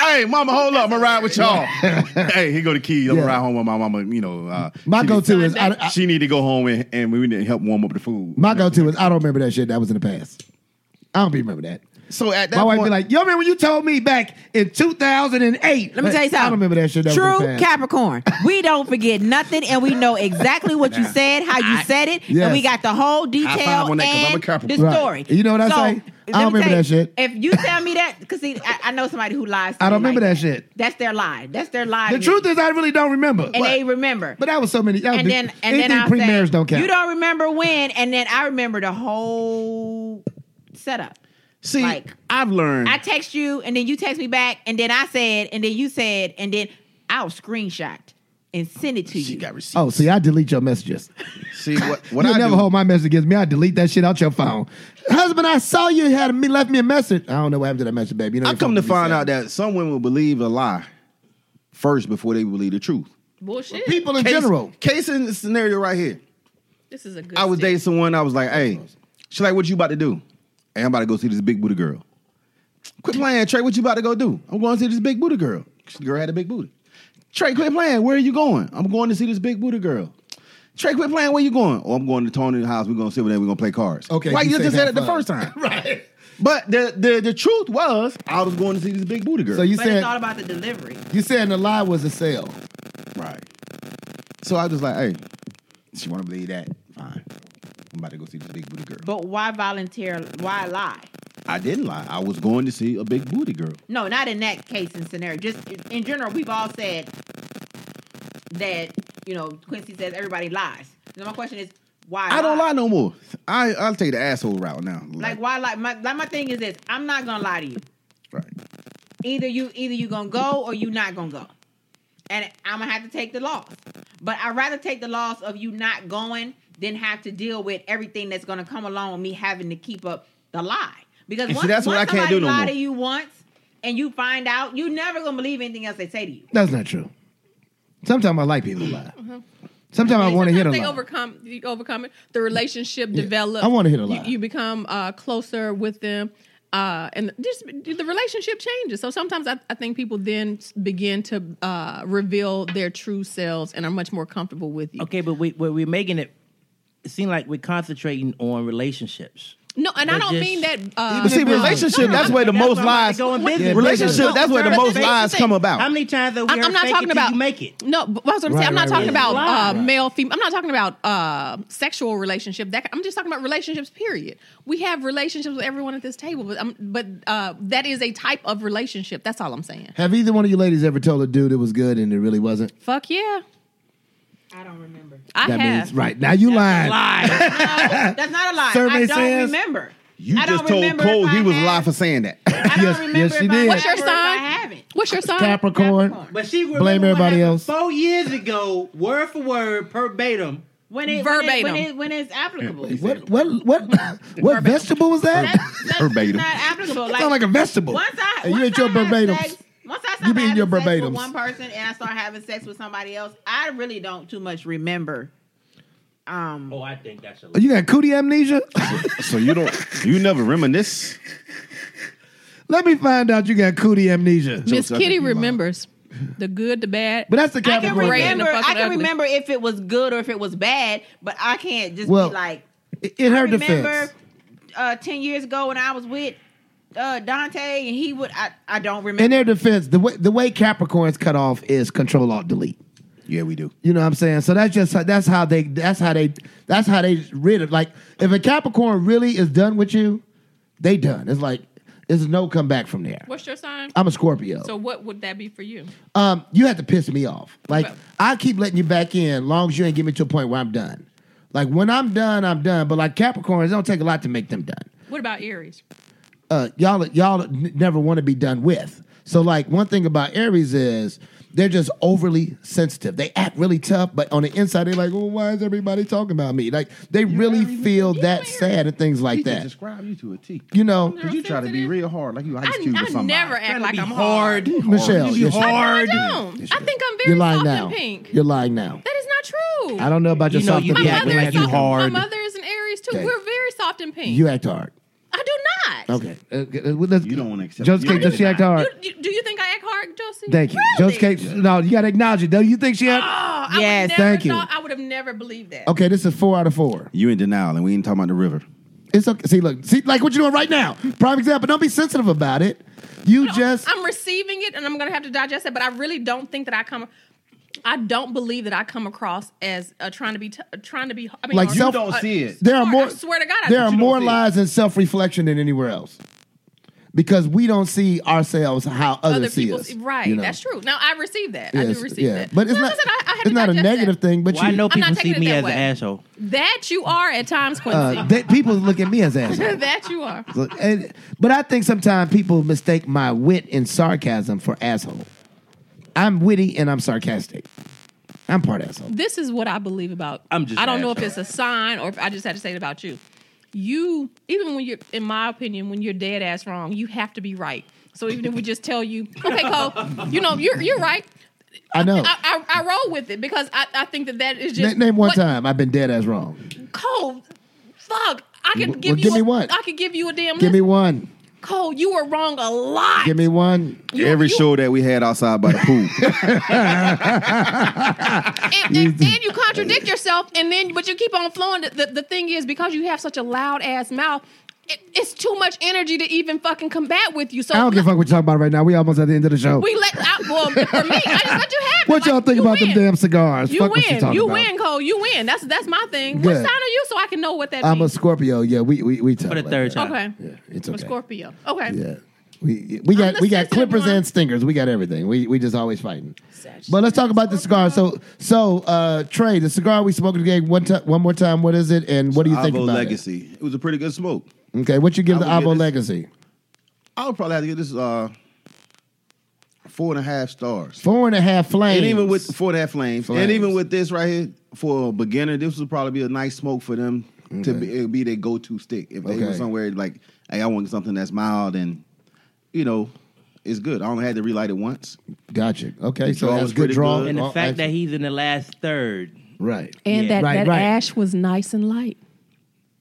[SPEAKER 4] hey, mama, hold up, I'm gonna ride with y'all. hey, here go the keys. I'm
[SPEAKER 1] Yeah.
[SPEAKER 4] gonna ride home with my mama. You know, uh,
[SPEAKER 1] My
[SPEAKER 4] she
[SPEAKER 1] go-to is I,
[SPEAKER 4] Need,
[SPEAKER 1] I-
[SPEAKER 4] she need to go home and, and we need to help warm up the food.
[SPEAKER 1] my go-to is I don't remember that shit that was in the past. I don't be remember that.
[SPEAKER 4] so at that
[SPEAKER 1] My wife
[SPEAKER 4] point,
[SPEAKER 1] be like, "You remember when you told me back in 2008?"
[SPEAKER 5] Let me tell you something.
[SPEAKER 1] I don't remember that shit. That was in
[SPEAKER 5] True
[SPEAKER 1] the past.
[SPEAKER 5] Capricorn. We don't forget nothing, and we know exactly what you said, how you said it,
[SPEAKER 1] Yes.
[SPEAKER 5] and we got the whole
[SPEAKER 4] five
[SPEAKER 5] detail
[SPEAKER 4] on
[SPEAKER 5] and
[SPEAKER 4] that 'cause I'm a
[SPEAKER 5] the
[SPEAKER 4] Capricorn.
[SPEAKER 1] Right.
[SPEAKER 5] story.
[SPEAKER 1] You know what I
[SPEAKER 5] So,
[SPEAKER 1] say? I
[SPEAKER 5] let
[SPEAKER 1] don't
[SPEAKER 5] me
[SPEAKER 1] remember
[SPEAKER 5] tell
[SPEAKER 1] that
[SPEAKER 5] you,
[SPEAKER 1] shit.
[SPEAKER 5] If you tell me that, because see, I, I know somebody who lies. to
[SPEAKER 1] I don't
[SPEAKER 5] me like
[SPEAKER 1] remember that shit.
[SPEAKER 5] That's their lie. That's their lie.
[SPEAKER 1] The
[SPEAKER 5] to
[SPEAKER 1] truth
[SPEAKER 5] me.
[SPEAKER 1] is, I really don't remember.
[SPEAKER 5] and
[SPEAKER 1] What?
[SPEAKER 5] they remember.
[SPEAKER 1] but that was so many. That was
[SPEAKER 5] and
[SPEAKER 1] big-
[SPEAKER 5] then and
[SPEAKER 1] anything
[SPEAKER 5] then I'll
[SPEAKER 1] pre-marriage
[SPEAKER 5] say,
[SPEAKER 1] don't count.
[SPEAKER 5] You don't remember when, and then I remember the whole setup.
[SPEAKER 4] see,
[SPEAKER 5] like-
[SPEAKER 4] I've learned.
[SPEAKER 5] I text you, and then you text me back, and then I said, and then you said, and then I'll screenshot and send it to
[SPEAKER 4] she
[SPEAKER 5] you.
[SPEAKER 4] got receipts.
[SPEAKER 1] Oh, see, I delete your messages.
[SPEAKER 4] see what? What
[SPEAKER 1] you
[SPEAKER 4] I
[SPEAKER 1] never
[SPEAKER 4] do,
[SPEAKER 1] hold my message against me. I delete that shit out your phone. Husband, I saw you had me left me a message. I don't know what happened to that message, baby. You know
[SPEAKER 4] I
[SPEAKER 1] your
[SPEAKER 4] come
[SPEAKER 1] phone
[SPEAKER 4] to
[SPEAKER 1] can be
[SPEAKER 4] find
[SPEAKER 1] set.
[SPEAKER 4] out that some women will believe a lie first before they believe the truth.
[SPEAKER 3] Bullshit.
[SPEAKER 1] people in
[SPEAKER 4] Case-
[SPEAKER 1] general.
[SPEAKER 4] case in the scenario right here.
[SPEAKER 3] this is a good.
[SPEAKER 4] I was
[SPEAKER 3] stick.
[SPEAKER 4] dating someone. I was like, "Hey," she like, "What you about to do?" Hey, I'm about to go see this big booty girl. Quit playing, Trey. What you about to go do? I'm going to see this big booty girl. The girl had a big booty. Trey, quit playing. Where are you going? I'm going to see this big booty girl. Trey, quit playing. Where you going? Oh, I'm going to Tony's house. We're going to sit with them. We're going to play cards.
[SPEAKER 1] Okay,
[SPEAKER 4] Why
[SPEAKER 1] you
[SPEAKER 4] you
[SPEAKER 1] said
[SPEAKER 4] just
[SPEAKER 1] have
[SPEAKER 4] said it the
[SPEAKER 1] fun.
[SPEAKER 4] first time?
[SPEAKER 1] Right.
[SPEAKER 4] But the, the the truth was, I was going to see this big booty girl.
[SPEAKER 1] So you
[SPEAKER 2] But it's
[SPEAKER 1] said
[SPEAKER 2] all about the delivery.
[SPEAKER 1] you said the lie was a sale.
[SPEAKER 4] right. So I was just like, hey, she want to believe that? Fine. I'm about to go see this big booty girl.
[SPEAKER 5] But why volunteer? Why lie?
[SPEAKER 4] I didn't lie. I was going to see a big booty girl.
[SPEAKER 5] No, not in that case and scenario. Just in- in general, we've all said that you know Quincy says everybody lies. So my question is, why?
[SPEAKER 4] I don't lie no more. I I'll take the asshole route now.
[SPEAKER 5] Like why lie? My like my thing is this: I'm not gonna lie to you.
[SPEAKER 4] right.
[SPEAKER 5] Either you either you gonna go or you not gonna go, and I'm gonna have to take the loss. But I'd rather take the loss of you not going than have to deal with everything that's gonna come along with me having to keep up the lie. Because
[SPEAKER 4] And see,
[SPEAKER 5] once,
[SPEAKER 4] that's what
[SPEAKER 5] once
[SPEAKER 4] I can't
[SPEAKER 5] somebody
[SPEAKER 4] do no
[SPEAKER 5] lie
[SPEAKER 4] more.
[SPEAKER 5] to you once and you find out, you never gonna believe anything else they say to you.
[SPEAKER 1] That's not true. Sometimes I like people to lie. Sometimes I
[SPEAKER 3] And
[SPEAKER 1] want to hit a
[SPEAKER 3] sometimes
[SPEAKER 1] lie.
[SPEAKER 3] they overcome you overcome it. The relationship develops.
[SPEAKER 1] I wanna hit a
[SPEAKER 3] You-
[SPEAKER 1] lie.
[SPEAKER 3] You, become uh, closer with them. Uh, and just the relationship changes. So sometimes I, I think people then s- begin to uh, reveal their true selves and are much more comfortable with you.
[SPEAKER 2] Okay, but we but we're making it. It seems like we're concentrating on relationships.
[SPEAKER 3] No, and I
[SPEAKER 2] But
[SPEAKER 3] don't
[SPEAKER 2] just-
[SPEAKER 3] mean that. Uh,
[SPEAKER 4] But see, relationship, that's where the most lies.
[SPEAKER 2] go in business.
[SPEAKER 4] Relationship, that's where the
[SPEAKER 3] But
[SPEAKER 4] most
[SPEAKER 3] that's the
[SPEAKER 4] lies
[SPEAKER 3] thing.
[SPEAKER 4] come about.
[SPEAKER 2] How many times have we
[SPEAKER 3] I'm,
[SPEAKER 2] heard
[SPEAKER 3] I'm not
[SPEAKER 2] fake
[SPEAKER 3] talking
[SPEAKER 2] it till
[SPEAKER 3] about
[SPEAKER 2] you make it?
[SPEAKER 3] No, but that's what I'm
[SPEAKER 1] Right,
[SPEAKER 3] saying. I'm not
[SPEAKER 1] right,
[SPEAKER 3] talking
[SPEAKER 1] right.
[SPEAKER 3] about
[SPEAKER 2] Right.
[SPEAKER 3] uh, male, female. I'm not talking about uh, sexual relationship. That I'm just talking about relationships. Period. We have relationships with everyone at this table, but um, but uh, that is a type of relationship. That's all I'm saying.
[SPEAKER 1] Have either one of you ladies ever told a dude it was good and it really wasn't?
[SPEAKER 3] Fuck yeah,
[SPEAKER 5] I don't remember.
[SPEAKER 3] I
[SPEAKER 1] That
[SPEAKER 3] have.
[SPEAKER 1] means right now you lying.
[SPEAKER 2] Lie.
[SPEAKER 5] That's not a lie.
[SPEAKER 1] Survey
[SPEAKER 5] I don't
[SPEAKER 1] says-
[SPEAKER 5] remember.
[SPEAKER 4] You
[SPEAKER 5] I don't
[SPEAKER 4] just told
[SPEAKER 5] remember
[SPEAKER 4] Cole
[SPEAKER 5] if I
[SPEAKER 4] he was
[SPEAKER 5] have-
[SPEAKER 4] lying for saying that.
[SPEAKER 5] I don't
[SPEAKER 1] Yes,
[SPEAKER 5] remember
[SPEAKER 1] yes,
[SPEAKER 5] if
[SPEAKER 1] she
[SPEAKER 5] I
[SPEAKER 1] did.
[SPEAKER 5] have
[SPEAKER 3] What's your
[SPEAKER 5] or if I
[SPEAKER 3] sign?
[SPEAKER 5] haven't.
[SPEAKER 3] What's your sign?
[SPEAKER 1] Capricorn.
[SPEAKER 5] Capricorn.
[SPEAKER 2] But she remember
[SPEAKER 1] Blame
[SPEAKER 2] what
[SPEAKER 1] everybody
[SPEAKER 2] happened
[SPEAKER 1] else.
[SPEAKER 2] Four years ago, word for word, verbatim.
[SPEAKER 5] When it,
[SPEAKER 3] Verbatim.
[SPEAKER 5] When, it, when, it, when it's applicable.
[SPEAKER 1] What what what what vegetable was that?
[SPEAKER 5] That's, that's
[SPEAKER 4] Verbatim.
[SPEAKER 5] not applicable. Like,
[SPEAKER 1] Sound like a vegetable.
[SPEAKER 5] once I
[SPEAKER 1] and
[SPEAKER 5] once
[SPEAKER 1] you ate your
[SPEAKER 5] I have
[SPEAKER 1] verbatim.
[SPEAKER 5] sex- Once I
[SPEAKER 1] You
[SPEAKER 5] start
[SPEAKER 1] be in
[SPEAKER 5] having
[SPEAKER 1] your
[SPEAKER 5] sex with
[SPEAKER 1] verbatims.
[SPEAKER 5] one person and I start having sex with somebody else, I really don't too much remember. Um,
[SPEAKER 2] Oh, I think that's a lie.
[SPEAKER 1] You got cootie amnesia?
[SPEAKER 4] so you don't, you never reminisce.
[SPEAKER 1] Let me find out you got cootie amnesia.
[SPEAKER 4] Jokes,
[SPEAKER 3] Miss
[SPEAKER 4] I think
[SPEAKER 3] Kitty
[SPEAKER 4] you lying.
[SPEAKER 3] remembers the good, the bad.
[SPEAKER 1] But that's the
[SPEAKER 5] I can
[SPEAKER 1] Capricorn. thing.
[SPEAKER 5] remember.
[SPEAKER 3] Great and
[SPEAKER 5] I can
[SPEAKER 3] ugly.
[SPEAKER 5] remember if it was good or if it was bad, but I can't just
[SPEAKER 1] Well,
[SPEAKER 5] be like.
[SPEAKER 1] In
[SPEAKER 5] I
[SPEAKER 1] her
[SPEAKER 5] remember
[SPEAKER 1] defense,
[SPEAKER 5] uh, ten years ago when I was with uh, Dante, and he would. I, I don't
[SPEAKER 1] in
[SPEAKER 5] remember.
[SPEAKER 1] their defense, the way the way Capricorns cut off is Control Alt Delete.
[SPEAKER 4] Yeah, we do.
[SPEAKER 1] You know what I'm saying? So that's just how, that's how they that's how they that's how they rid of like if a Capricorn really is done with you, they done. It's like there's no comeback from there.
[SPEAKER 3] What's your sign?
[SPEAKER 1] I'm a Scorpio.
[SPEAKER 3] so what would that be for you?
[SPEAKER 1] um, you have to piss me off. Like
[SPEAKER 3] Okay.
[SPEAKER 1] I keep letting you back in, long as you ain't get me to a point where I'm done. Like when I'm done, I'm done. But like Capricorns, it don't take a lot to make them done.
[SPEAKER 3] What about Aries?
[SPEAKER 1] Uh, y'all, y'all n- never want to be done with. So like one thing about Aries is they're just overly sensitive. They act really tough, but on the inside they're like, "Well, why is everybody talking about me?" Like they really feel that sad and things like that.
[SPEAKER 4] describe you to a T.
[SPEAKER 1] You know,
[SPEAKER 4] You try to be real hard, like you ice
[SPEAKER 3] I,
[SPEAKER 4] cube or
[SPEAKER 3] I
[SPEAKER 4] somebody.
[SPEAKER 3] never act like I'm hard.
[SPEAKER 1] Michelle,
[SPEAKER 4] You
[SPEAKER 1] yes, you-
[SPEAKER 3] I
[SPEAKER 4] hard.
[SPEAKER 3] don't. I think I'm very
[SPEAKER 1] you're lying
[SPEAKER 3] soft
[SPEAKER 1] now.
[SPEAKER 3] and pink.
[SPEAKER 1] You're lying now.
[SPEAKER 3] That is not true.
[SPEAKER 1] I don't know about your
[SPEAKER 2] You know
[SPEAKER 1] soft
[SPEAKER 2] you
[SPEAKER 1] and
[SPEAKER 3] My
[SPEAKER 2] be
[SPEAKER 1] pink,
[SPEAKER 2] acting
[SPEAKER 1] but
[SPEAKER 3] mother
[SPEAKER 2] like
[SPEAKER 3] is
[SPEAKER 2] you
[SPEAKER 3] soft.
[SPEAKER 2] hard.
[SPEAKER 3] My mother is an Aries too.
[SPEAKER 1] Okay.
[SPEAKER 3] We're very soft and pink.
[SPEAKER 1] You act hard.
[SPEAKER 3] I do not.
[SPEAKER 1] Okay. Uh, g- uh, well, let's-
[SPEAKER 4] You don't wanna accept-
[SPEAKER 1] Josie
[SPEAKER 4] you
[SPEAKER 1] Cake,
[SPEAKER 4] don't
[SPEAKER 1] does she act hard?
[SPEAKER 3] You, you- do you think I act hard, Josie?
[SPEAKER 1] Thank you.
[SPEAKER 3] Really?
[SPEAKER 1] Josie Cake, no, you got to acknowledge it. Don't you think she act?
[SPEAKER 5] Yes,
[SPEAKER 3] Oh, I would never
[SPEAKER 1] thank you.
[SPEAKER 3] Thought, I would have never believed that.
[SPEAKER 1] Okay, this is four out of four.
[SPEAKER 4] You in denial, and we ain't talking about the river.
[SPEAKER 1] It's okay. See, look, see, like what you're doing right now. Prime example. Don't be sensitive about it. You
[SPEAKER 3] No,
[SPEAKER 1] just,
[SPEAKER 3] I'm receiving it, and I'm gonna have to digest it. But I really don't think that I come. I don't believe that I come across as uh, trying to be t- trying to be. I mean,
[SPEAKER 1] Like
[SPEAKER 3] or-
[SPEAKER 1] self-
[SPEAKER 4] You don't see it.
[SPEAKER 1] there are
[SPEAKER 3] I
[SPEAKER 1] more.
[SPEAKER 3] swear to God, I
[SPEAKER 1] there
[SPEAKER 3] think
[SPEAKER 1] are
[SPEAKER 3] you
[SPEAKER 1] more
[SPEAKER 4] don't see it.
[SPEAKER 1] lies in self reflection than anywhere else, because we don't see ourselves how others
[SPEAKER 3] other
[SPEAKER 1] see
[SPEAKER 3] people
[SPEAKER 1] us.
[SPEAKER 3] right.
[SPEAKER 1] you know?
[SPEAKER 3] That's true. Now I receive that. I
[SPEAKER 1] Yes,
[SPEAKER 3] do receive that.
[SPEAKER 1] But it's
[SPEAKER 3] So,
[SPEAKER 1] not.
[SPEAKER 3] listen, I- I had to
[SPEAKER 1] it's not a
[SPEAKER 3] digest that.
[SPEAKER 1] negative thing. But
[SPEAKER 2] Well, I
[SPEAKER 1] you,
[SPEAKER 2] know people
[SPEAKER 3] taking
[SPEAKER 2] see
[SPEAKER 3] it
[SPEAKER 2] me
[SPEAKER 3] that
[SPEAKER 2] as
[SPEAKER 3] way.
[SPEAKER 2] an asshole.
[SPEAKER 3] That you are at times, Quincy.
[SPEAKER 1] uh, that people look at me as assholes.
[SPEAKER 3] that you are.
[SPEAKER 1] Look, and, but I think sometimes people mistake my wit and sarcasm for asshole. I'm witty and I'm sarcastic. I'm part asshole.
[SPEAKER 3] this is what I believe about.
[SPEAKER 2] I'm just
[SPEAKER 3] I don't know if
[SPEAKER 2] asking.
[SPEAKER 3] it's a sign or if I just had to say it about you. You even when you're, in my opinion, when you're dead ass wrong, you have to be right. So even if we just tell you, okay, Cole, you know you're you're right.
[SPEAKER 1] I know.
[SPEAKER 3] I, I, I roll with it because I, I think that that is
[SPEAKER 1] Na-
[SPEAKER 3] just
[SPEAKER 1] Oh. name one
[SPEAKER 3] what-
[SPEAKER 1] time I've been dead ass wrong.
[SPEAKER 3] Cole, fuck. I could
[SPEAKER 1] Well,
[SPEAKER 3] give you
[SPEAKER 1] give me
[SPEAKER 3] a,
[SPEAKER 1] one.
[SPEAKER 3] I could give you a damn.
[SPEAKER 1] Give
[SPEAKER 3] Give
[SPEAKER 1] me one.
[SPEAKER 3] Cole, you were wrong a lot.
[SPEAKER 1] Give me one.
[SPEAKER 3] You-
[SPEAKER 4] Every
[SPEAKER 3] you-
[SPEAKER 4] show that we had outside by the pool,
[SPEAKER 3] and, and, and you contradict yourself, and then but you keep on flowing. The, the, the thing is because you have such a loud ass mouth. it, it's too much energy to even fucking combat with you. So
[SPEAKER 1] I don't give a fuck what you're talking about right now. We almost at the end of the show.
[SPEAKER 3] we let out. Well, for me, I just let you have it.
[SPEAKER 1] what y'all
[SPEAKER 3] Like,
[SPEAKER 1] think
[SPEAKER 3] you
[SPEAKER 1] about them
[SPEAKER 3] win.
[SPEAKER 1] damn cigars?
[SPEAKER 3] You
[SPEAKER 1] fuck what you
[SPEAKER 3] win.
[SPEAKER 1] talking
[SPEAKER 3] You
[SPEAKER 1] about.
[SPEAKER 3] win, Cole. You win. That's that's my thing. What
[SPEAKER 1] Good.
[SPEAKER 3] sign are you? So I can know what that
[SPEAKER 1] I'm a
[SPEAKER 3] means.
[SPEAKER 1] Scorpio. Yeah, we we we talk
[SPEAKER 2] For the
[SPEAKER 1] like
[SPEAKER 2] third
[SPEAKER 1] that.
[SPEAKER 2] time.
[SPEAKER 3] okay.
[SPEAKER 1] Yeah, it's
[SPEAKER 3] I'm a
[SPEAKER 1] okay.
[SPEAKER 3] Scorpio. Okay.
[SPEAKER 1] Yeah. We, we got
[SPEAKER 3] the
[SPEAKER 1] we got
[SPEAKER 3] sensitive
[SPEAKER 1] clippers
[SPEAKER 3] one.
[SPEAKER 1] and stingers. We got everything. We we just always fighting. But let's talk about the cigar. So so uh Trey, the cigar we smoked today one time one more time. What is it? And what do you think
[SPEAKER 4] Avo
[SPEAKER 1] about
[SPEAKER 4] Legacy. It? was a pretty good smoke.
[SPEAKER 1] it? Okay, what you give
[SPEAKER 4] I
[SPEAKER 1] the
[SPEAKER 4] would give
[SPEAKER 1] Avo
[SPEAKER 4] this-
[SPEAKER 1] Legacy?
[SPEAKER 4] I would probably have to give this uh four and a half stars.
[SPEAKER 1] Four and a half flames.
[SPEAKER 4] And even with four and a half flames,
[SPEAKER 1] Flames.
[SPEAKER 4] and even with this right here for a beginner, this would probably be a nice smoke for them to be, it would be their go to stick if they were
[SPEAKER 1] Okay.
[SPEAKER 4] somewhere like, hey, I want something that's mild and you know it's good. I only had to relight it once.
[SPEAKER 1] gotcha. Okay,
[SPEAKER 4] The
[SPEAKER 1] so
[SPEAKER 4] draw
[SPEAKER 1] that's
[SPEAKER 4] was
[SPEAKER 1] good
[SPEAKER 4] pretty
[SPEAKER 1] draw.
[SPEAKER 4] good.
[SPEAKER 2] And the
[SPEAKER 1] Oh,
[SPEAKER 2] fact that
[SPEAKER 1] excellent.
[SPEAKER 2] he's in the last third.
[SPEAKER 1] right
[SPEAKER 3] And
[SPEAKER 2] Yeah.
[SPEAKER 3] that,
[SPEAKER 1] Right,
[SPEAKER 3] that
[SPEAKER 1] right.
[SPEAKER 3] ash was nice and light.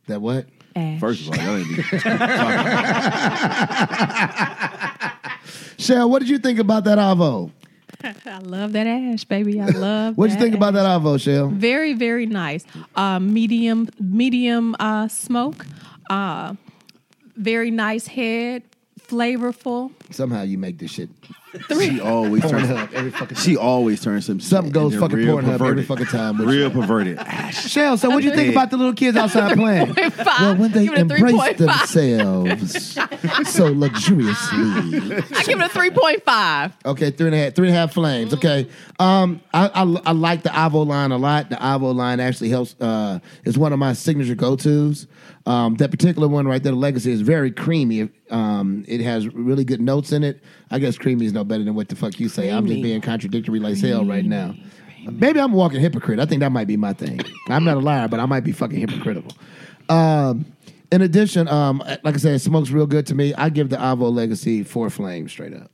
[SPEAKER 1] that what
[SPEAKER 3] Ash.
[SPEAKER 4] First of all, that ain't even-
[SPEAKER 1] Shell? What did you think about that Avo?
[SPEAKER 3] I love that ash, baby. I love.
[SPEAKER 1] What did
[SPEAKER 3] that
[SPEAKER 1] you think about
[SPEAKER 3] ash.
[SPEAKER 1] that Avo, Shell?
[SPEAKER 3] Very, very nice. Uh, medium, medium uh, smoke. Uh, very nice head. Flavorful.
[SPEAKER 1] Somehow you make this shit
[SPEAKER 4] she always turns
[SPEAKER 1] Pornhub every fucking.
[SPEAKER 4] she always turns some
[SPEAKER 1] Something goes
[SPEAKER 4] into
[SPEAKER 1] fucking
[SPEAKER 4] real
[SPEAKER 1] Pornhub every
[SPEAKER 4] perverted.
[SPEAKER 1] fucking time. with
[SPEAKER 4] real perverted.
[SPEAKER 1] Shell, so what do you think
[SPEAKER 4] Yeah.
[SPEAKER 1] about the little kids outside playing?
[SPEAKER 3] Five.
[SPEAKER 1] Well, when they
[SPEAKER 3] Give it a
[SPEAKER 1] embrace
[SPEAKER 3] 3.5.
[SPEAKER 1] themselves so luxuriously.
[SPEAKER 3] I give it a three point five.
[SPEAKER 1] Okay, three and a half, three and a half flames. Okay, um, I, I I like the Avo line a lot. The Avo line actually helps. Uh, it's one of my signature go tos. Um, that particular one right there, the Legacy, is very creamy. Um, it has really good notes in it. I guess creamy is no better than what the fuck you say. I'm just being contradictory like hell right now. Maybe I'm a walking hypocrite. I think that might be my thing. I'm not a liar, but I might be fucking hypocritical. Um, in addition, um, like I said, it smokes real good to me. I give the Avo Legacy four flames straight up.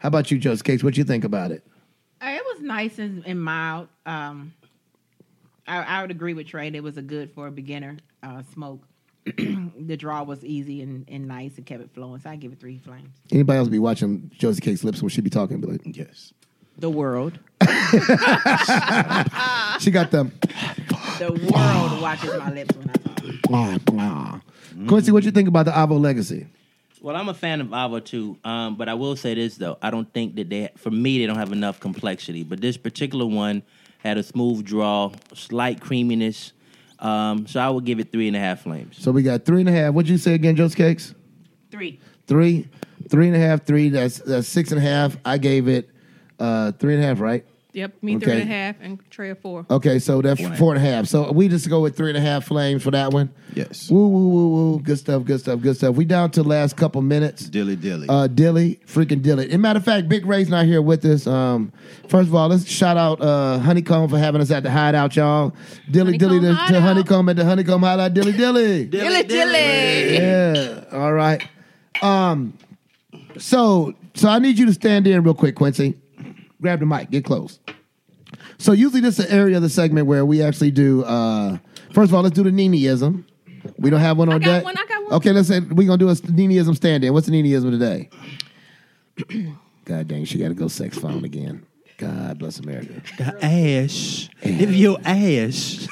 [SPEAKER 1] How about you, Judge Cakes? What you think about it?
[SPEAKER 5] Uh, It was nice and, and mild. Um, I, I would agree with Trey. that It was a good for a beginner uh, smoke. the draw was easy and, and nice and kept it flowing. So I give it three flames.
[SPEAKER 1] Anybody else be watching Josie Cakes' lips when she be talking? Be like,
[SPEAKER 4] yes.
[SPEAKER 5] The world.
[SPEAKER 1] she got the
[SPEAKER 5] The world watches my lips when I talk.
[SPEAKER 1] blah blah. Quincy, what you think about the Avo Legacy?
[SPEAKER 2] Well, I'm a fan of Ava too, um, but I will say this though: I don't think that they, for me, they don't have enough complexity. But this particular one had a smooth draw, slight creaminess, um, so I would give it three and a half flames.
[SPEAKER 1] So we got three and a half. What'd you say again, Josie Cakes?
[SPEAKER 5] Three.
[SPEAKER 1] Three, three and a half, three. That's, that's six and a half. I gave it uh, three and a half, right?
[SPEAKER 3] Yep, me
[SPEAKER 1] Okay.
[SPEAKER 3] three and a half and Trey a four.
[SPEAKER 1] Okay, so that's four and a half. So we just go with three and a half flames for that one.
[SPEAKER 4] Yes.
[SPEAKER 1] Woo woo woo woo. Good stuff. Good stuff. Good stuff. We down to the last couple minutes.
[SPEAKER 4] Dilly dilly.
[SPEAKER 1] Uh, Dilly, freaking Dilly. And matter of fact, Big Ray's not here with us. Um, first of all, let's shout out uh, Honeycomb for having us at the hideout, y'all. Dilly Dilly to, to
[SPEAKER 3] Honeycomb Hideout.
[SPEAKER 1] Honeycomb at the Honeycomb Hideout. Dilly Dilly.
[SPEAKER 2] Dilly dilly.
[SPEAKER 1] yeah. All right. Um, so so I need you to stand in real quick, Quincy. Grab the mic. Get close. So usually this is an area of the segment where we actually do. Uh, first of all, let's do the Niniism. We don't have one on
[SPEAKER 3] got
[SPEAKER 1] deck.
[SPEAKER 3] one, I got one.
[SPEAKER 1] Okay, let's say we're gonna do a Niniism stand-in. What's the Niniism today? God dang, she got to go sex phone again. God bless America.
[SPEAKER 2] The ass, if your ass,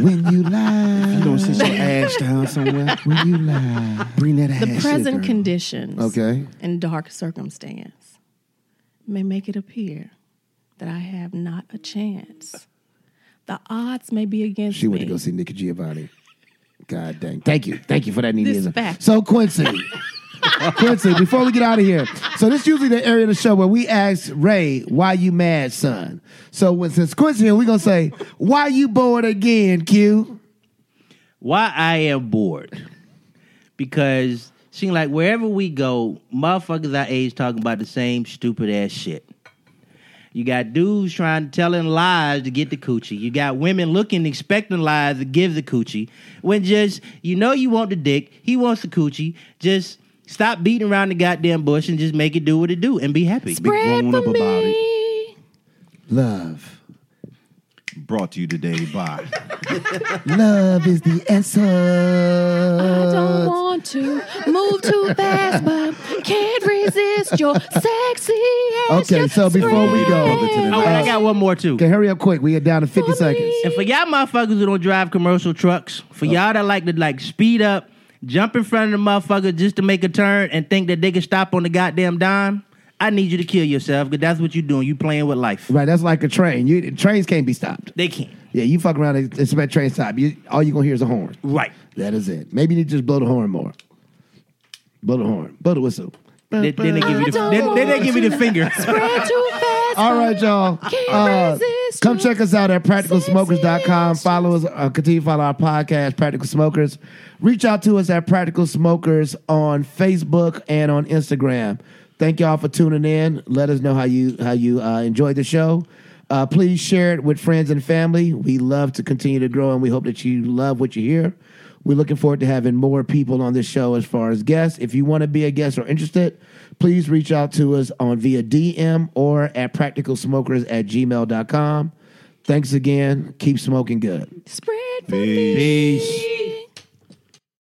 [SPEAKER 1] When you lie,
[SPEAKER 4] you don't sit your ass down somewhere.
[SPEAKER 1] when you lie.
[SPEAKER 4] Bring that ass.
[SPEAKER 3] The
[SPEAKER 4] in,
[SPEAKER 3] present
[SPEAKER 4] girl.
[SPEAKER 3] conditions
[SPEAKER 1] Okay.
[SPEAKER 3] and dark circumstance may make it appear that I have not a chance. The odds may be against
[SPEAKER 1] She
[SPEAKER 3] me.
[SPEAKER 1] went to go see Nikki Giovanni. God dang. Thank you. Thank you for that
[SPEAKER 3] This
[SPEAKER 1] neediness.
[SPEAKER 3] fact.
[SPEAKER 1] So Quincy. Quincy, before we get out of here, so this is usually the area of the show where we ask Ray, why you mad, son? So when, since Quincy here, we're gonna say, why you bored again, Q?
[SPEAKER 2] why I am bored. Because seem like wherever we go, motherfuckers our age talking about the same stupid ass shit. You got dudes trying telling lies to get the coochie. You got women looking expecting lies to give the coochie. When just you know you want the dick, he wants the coochie. Just stop beating around the goddamn bush and just make it do what it do and be happy.
[SPEAKER 3] Spread
[SPEAKER 4] grown
[SPEAKER 3] for
[SPEAKER 4] up
[SPEAKER 3] me.
[SPEAKER 4] about
[SPEAKER 1] Love.
[SPEAKER 4] Brought to you today by.
[SPEAKER 1] Love is the
[SPEAKER 3] I don't
[SPEAKER 1] essence.
[SPEAKER 3] want to move too fast, but can't resist your sexy ass.
[SPEAKER 1] Okay, so before we
[SPEAKER 4] Spread.
[SPEAKER 1] go.
[SPEAKER 2] Oh, and I got one more too.
[SPEAKER 1] Okay, hurry up quick. We are down to 50
[SPEAKER 3] Mommy.
[SPEAKER 1] seconds.
[SPEAKER 2] And for y'all motherfuckers who don't drive commercial trucks, for y'all that like to like speed up, jump in front of the motherfucker just to make a turn and think that they can stop on the goddamn dime, I need you to kill yourself because that's what you're doing. You playing with life.
[SPEAKER 1] Right, that's like a train. You trains can't be stopped.
[SPEAKER 2] They can't.
[SPEAKER 1] Yeah, you fuck around and expect train stop. You all you gonna hear is a horn.
[SPEAKER 2] Right.
[SPEAKER 1] That is it. Maybe you need to just blow the horn more. Blow the horn. Blow the whistle.
[SPEAKER 2] They, then they give you the then, then they give you the finger.
[SPEAKER 1] All right, y'all. Uh, come check us out at practicalsmokers.com. Follow us, uh, continue to follow our podcast, Practical Smokers. Reach out to us at Practical Smokers on Facebook and on Instagram. Thank y'all for tuning in. Let us know how you how you uh, enjoyed the show. Uh, please share it with friends and family. We love to continue to grow, and we hope that you love what you hear. We're looking forward to having more people on this show as far as guests. If you want to be a guest or interested, please reach out to us on via DM or at practicalsmokers at gmail.com. Thanks again. Keep smoking good.
[SPEAKER 3] Spread.
[SPEAKER 4] Peace.
[SPEAKER 2] Peace.